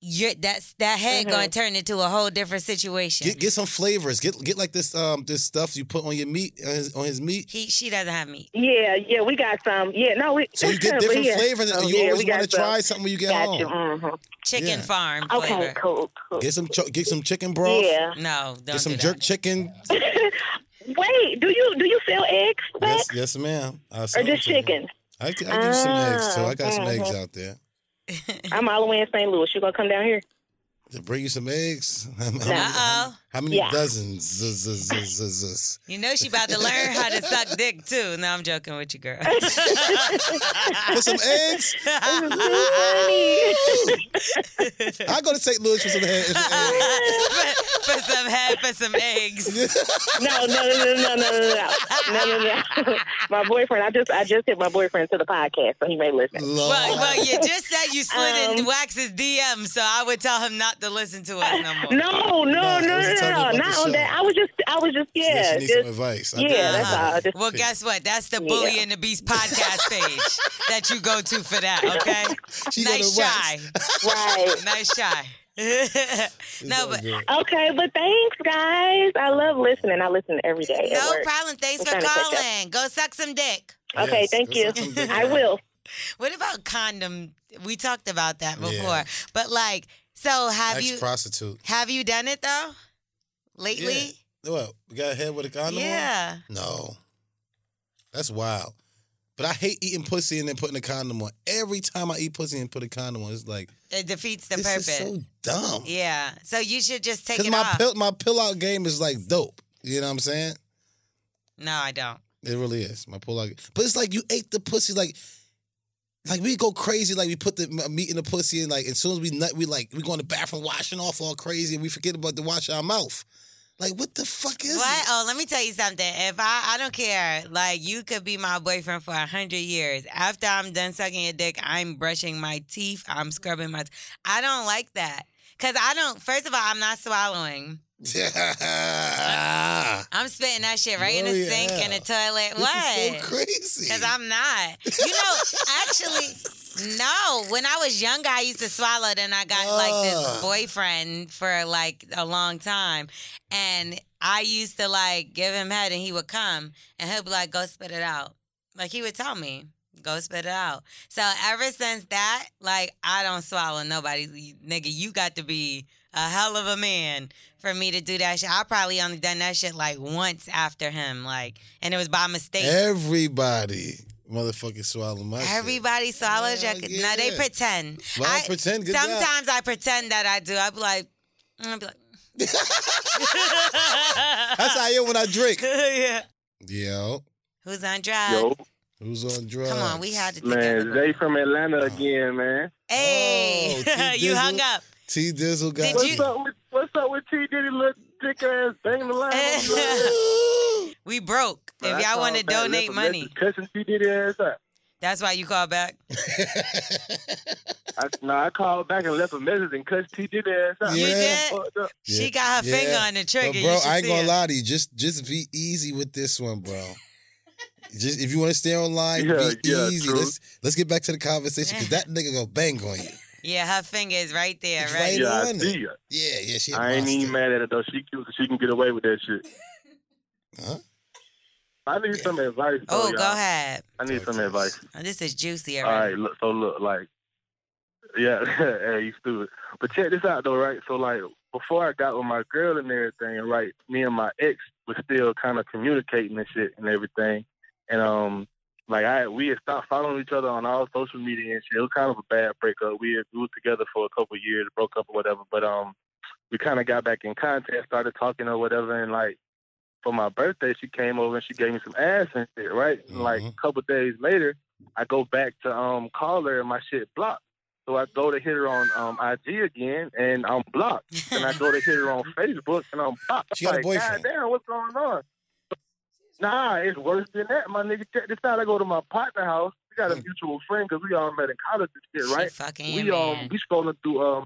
S1: you're, that's that head
S2: Mhm.
S12: Mm-hmm.
S1: gonna turn into a whole different situation.
S2: Get get some flavors. Get get like this um this stuff you put on your meat on his, on his meat.
S1: He she doesn't have meat.
S12: Yeah, yeah, we got some. Yeah, no, we.
S2: So you get
S12: but
S2: different
S12: yeah.
S2: flavors, and
S12: Oh,
S2: you
S12: yeah,
S2: always
S12: we got
S2: want to try
S12: some.
S2: something when you get
S12: Got
S2: home.
S12: you, mhm.
S1: Chicken
S2: Yeah.
S1: farm
S12: Okay,
S1: flavor.
S12: cool, cool.
S2: Get some cho- get some chicken broth.
S12: Yeah.
S1: No, don't
S2: Get some
S1: do that.
S2: jerk chicken.
S12: Wait, do you do you sell eggs?
S2: Yes, yes, ma'am. I
S12: or
S2: sell
S12: just
S2: chicken.
S12: chicken?
S2: I, can- I give you some eggs too. I got some
S12: Ah,
S2: eggs
S12: mhm.
S2: out there.
S12: I'm all the way in St. Louis. You gonna come down here?
S2: To bring you some eggs.
S12: Uh-oh.
S1: How
S2: How many
S1: Yeah.
S2: dozens? Zzz, zzz, zzz, zzz, zzz.
S1: You know she about to learn how to suck dick too. No, I'm joking with you, girl.
S2: With some eggs? I go to St. Louis for some head.
S1: for, for some head, for some eggs.
S12: No, no, no, no, no, no, no, no, no, no, no. my boyfriend. I just, I just hit my boyfriend to the podcast, so he may listen.
S1: Well, well, you just said you slid
S12: Um,
S1: in Wax's DM, so I would tell him not to listen to us no more.
S12: No, no, no, no, no, no, not on that. I was just, I was just, yeah, just, yeah, that's all. I Just,
S1: well, guess what? That's the Bully and the Beast podcast page that you go to for that, okay? nice try.
S12: Right.
S1: Nice try. no, but
S12: okay, but thanks, guys. I love listening. I listen every day. at
S1: no
S12: work.
S1: problem. Thanks
S12: I'm
S1: for
S12: trying to catch up.
S1: calling. Go suck some dick.
S12: Okay, Yes, thank go you. suck some dick, I girl. will.
S1: What about condom? We talked about that before, but like, so have
S2: Ex
S1: you
S2: prostitute.
S1: have you done it though lately?
S2: What? We got head with a condom? on?
S1: Yeah.
S2: No. That's wild. But I hate eating pussy and then putting a condom on. Every time I eat pussy and put a condom on, it's like
S1: It defeats the
S2: This is
S1: purpose.
S2: so dumb.
S1: Yeah. So you should just take
S2: because
S1: it
S2: my
S1: off.
S2: pill my pill out game is like dope. You know what I'm saying?
S1: no, I don't.
S2: It really is my pull out. But it's like you ate the pussy like. Like we go crazy, like we put the m- uh, meat in the pussy, and like as soon as we nut, we like we go in the bathroom washing off all crazy, and we forget about to wash our mouth. Like what the fuck is
S1: What? Oh, let me tell you something. If I, I don't care. Like you could be my boyfriend for a hundred years. After I'm done sucking your dick, I'm brushing my teeth. I'm scrubbing my. I don't like that because I don't. First of all, I'm not swallowing.
S2: it?
S1: I'm spitting that shit right in the
S2: L'Oreal.
S1: sink and the toilet.
S2: Oh, This is
S1: What?
S2: so crazy.
S1: Because I'm not. You know, actually, no. When I was younger, I used to swallow. Then I got like this
S11: Ugh.
S1: boyfriend for like a long time, and I used to like give him head, and he would come, and he'd be like, "Go spit it out." Like he would tell me. Go spit it out. So ever since that, like I don't swallow nobody, nigga. You got to be a hell of a man for me to do that shit. I probably only done that shit like once after him, like, and it was by mistake.
S2: Everybody motherfucking swallow my shit.
S1: Everybody swallows your. No, they
S2: yeah.
S1: pretend.
S2: Well, I pretend, good job.
S1: sometimes I pretend that I do. I be like, I be like.
S2: That's how I am when I drink.
S1: yeah.
S2: Yo.
S1: Who's on drugs?
S2: Who's on drugs? Oh.
S1: Come on, we had to.
S7: Man, Zay from Atlanta again, man.
S1: Hey, you
S2: Dizzle.
S1: hung up.
S2: T Dizzle got
S7: what's up with what's up with T Diddy little dick ass banging the line?
S1: we broke. If y'all want to donate money,
S7: cussing T Diddy ass up.
S1: that's why you call back.
S7: I, no, I called back and left a message and cussed T Diddy ass out.
S2: You did?
S7: Fucked up.
S1: She got her finger on the trigger.
S2: But
S1: You
S2: bro,
S1: should
S2: I ain't
S1: see
S2: gonna
S1: it.
S2: lie to you. Just just be easy with this one, bro. Just if you want to stay online,
S7: Yeah,
S2: be
S7: yeah,
S2: easy.
S7: true.
S2: Let's let's get back to the conversation because that nigga gonna bang on you.
S1: Yeah, her finger is right there,
S2: It's
S1: right?
S7: yeah, I
S2: on
S7: see her.
S2: Yeah, yeah, she. a
S7: I ain't
S2: monster.
S7: even mad at her though. She cute, she can get away with that shit.
S2: Huh?
S7: I need some advice. though,
S1: Oh,
S7: y'all.
S1: go ahead.
S7: I need some advice.
S1: Oh, This is juicy,
S7: All
S1: already.
S7: right, look, so look, like, yeah, hey, you stupid. But check this out, though, right? So, like, before I got with my girl and everything, right, me and my ex was still kind of communicating and shit and everything. And, um, like, I we had stopped following each other on all social media and shit. It was kind of a bad breakup. We, had, we were together for a couple of years, broke up or whatever. But, um, we kind of got back in contact, started talking or whatever, and, like, for my birthday, she came over and she gave me some ass and shit, right? And like
S2: Mm-hmm.
S7: a couple days later, I go back to um call her and my shit blocked. So I go to hit her on um IG again and I'm blocked. and I go to hit her on Facebook and I'm blocked.
S2: She got a
S7: I'm like,
S2: boyfriend.
S7: God damn, what's going on? Nah, it's worse than that, my nigga. Check this out. I go to my partner house. We
S2: Mm.
S7: got a mutual friend because we all met in college and shit,
S1: She
S7: right?
S1: fucking
S7: we
S1: your
S7: um
S1: man.
S7: we scrolling through um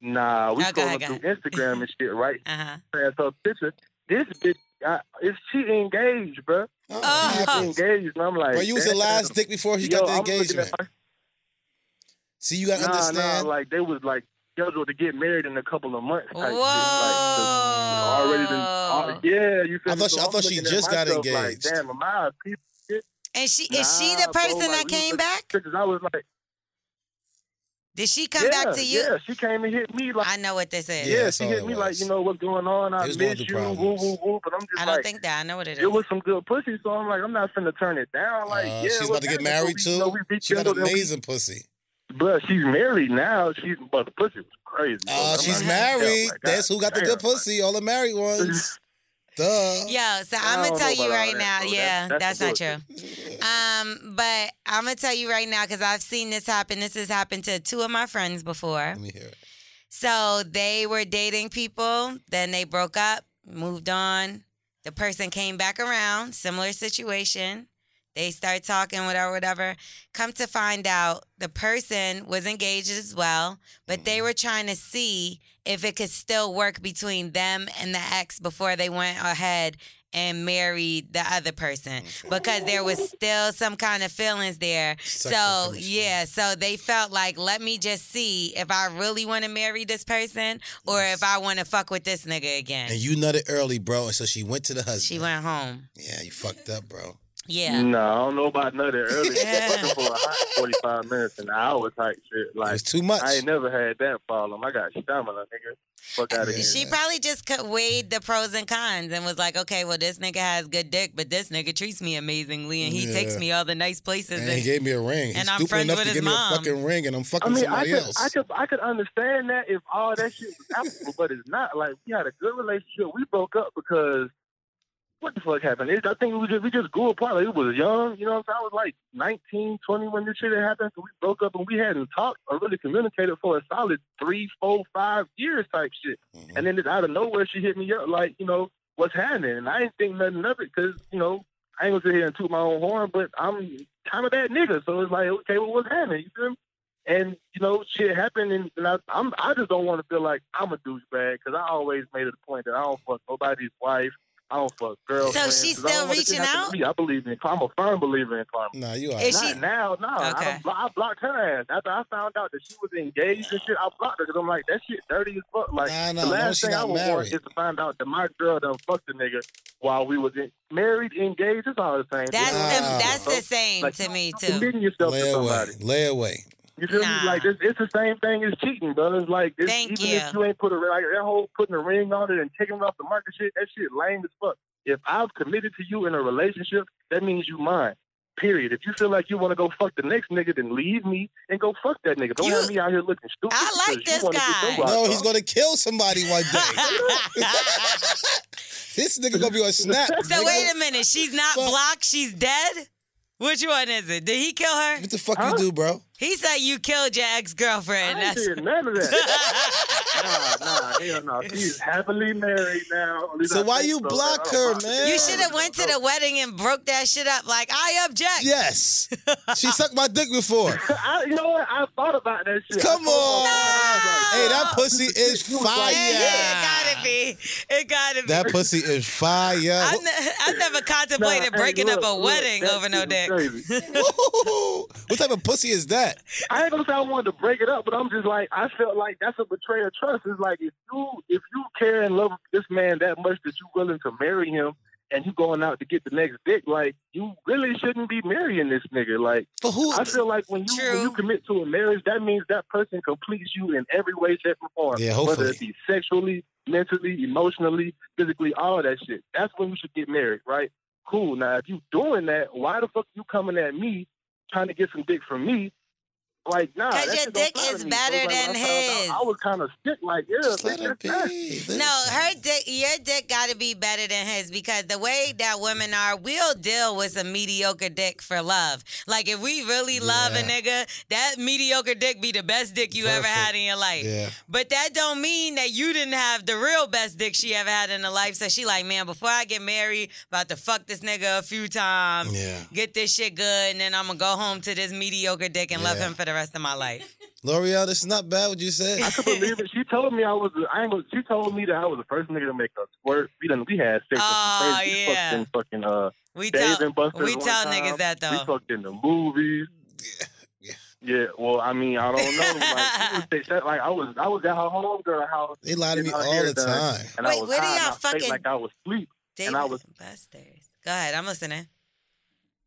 S7: nah we
S1: Oh, go ahead,
S7: scrolling
S1: go
S7: through Instagram and shit, right?
S1: Uh-huh.
S7: And so picture this bitch, I, is she engaged, bro?
S2: Uh,
S7: She engaged, and I'm like,
S2: Bro, you was the
S7: damn.
S2: last dick before she
S7: Yo,
S2: got the
S7: I'm looking at
S2: engagement.
S7: my-
S2: See, you gotta
S7: nah,
S2: understand.
S7: Nah, like they was like scheduled to get married in a couple of months. Type shit. Like,
S2: Whoa.
S7: the- already, been, al- yeah. You feel
S2: I
S7: me?
S2: thought she-
S7: So
S2: I
S7: I'm
S2: thought she
S7: looking at
S2: just got
S7: myself
S2: engaged.
S7: Like, damn, am I a piece of shit?
S1: And she is she the
S7: Nah, bro,
S1: person
S7: like,
S1: that
S7: we was
S1: came
S7: looking
S1: back?
S7: at pictures. I was like,
S1: Did she come back
S7: Yeah,
S1: to you?
S7: yeah, she came and hit me. Like
S1: I know what this is.
S7: yeah, she
S2: oh,
S7: hit me like, you know what's going on? I
S1: They was
S7: miss
S1: going
S7: you.
S1: through
S7: Woo, woo, woo. But I'm just
S1: I don't
S7: like,
S1: think that. I know what it is.
S7: it was some good pussy, so I'm like, I'm not finna turn it down. Like,
S2: Uh,
S7: yeah,
S2: she's
S7: what
S2: about to get
S7: happened?
S2: married too.
S7: So we- you know, we
S2: She got
S7: rekindled and we-
S2: amazing pussy.
S7: But she's married now. She's but the pussy was crazy.
S2: Oh, she's married. That's who got the good pussy. All the married ones. Duh.
S1: Yo, so
S2: I
S1: I'm gonna
S2: don't
S1: tell
S2: know
S1: you
S2: about all
S1: right
S2: that,
S1: now.
S2: bro. That-
S1: yeah, that's,
S2: that's the
S1: not true. Um, but I'm gonna tell you right now because I've seen this happen. This has happened to two of my friends before.
S2: Let me hear it.
S1: So they were dating people, then they broke up, moved on. The person came back around, similar situation. They start talking, whatever, whatever. Come to find out, the person was engaged as well, but they were trying to see if it could still work between them and the ex before they went ahead and married the other person because there was still some kind of feelings there.
S11: Sexual
S1: so, yeah, so they felt like, let me just see if I really want to marry this person or if I want to fuck with this nigga again.
S2: And you nutted early, bro. And so she went to the husband. She
S1: went home.
S2: Yeah, you fucked up, bro.
S1: yeah.
S7: No, I don't know about none of that earlier. for a hot forty-five minutes, an hour type shit. Like
S2: it's too much.
S7: I ain't never had that problem. I got stamina, nigga. Fuck out of here.
S1: She probably just co- weighed the pros and cons and was like, okay, well, this nigga has good dick, but this nigga treats me amazingly and he
S2: Yeah.
S1: takes me all the nice places.
S2: And he gave me a ring. He's
S1: and I'm
S2: stupid
S1: friends
S2: enough
S1: with
S2: to
S1: his
S2: give
S1: mom.
S2: me a fucking ring, and I'm
S7: I
S2: fucking
S7: mean, I
S2: somebody
S7: could,
S2: else.
S7: I could, I could understand that if all that shit was applicable, but it's not. Like we had a good relationship. We broke up because what the fuck happened? It, I think we just we just grew apart. Like, it was young, you know. what I'm saying? I was like 19, 20 when this shit had happened. So we broke up and we hadn't talked or really communicated for a solid three, four, five years type shit.
S2: Mm-hmm.
S7: And then just out of nowhere, she hit me up like, you know, what's happening? And I didn't think nothing of it because you know I ain't gonna sit here and toot my own horn, but I'm kind of that nigga. So it's like, okay, well, what's happening? You feel me? And you know, shit happened, and, and I, I'm I just don't want to feel like I'm a douchebag because I always made it a point that I don't fuck nobody's wife. I don't fuck girls.
S1: she's still reaching out?
S7: I believe in. karma. I'm a firm believer in karma.
S2: Nah, you
S7: are.
S1: Is
S7: Not
S1: she-
S7: now. No, I
S1: Okay.
S7: done blo- I, blocked her ass after I found out that she was engaged and shit. I blocked her because I'm like, that shit dirty as fuck. Like
S2: Nah, nah,
S7: the
S2: no,
S7: last
S2: she
S7: thing I
S2: not
S7: would want
S2: married.
S7: is to find out that my girl done fucked the nigga while we was in, married, engaged. It's all the same.
S1: That's, the,
S7: Nah.
S1: that's the
S7: Like,
S1: same
S7: like,
S1: to me, too.
S7: committing yourself to somebody.
S2: Lay away.
S7: You feel me? Like it's, it's the same thing as cheating, brother. It's like it's,
S1: Thank
S7: even if
S1: you.
S7: you ain't put a ring, like that whole putting a ring on it and taking it off the market shit, that shit lame as fuck. If I've committed to you in a relationship, that means you mine. Period. If you feel like you want to go fuck the next nigga, then leave me and go fuck that nigga. Don't have me out here looking stupid. I like this guy.
S2: No, he's gonna kill somebody one day. this nigga gonna be on snap.
S1: So
S2: nigga.
S1: wait a minute, she's not blocked, she's dead? Which one is it? Did he kill her? What
S2: the fuck you do, bro?
S1: He said you killed your ex girlfriend.
S7: I ain't
S1: That's
S7: did none of that. nah, nah, hell no. She's happily married now. At least I think so. I don't mind.
S1: You should have went to the wedding and broke that shit up. Like I object.
S2: Yes. she sucked my dick before.
S7: I, you know what? I thought about that shit.
S2: Come on. Hey, that pussy is
S1: Yeah,
S2: fire.
S1: yeah, it gotta be. It gotta be.
S2: That pussy is fire.
S1: I, ne- I never contemplated
S2: Nah, hey,
S1: breaking
S2: look,
S1: up a
S2: look,
S1: wedding
S2: that
S1: over no
S2: shit
S1: dick.
S2: what type of pussy is that?
S7: I ain't gonna say I wanted to break it up, but I'm just like I felt like that's a betrayal of trust. It's like if you if you care and love this man that much that you're willing to marry him and you going out to get the next dick, like you really shouldn't be marrying this nigga. Like I feel like when you when you commit to a marriage, that means that person completes you in every way, shape, or form.
S2: Yeah,
S7: Whether
S2: hopefully.
S7: it be sexually, mentally, emotionally, physically, all that shit. That's when you should get married, right? Cool. Now if you doing that, why the fuck you coming at me trying to get some dick from me? Like, nah.
S1: Because
S7: that
S1: your
S7: shit don't
S1: dick
S7: fly to
S1: is
S7: me. So,
S1: better
S7: like, when I
S1: than
S7: found out,
S1: his.
S7: I was kind of sick, like, yeah, bitch, that's nasty.
S1: No, her dick, your dick got to be better than his because the way that women are, we'll deal with some mediocre dick for love. Like if we really love a
S11: Yeah.
S1: nigga, that mediocre dick be the best dick you ever had in your life.
S11: Yeah.
S1: But that don't mean that you didn't have the real best dick she ever had in her life. So she like, man, before I get married, about to fuck this nigga a few times.
S2: Yeah.
S1: Get this shit good, and then I'm gonna go home to this mediocre dick and love
S2: Yeah.
S1: him for the rest of my life.
S2: L'Oreal, this is not bad what you said.
S7: I could believe it. She told me I was. I ain't. gonna- She told me that I was the first nigga to make a squirt. We done. We had sex.
S1: Oh,
S7: with some crazy
S1: yeah.
S7: Fucking fucking. Uh,
S1: We
S7: Dave
S1: tell-
S7: and Buster's
S1: we
S7: one
S1: tell
S7: time.
S1: niggas that,
S7: We
S1: though.
S7: fucked in the movies. Yeah. Well, I mean, I don't know. Like, she would say shit like I was. I was at her homegirl house.
S2: They lie to me
S7: getting her
S2: all
S7: hair
S2: the
S7: done,
S2: time.
S7: And I
S1: Wait,
S7: was
S1: where do
S7: high and
S1: y'all
S7: I faked
S1: fucking-
S7: Like I was asleep.
S1: David
S7: and I was
S1: Buster's. Go ahead, I'm listening.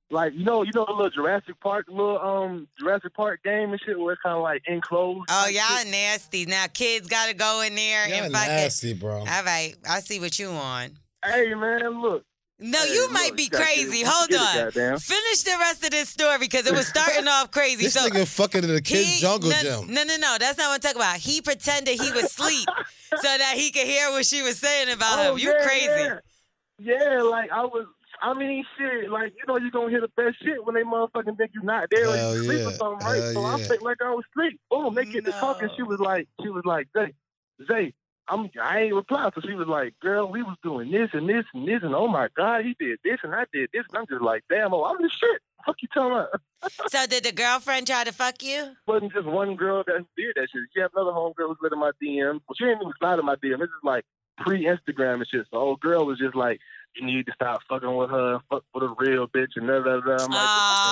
S7: like you know, you know the little Jurassic Park, little um Jurassic Park game and shit, where it's kind of like enclosed.
S1: Oh, y'all nasty. Now kids gotta go in there and fucking.
S2: bro.
S1: All right, I see what you on.
S7: Hey man, look,
S1: No,
S7: Hey,
S1: you
S7: look,
S1: might be
S7: you gotta get it-
S1: crazy.
S7: you
S1: Hold
S7: get it,
S1: on.
S7: goddamn.
S1: Finish the rest of this story because it was starting off crazy.
S2: This
S1: so
S2: nigga fucking in the kids' jungle
S1: no,
S2: gym.
S1: No, no, no. That's not what I'm talking about. He pretended he was asleep so that he could hear what she was saying about
S7: Oh,
S1: him. You
S7: yeah,
S1: crazy.
S7: Yeah. Yeah, like I was. I mean, shit. Like you know, you gonna hear the best shit when they motherfucking think you not there or
S2: Hell
S7: you sleep or
S2: yeah.
S7: something, right?
S2: Hell
S7: so I
S2: yeah.
S7: think like I was asleep. Boom, they get to talking. She was like, she was like, Zay, Zay, I'm. I ain't reply. So she was like, girl, we was doing this and this and this and oh my god, he did this and I did this and I'm just like, damn, oh, I'm the shit. Fuck you talking about?
S1: So did the girlfriend try to fuck you?
S7: wasn't just one girl that did that shit. She had another homegirl who's lit in my DM. Well, she ain't even slide in my DM. This is like pre Instagram and shit. So old girl was just like, you need to stop fucking with her, fuck with a real bitch, and da da da. I'm like,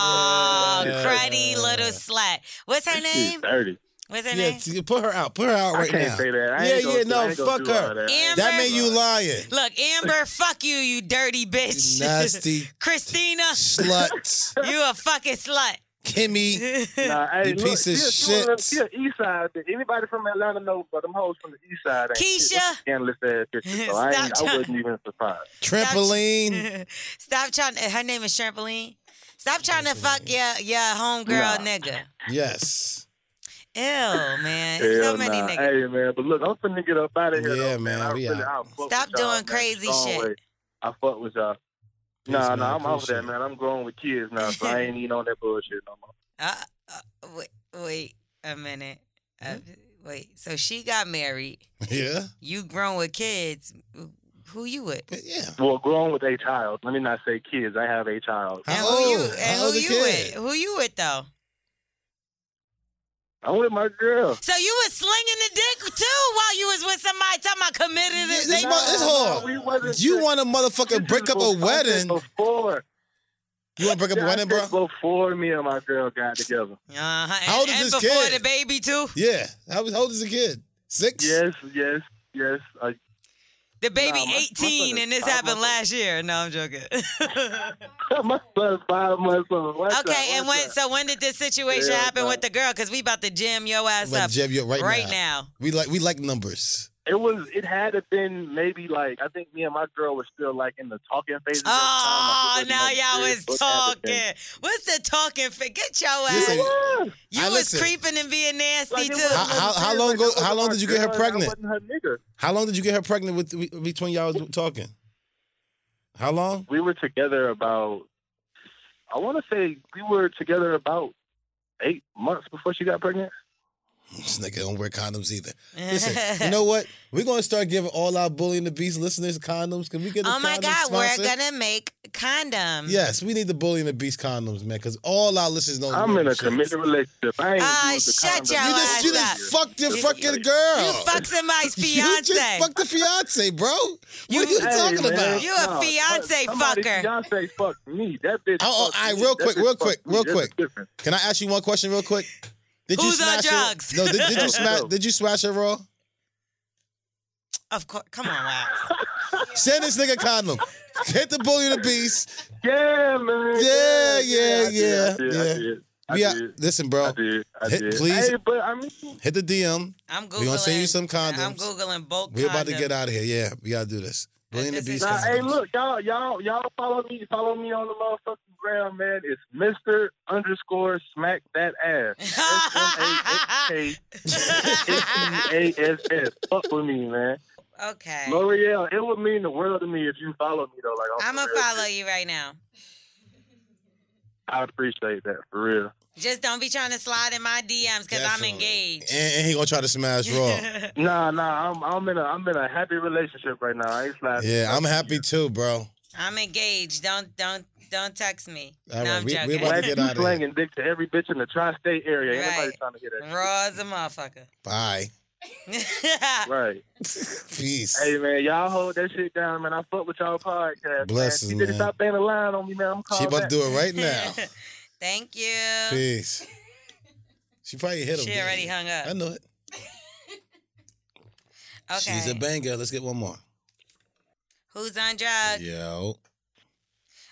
S1: Oh,
S7: Yeah.
S1: cruddy little slut. What's her
S7: she's
S1: name?
S7: dirty.
S1: What's her
S2: Yeah,
S1: name?
S2: t- put her out. Put her out
S7: I
S2: right
S7: can't
S2: now.
S7: say that. I
S2: yeah,
S7: ain't gonna
S2: yeah,
S7: do- I
S2: no,
S7: ain't gonna
S2: fuck
S7: do all
S2: her.
S7: that.
S1: Amber?
S2: That made you lying.
S1: Look, Amber, fuck you, you dirty bitch.
S2: Nasty
S1: Christina,
S2: slut.
S1: you a fucking slut.
S2: Kimmy.
S7: Nah, hey,
S2: You
S7: look,
S2: piece of
S7: she, a- She, one of them-
S2: shit.
S7: she a east side. bitch. Anybody from Atlanta know, but them hoes from the east side. Ain't shit.
S1: Keisha.
S7: Scandalous ass bitches. So I, ain't,
S1: Stop
S7: I wasn't even surprised.
S2: Trampoline.
S1: Stop trying. Her name is Trampoline. Stop trying to fuck your your homegirl
S7: Nah.
S1: nigga.
S2: Yes.
S1: Ew, man. so
S7: Hell
S1: many
S7: nah.
S1: niggas.
S7: Hey man, but look, I'm finna get up out of here.
S2: Yeah,
S7: though,
S2: man,
S7: I
S2: we
S7: really,
S2: out.
S7: I fuck
S1: Stop
S7: with y'all,
S1: doing
S7: man.
S1: crazy
S7: Strong
S1: shit.
S7: way. I fuck with y'all.
S2: Peace,
S7: nah,
S2: man.
S7: nah, I'm off of
S2: Appreciate
S7: that,
S2: it.
S7: man. I'm growing with kids now, so I ain't even on that bullshit no more.
S1: Uh, uh, wait, wait a minute. Uh, wait. So she got married.
S2: Yeah.
S1: You grown with kids. Who you with?
S2: But yeah.
S7: Well, growing with a child. Let me not say kids. I have a child.
S2: How
S1: and who you
S2: old?
S1: and
S2: How old
S1: who
S2: the
S1: you with?
S2: kid?
S1: Who you with though?
S7: I'm with my girl.
S1: So you was slinging the dick too while you was with somebody talking about committed.
S2: This,
S1: they,
S2: this, mo- this
S7: No, we
S2: whore.
S7: wasn't
S2: You
S7: just-
S2: want to
S7: this
S2: motherfucking
S7: is
S2: break up a
S7: before- I said
S2: wedding?
S7: Before,
S2: You want to break up a
S7: Yeah, I
S2: wedding,
S7: said
S2: bro?
S7: Before me and my girl got together.
S1: uh-huh.
S2: How old
S1: and,
S2: is
S1: and
S2: this
S1: before
S2: kid?
S1: the baby too.
S2: Yeah. How, how old is the kid? Six?
S7: Yes, yes, yes. Uh,
S1: The baby
S7: Nah, my- my son
S1: 18,
S7: is
S1: and this
S7: five
S1: happened
S7: months
S1: last year. No, I'm joking. okay,
S7: my son's five months old. Watch out,
S1: and
S7: watch
S1: when
S7: out.
S1: so when did this situation
S7: Yeah,
S1: happen
S7: nah.
S1: with the girl? Because we about to jam your ass
S2: Like,
S1: up
S2: Jeb, you're right,
S1: right
S2: now.
S1: now.
S2: We like we like numbers.
S7: It was. It had to been maybe like I think me and my girl was still like in the talking phase. at that time.
S1: Oh,
S7: Like, it wasn't
S1: now
S7: nothing
S1: y'all was
S7: serious, but it had to been-
S1: talking. What's the talking? fi- Get your ass.
S2: Listen,
S1: you
S2: I
S1: was
S2: listen.
S1: creeping and being nasty
S7: Like, it
S1: too.
S7: wasn't
S2: How- how-
S7: nothing
S2: how
S7: serious,
S2: long
S7: like,
S2: ago-
S7: I wasn't
S2: how long
S7: my
S2: did you get her
S7: girl,
S2: pregnant?
S7: I wasn't her nigga.
S2: How long did you get her pregnant with between y'all was talking? How long?
S7: We were together about. I want to say we were together about eight months before she got pregnant.
S2: This nigga don't wear condoms either. Listen, you know what? We're gonna start giving all our bully and the beast listeners condoms. Can we get? A
S1: oh my
S2: condom
S1: God,
S2: sponsor?
S1: we're gonna make condoms.
S2: Yes, we need the bully and the beast condoms, man, because all our listeners don't.
S7: I'm
S2: wear
S7: in a
S2: them shit.
S7: committed relationship. I ain't
S1: Ah,
S7: used the
S1: shut
S7: condom.
S1: your
S2: You just, you
S1: ass
S2: just
S1: up.
S2: fucked your
S7: You-
S2: fucking
S7: you
S2: girl.
S1: You fuck somebody's
S2: You
S1: fiance.
S2: just fucked the fiance, bro. what are you
S7: Hey,
S2: talking
S7: man,
S2: about?
S1: You a
S7: nah,
S1: fiance
S7: somebody
S1: fucker.
S7: Fiance fucked me. That bitch.
S2: Oh, oh,
S7: fucked
S2: aight,
S7: me.
S2: real
S7: That
S2: quick,
S7: bitch
S2: real
S7: fucked
S2: quick,
S7: me.
S2: real
S7: There's a
S2: quick.
S7: difference.
S2: Can I ask you one question, real quick? Did
S1: Who's on
S2: smash her-
S1: drugs?
S2: No, did, did you smash? Did you smash her raw?
S1: Of course, come on, Wax.
S2: Send this nigga condom. Hit the bully and the beast.
S7: Yeah, man.
S2: Yeah, yeah,
S7: I did,
S2: yeah,
S7: I
S2: yeah.
S7: did, I
S2: We out-
S7: did.
S2: Listen,
S7: I
S2: bro.
S7: did. I
S2: Hit-
S7: did.
S2: please.
S7: Hey, but I mean,
S2: Hit the DM.
S1: I'm googling.
S2: We gonna send you some condoms.
S1: I'm googling bulk.
S2: We're about to
S1: condoms.
S2: get out of here. Yeah, we gotta do this. Bully and the
S1: This
S2: beast.
S1: is-
S7: nah,
S2: condoms.
S7: hey, look, y'all, y'all, y'all follow me, follow me on the motherfucking ground, man. It's Mister underscore Smack That Ass. S M A X K S E A S S. Fuck with me, man.
S1: okay.
S7: L'Oreal, it would mean the world to me if you follow me though. Like
S1: I'm
S7: for
S1: gonna
S7: real
S1: follow
S7: shit.
S1: you right now.
S7: I appreciate that for real.
S1: Just don't be trying to slide in my DMs because I'm
S2: Definitely.
S1: engaged.
S2: And, and he gonna try to smash raw.
S7: Nah, nah, I'm I'm in a I'm in a happy relationship right now. I ain't sliding.
S2: Yeah, I'm happy too, bro.
S1: I'm engaged. Don't don't don't text me.
S2: All right,
S1: no, I'm
S2: we- we
S1: joking.
S2: about to
S7: Glad
S2: get
S7: you
S2: out of here.
S7: slanging dick to every bitch in the tri-state area. Ain't
S1: Right.
S7: nobody trying to hear that.
S1: Raw as a motherfucker.
S2: Bye.
S7: shit. Right.
S2: Peace.
S7: Hey man, y'all hold that shit down, man. I fuck with y'all podcast.
S2: Blessings,
S7: man. You didn't
S2: man.
S7: stop being a line on me, man. I'm
S2: she
S7: calling
S2: about to
S7: back.
S2: do it right now.
S1: Thank you.
S2: Peace. She probably hit him.
S1: She
S2: didn't
S1: already
S2: she?
S1: hung up.
S2: I know it.
S1: Okay.
S2: She's a banger. Let's get one more.
S1: Who's on drugs?
S2: Yo.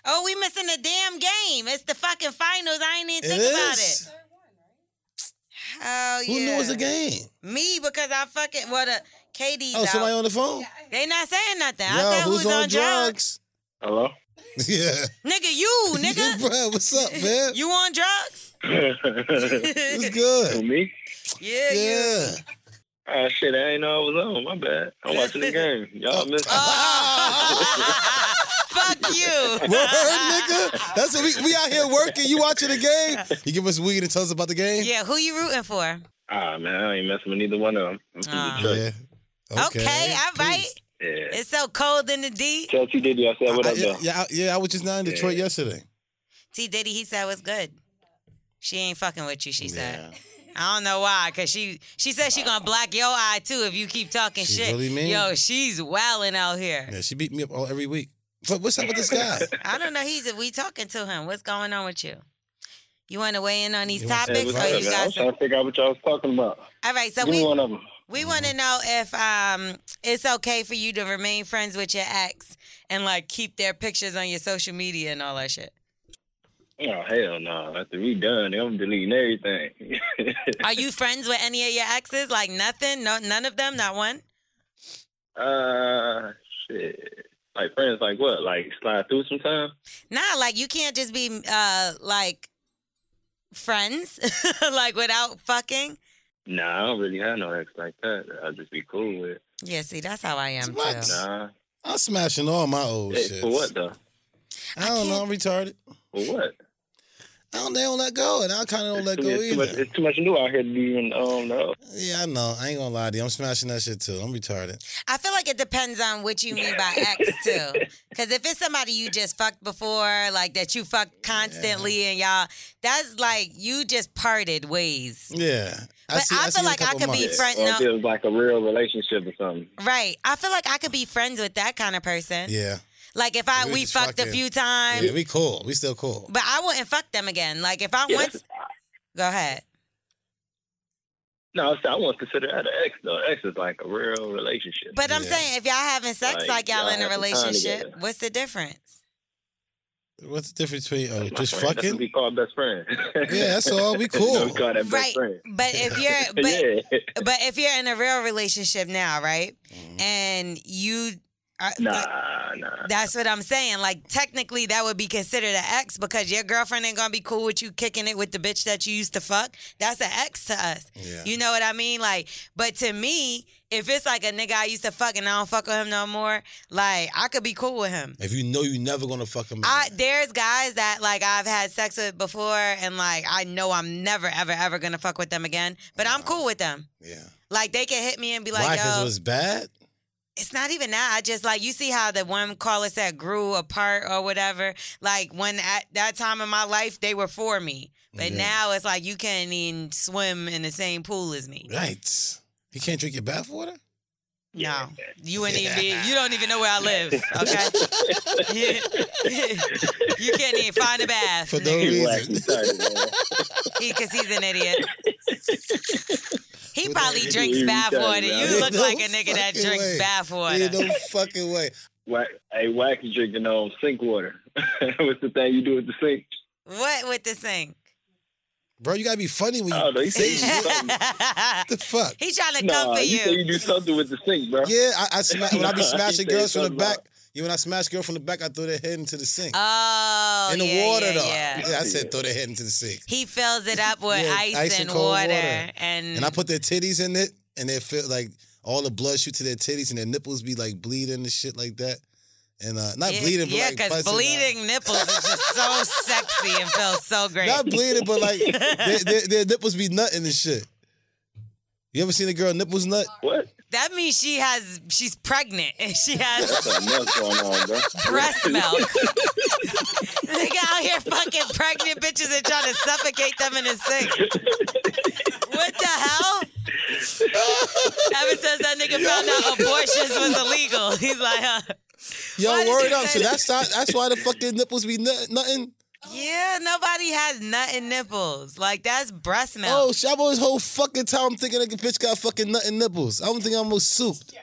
S1: Oh, we missing a damn game. It's the fucking finals. I ain't even
S2: It
S1: think about
S2: is?
S1: it. Oh
S2: Who
S1: yeah.
S2: knows the game?
S1: Me because I fucking well the KD's
S2: Oh,
S1: out.
S2: somebody on the phone?
S1: They not saying nothing.
S2: Yo,
S1: I said
S2: who's on drugs?
S7: Hello.
S2: yeah.
S1: Nigga, you, nigga.
S2: bro, what's up, man?
S1: You on drugs?
S7: it's
S2: good.
S7: me?
S1: Yeah,
S2: yeah.
S7: Ah, shit, I ain't know I was on. My bad. I'm watching the game.
S2: Oh,
S7: Y'all missed
S1: Fuck you.
S2: Word, nigga. That's it. We, we out here working. You watching the game? You give us weed and tell us about the game.
S1: Yeah, who you rooting for?
S7: Ah, man, I ain't messing with neither one of them. I'm from
S1: Ah.
S7: Detroit.
S1: Okay, all right.
S7: Yeah.
S1: It's so cold in the D.
S7: Tell T Diddy I said what
S2: I-
S7: up,
S2: yeah,
S7: though.
S2: yeah, I, yeah, I was just not in Detroit yesterday.
S1: T Diddy, he said was good. She ain't fucking with you. She said. I don't know why, cause she she said she gonna block your eye too if you keep talking
S2: She
S1: shit.
S2: really mean.
S1: Yo, she's wilding out here.
S2: Yeah, she beat me up all every week. But what's up with this guy?
S1: I don't know. He's we talking to him. What's going on with you? You want to weigh in on these
S7: Hey,
S1: topics,
S7: what's
S1: or
S7: up,
S1: you
S7: man?
S1: got
S7: I'm trying to figure out what y'all was talking about.
S1: All right, so
S7: Give me
S1: we
S7: one of 'em.
S1: we want to know if um it's okay for you to remain friends with your ex and like keep their pictures on your social media and all that shit.
S7: Oh hell no! After we done, I'm deleting everything.
S1: Are you friends with any of your exes? Like nothing? No, none of them? Not one?
S7: uh, shit. Like friends, like what? Like slide through sometime.
S1: Nah, like you can't just be uh like friends like without fucking.
S7: Nah, I don't really have no ex like that. that I'll just be cool with.
S1: Yeah, see, that's how I am too.
S7: Nah.
S2: I'm smashing all my old
S7: Hey,
S2: shit.
S7: for what though?
S2: I don't know. I'm retarded.
S7: For what?
S2: I don't, they don't let go, and I kind of don't let
S7: Too-
S2: go
S7: it's, too much,
S2: either.
S7: it's too much new out here to be in. Um, no.
S2: Yeah, I know. I ain't gonna lie to you. I'm smashing that shit too. I'm retarded.
S1: I feel like it depends on what you mean by ex too. Because if it's somebody you just fucked before, like that you fucked constantly, and y'all, that's like you just parted ways.
S2: Yeah.
S1: But I feel like I could be friend-
S7: Or
S1: no.
S7: if it was Oh, like a real relationship or something.
S1: Right. I feel like I could be friends with that kind of person.
S2: Yeah.
S1: Like if I we,
S2: just
S1: fucked a
S2: fucking-
S1: few times,
S2: Yeah, we cool. We still cool.
S1: but I wouldn't fuck them again. Like if I
S7: Yeah,
S1: once, go ahead.
S7: No, I said I won't consider that an ex though. Ex is like a real relationship.
S1: But I'm saying if y'all having sex
S7: Like,
S1: like, y'all,
S7: y'all
S1: in a
S7: having time
S1: relationship,
S7: together.
S1: what's the difference?
S2: What's the difference between oh,
S7: My
S2: just
S7: friend, that's what
S2: fucking?
S7: we call best friend.
S2: Yeah, that's all. We
S7: You know,
S2: cool.
S7: we call that best
S1: Right.
S7: friend.
S1: But if you're but
S7: yeah.
S1: but if you're in a real relationship now, right? And you are,
S7: Mm-hmm. Nah, nah.
S1: That's what I'm saying. Like technically, that would be considered an ex because your girlfriend ain't gonna be cool with you kicking it with the bitch that you used to fuck. That's an ex to us.
S2: Yeah.
S1: You know what I mean? Like, but to me, if it's like a nigga I used to fuck and I don't fuck with him no more, like I could be cool with him.
S2: If you know you never gonna fuck him,
S1: I, there's guys that like I've had sex with before, and like I know I'm never ever ever gonna fuck with them again. But I'm cool with them.
S2: yeah.
S1: Like they can hit me and be
S2: Why?
S1: like,
S2: Because
S1: "Yo,
S2: it was bad.
S1: it's not even that. I just like you see how the one caller said grew apart or whatever. Like when at that time in my life they were for me, but
S2: Yeah.
S1: now it's like you can't even swim in the same pool as me.
S2: Right. You can't drink your bath water.
S1: No, you wouldn't even be. You don't even know where I live. Okay, you can't even find a bath
S2: For no
S7: You whack
S2: reason.
S7: me tighter, man.
S1: because he's an idiot. He probably
S7: hell
S1: drinks
S7: you
S1: bath
S7: talking
S1: water.
S7: about?
S1: You look
S2: No
S1: like a nigga that
S2: fucking
S1: drinks
S2: way.
S1: bath water.
S2: Ain't no fucking way.
S7: Whack, hey, whack is drinking on sink water. What's the thing you do with the sink?
S1: What with the sink?
S2: Bro, you gotta be funny when you
S7: I don't know. You
S2: say
S7: Oh, say you do
S2: shit.
S7: something.
S2: the fuck?
S1: He's trying to
S7: Nah,
S1: come for
S7: you say you
S1: you.
S7: do something with the sink, bro.
S2: Yeah, I, I sma- when I be
S7: Nah,
S2: smashing
S7: you
S2: girls
S7: said
S2: from the
S7: something
S2: back.
S7: about-
S2: You when I smash girl from the back, I throw their head into the sink.
S1: Oh,
S2: in the
S1: yeah,
S2: water
S1: yeah,
S2: though.
S1: yeah.
S2: I said throw their head into the sink.
S1: He fills it up with
S2: Yeah,
S1: ice, and,
S2: cold
S1: water,
S2: water.
S1: and
S2: And I put their titties in it, and they feel like all the blood shoot to their titties, and their nipples be like bleeding and shit like that. And uh, not
S1: yeah,
S2: bleeding, but
S1: yeah,
S2: like busting out.
S1: bleeding nipples is just so sexy and feels so great.
S2: Not bleeding, but like their, their, their nipples be nutting and shit. You ever seen a girl nipples nut?
S7: What?
S1: that means she has, she's pregnant and she has
S7: Something else going on, bro.
S1: breast milk. Nigga out here fucking pregnant bitches and trying to suffocate them in a sink. What the hell? Ever since that nigga found out abortions was illegal, he's like, huh.
S2: Yo,
S1: Why did
S2: word
S1: you
S2: up.
S1: say
S2: So that's not, that's why the fucking nipples be nut, nutting.
S1: Yeah, nobody has nut and nipples. Like that's breast milk.
S2: Oh, shit, I've always whole fucking time I'm thinking that bitch got fucking nut and nipples. I don't think I'm most souped.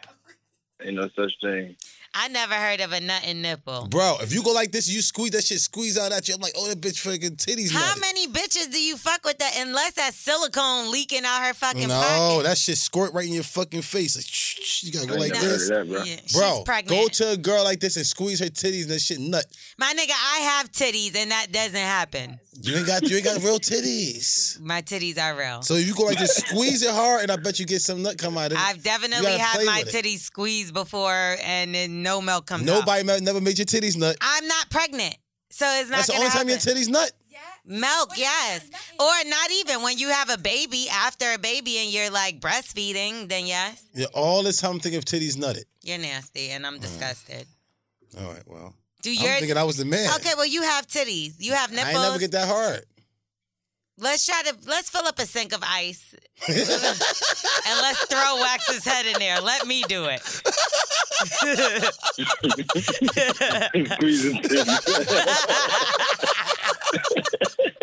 S7: Ain't no such thing.
S1: I never heard of a nut and nipple.
S2: Bro, if you go like this, you squeeze that shit, squeeze out at you. I'm like, oh, that bitch freaking titties.
S1: How
S2: nutted.
S1: many bitches do you fuck with that? Unless that silicone leaking out her fucking
S2: no,
S1: pocket.
S2: that shit squirt right in your fucking face. Like, shh, shh, you gotta go
S1: I
S2: like
S1: never heard
S2: this,
S1: of that, bro. Yeah, she's
S2: bro. Go
S1: pregnant.
S2: to a girl like this and squeeze her titties and that shit nut.
S1: My nigga, I have titties, and that doesn't happen.
S2: You ain't got you ain't got real titties.
S1: My titties are real.
S2: So if you go like this, squeeze it hard, and I bet you get some nut come out of it.
S1: I've definitely
S2: You gotta
S1: had
S2: play
S1: my
S2: with it.
S1: titties squeezed before, and then no milk comes out.
S2: Nobody ma- never made your titties nut.
S1: I'm not pregnant, so it's not.
S2: That's the
S1: gonna
S2: only time your
S1: happen.
S2: titties nut.
S1: Milk, yes, or not even when you have a baby after a baby and you're like breastfeeding, then yes,
S2: Yeah, all this time I'm thinking of titties nutted.
S1: you're nasty, and I'm disgusted.
S2: All right, well.
S1: Do
S2: Mm. I'm
S1: your-
S2: thinking I was the man.
S1: Okay, well you have titties, you have
S2: I
S1: nipples.
S2: ain't never get that hard.
S1: Let's try to let's fill up a sink of ice, and let's throw Wax's head in there. Let me do it.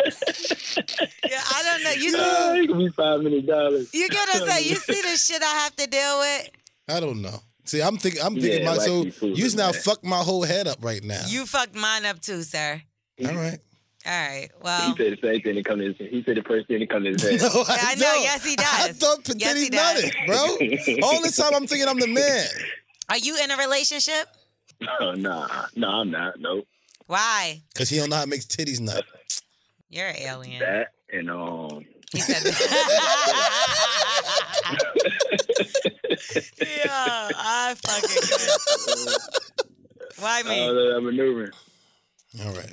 S1: yeah, I don't know. You
S7: Nah,
S1: see,
S7: it could be five million dollars.
S1: you get what I'm saying? You see the shit I have to deal with.
S2: I don't know. See, I'm thinking. I'm
S7: Yeah,
S2: thinking about
S7: like
S2: so
S7: you fooling,
S2: you just now
S7: man.
S2: fucked my whole head up right now.
S1: You fucked mine up too, sir.
S2: All right.
S1: All right. Well,
S7: He said the same thing that come to his. He said the first thing that come to his head.
S2: No,
S1: Yeah, I know.
S2: don't.
S1: Yes, he does.
S2: I thought titties
S1: Yes, he does.
S2: nutted, bro. all this time I'm thinking I'm the man.
S1: are you in a relationship?
S7: No, nah, nah, I'm not. No,
S1: Why?
S2: Cause he don't know how to make titties nut.
S1: You're an alien.
S7: that and um.
S1: yeah, I fucking. Why me?
S7: Uh, maneuvering.
S2: All right.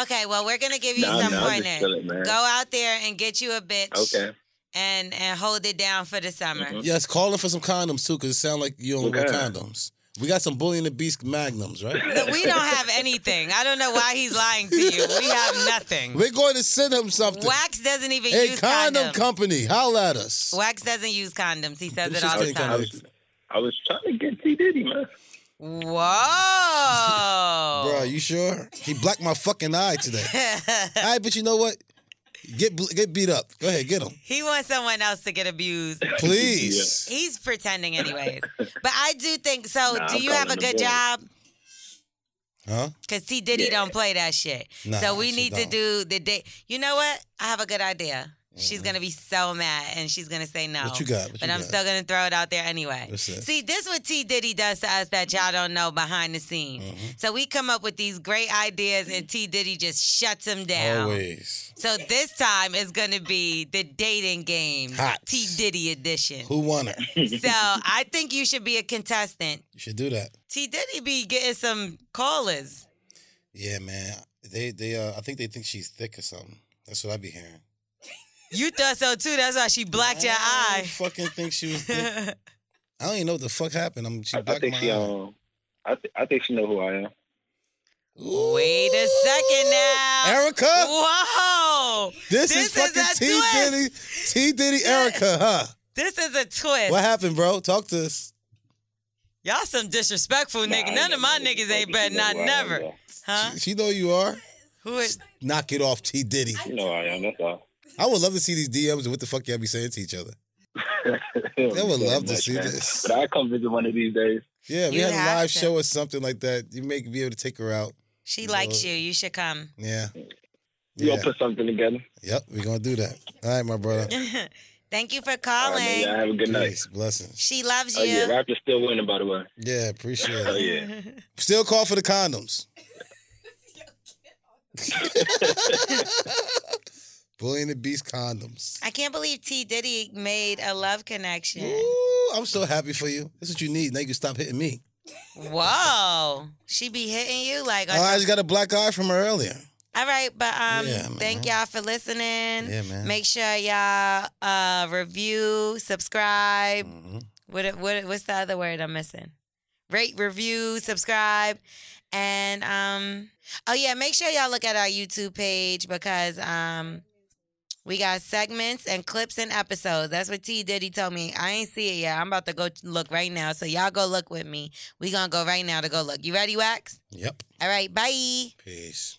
S1: Okay, well, we're gonna give you
S7: Nah,
S1: some
S7: nah, I'm just
S1: pointers.
S7: chilling, man.
S1: Go out there and get you a bitch.
S7: Okay. Mm-hmm.
S1: And and hold it down for the summer.
S2: Yes, calling for some condoms too, cause it sound like you don't
S7: Okay.
S2: wear condoms. We got some bully and the beast magnums, right?
S1: We don't have anything. I don't know why he's lying to you. We have nothing.
S2: We're going to send him something.
S1: Wax doesn't even
S2: hey,
S1: use
S2: condom
S1: condoms.
S2: company, holla at us.
S1: Wax doesn't use condoms. He says
S2: This
S1: it all the
S2: shit's
S1: time.
S2: getting
S7: I was trying to get T Diddy, man.
S1: Whoa.
S2: Bro, you sure? He blacked my fucking eye today. All right, but you know what? Get bl- get beat up. Go ahead, get him,
S1: He wants someone else to get abused.
S2: please.
S1: He's pretending anyways. But I do think so.
S2: Nah,
S1: do
S2: I'm
S1: you have a
S2: calling the
S1: good
S2: boy.
S1: job?
S2: Huh?
S1: Cause T Diddy don't play that shit.
S2: Nah,
S1: so we
S2: she
S1: need to
S2: don't.
S1: do the day. You know what? I have a good idea. She's gonna be so mad and she's gonna say no.
S2: Mm-hmm. What you got? What
S1: but
S2: you
S1: I'm
S2: got?
S1: still gonna throw it out there anyway.
S2: What's that?
S1: See, this what T Diddy does to us that y'all don't know behind the scenes.
S2: Mm-hmm.
S1: So we come up with these great ideas and T Diddy just shuts them down.
S2: Always.
S1: So this time it's gonna be the dating game,
S2: Hot.
S1: T Diddy edition.
S2: Who won her? you
S1: So I think you should be a contestant.
S2: should do that.
S1: T Diddy be getting some callers.
S2: Yeah, man. They they uh, I think they think she's thick or something. That's what I be hearing.
S1: You thought so too. That's why she blacked your
S2: I
S1: eye.
S2: fucking think she was. Thick. I don't even know what the fuck happened. I'm she
S7: I, I
S2: blacked
S7: think
S2: my
S7: she
S2: eye.
S7: um. I, th- I think she know who I am.
S1: Wait a second now.
S2: Erica?
S1: Whoa.
S2: This, is fucking
S1: a
S2: T
S1: twist.
S2: Diddy, T Diddy, Erica, huh?
S1: This is a twist.
S2: What happened, bro? Talk to us.
S1: Y'all some disrespectful nigga. None of my niggas ain't better not never. Huh?
S2: She know you are.
S1: Who is
S2: Knock it off, T Diddy.
S7: You know who I am. That's all.
S2: I would love to see these DMs and what the fuck y'all be saying to each other.
S7: I
S2: would love to see this.
S7: But I come visit one of these days.
S2: Yeah, we
S1: You
S2: had a
S1: have
S2: live
S1: to.
S2: show or something like that. You may be able to take her out.
S1: She likes you. You should come.
S2: Yeah.
S7: You gonna put something together.
S2: Yep, we're gonna do that. All right, my brother.
S1: Thank you for
S7: All right, man,
S1: calling.
S7: y'all have a good night.
S2: Peace, blessings.
S1: She loves
S7: Oh
S1: you.
S7: yeah, Raptors still winning by the way.
S2: Yeah, appreciate
S7: Oh
S2: it.
S7: yeah.
S2: Still call for the condoms. Bully and the Beast condoms.
S1: I can't believe T Diddy made a love connection.
S2: Ooh, I'm so happy for you. That's what you need. Now you can stop hitting me.
S1: Whoa, she be hitting you like.
S2: Oh, I just got a black eye from her earlier.
S1: All right, but um,
S2: Yeah,
S1: thank y'all for listening. Yeah,
S2: man.
S1: Make sure y'all uh review, subscribe.
S2: Mm-hmm.
S1: What what what's the other word I'm missing? Rate, review, subscribe, and um. Oh yeah, make sure y'all look at our YouTube page because um. We got segments and clips and episodes. That's what T Diddy told me. I ain't see it yet. I'm about to go look right now. So y'all go look with me. We gonna go right now to go look. You ready, Wax?
S2: Yep.
S1: All right, bye.
S2: Peace.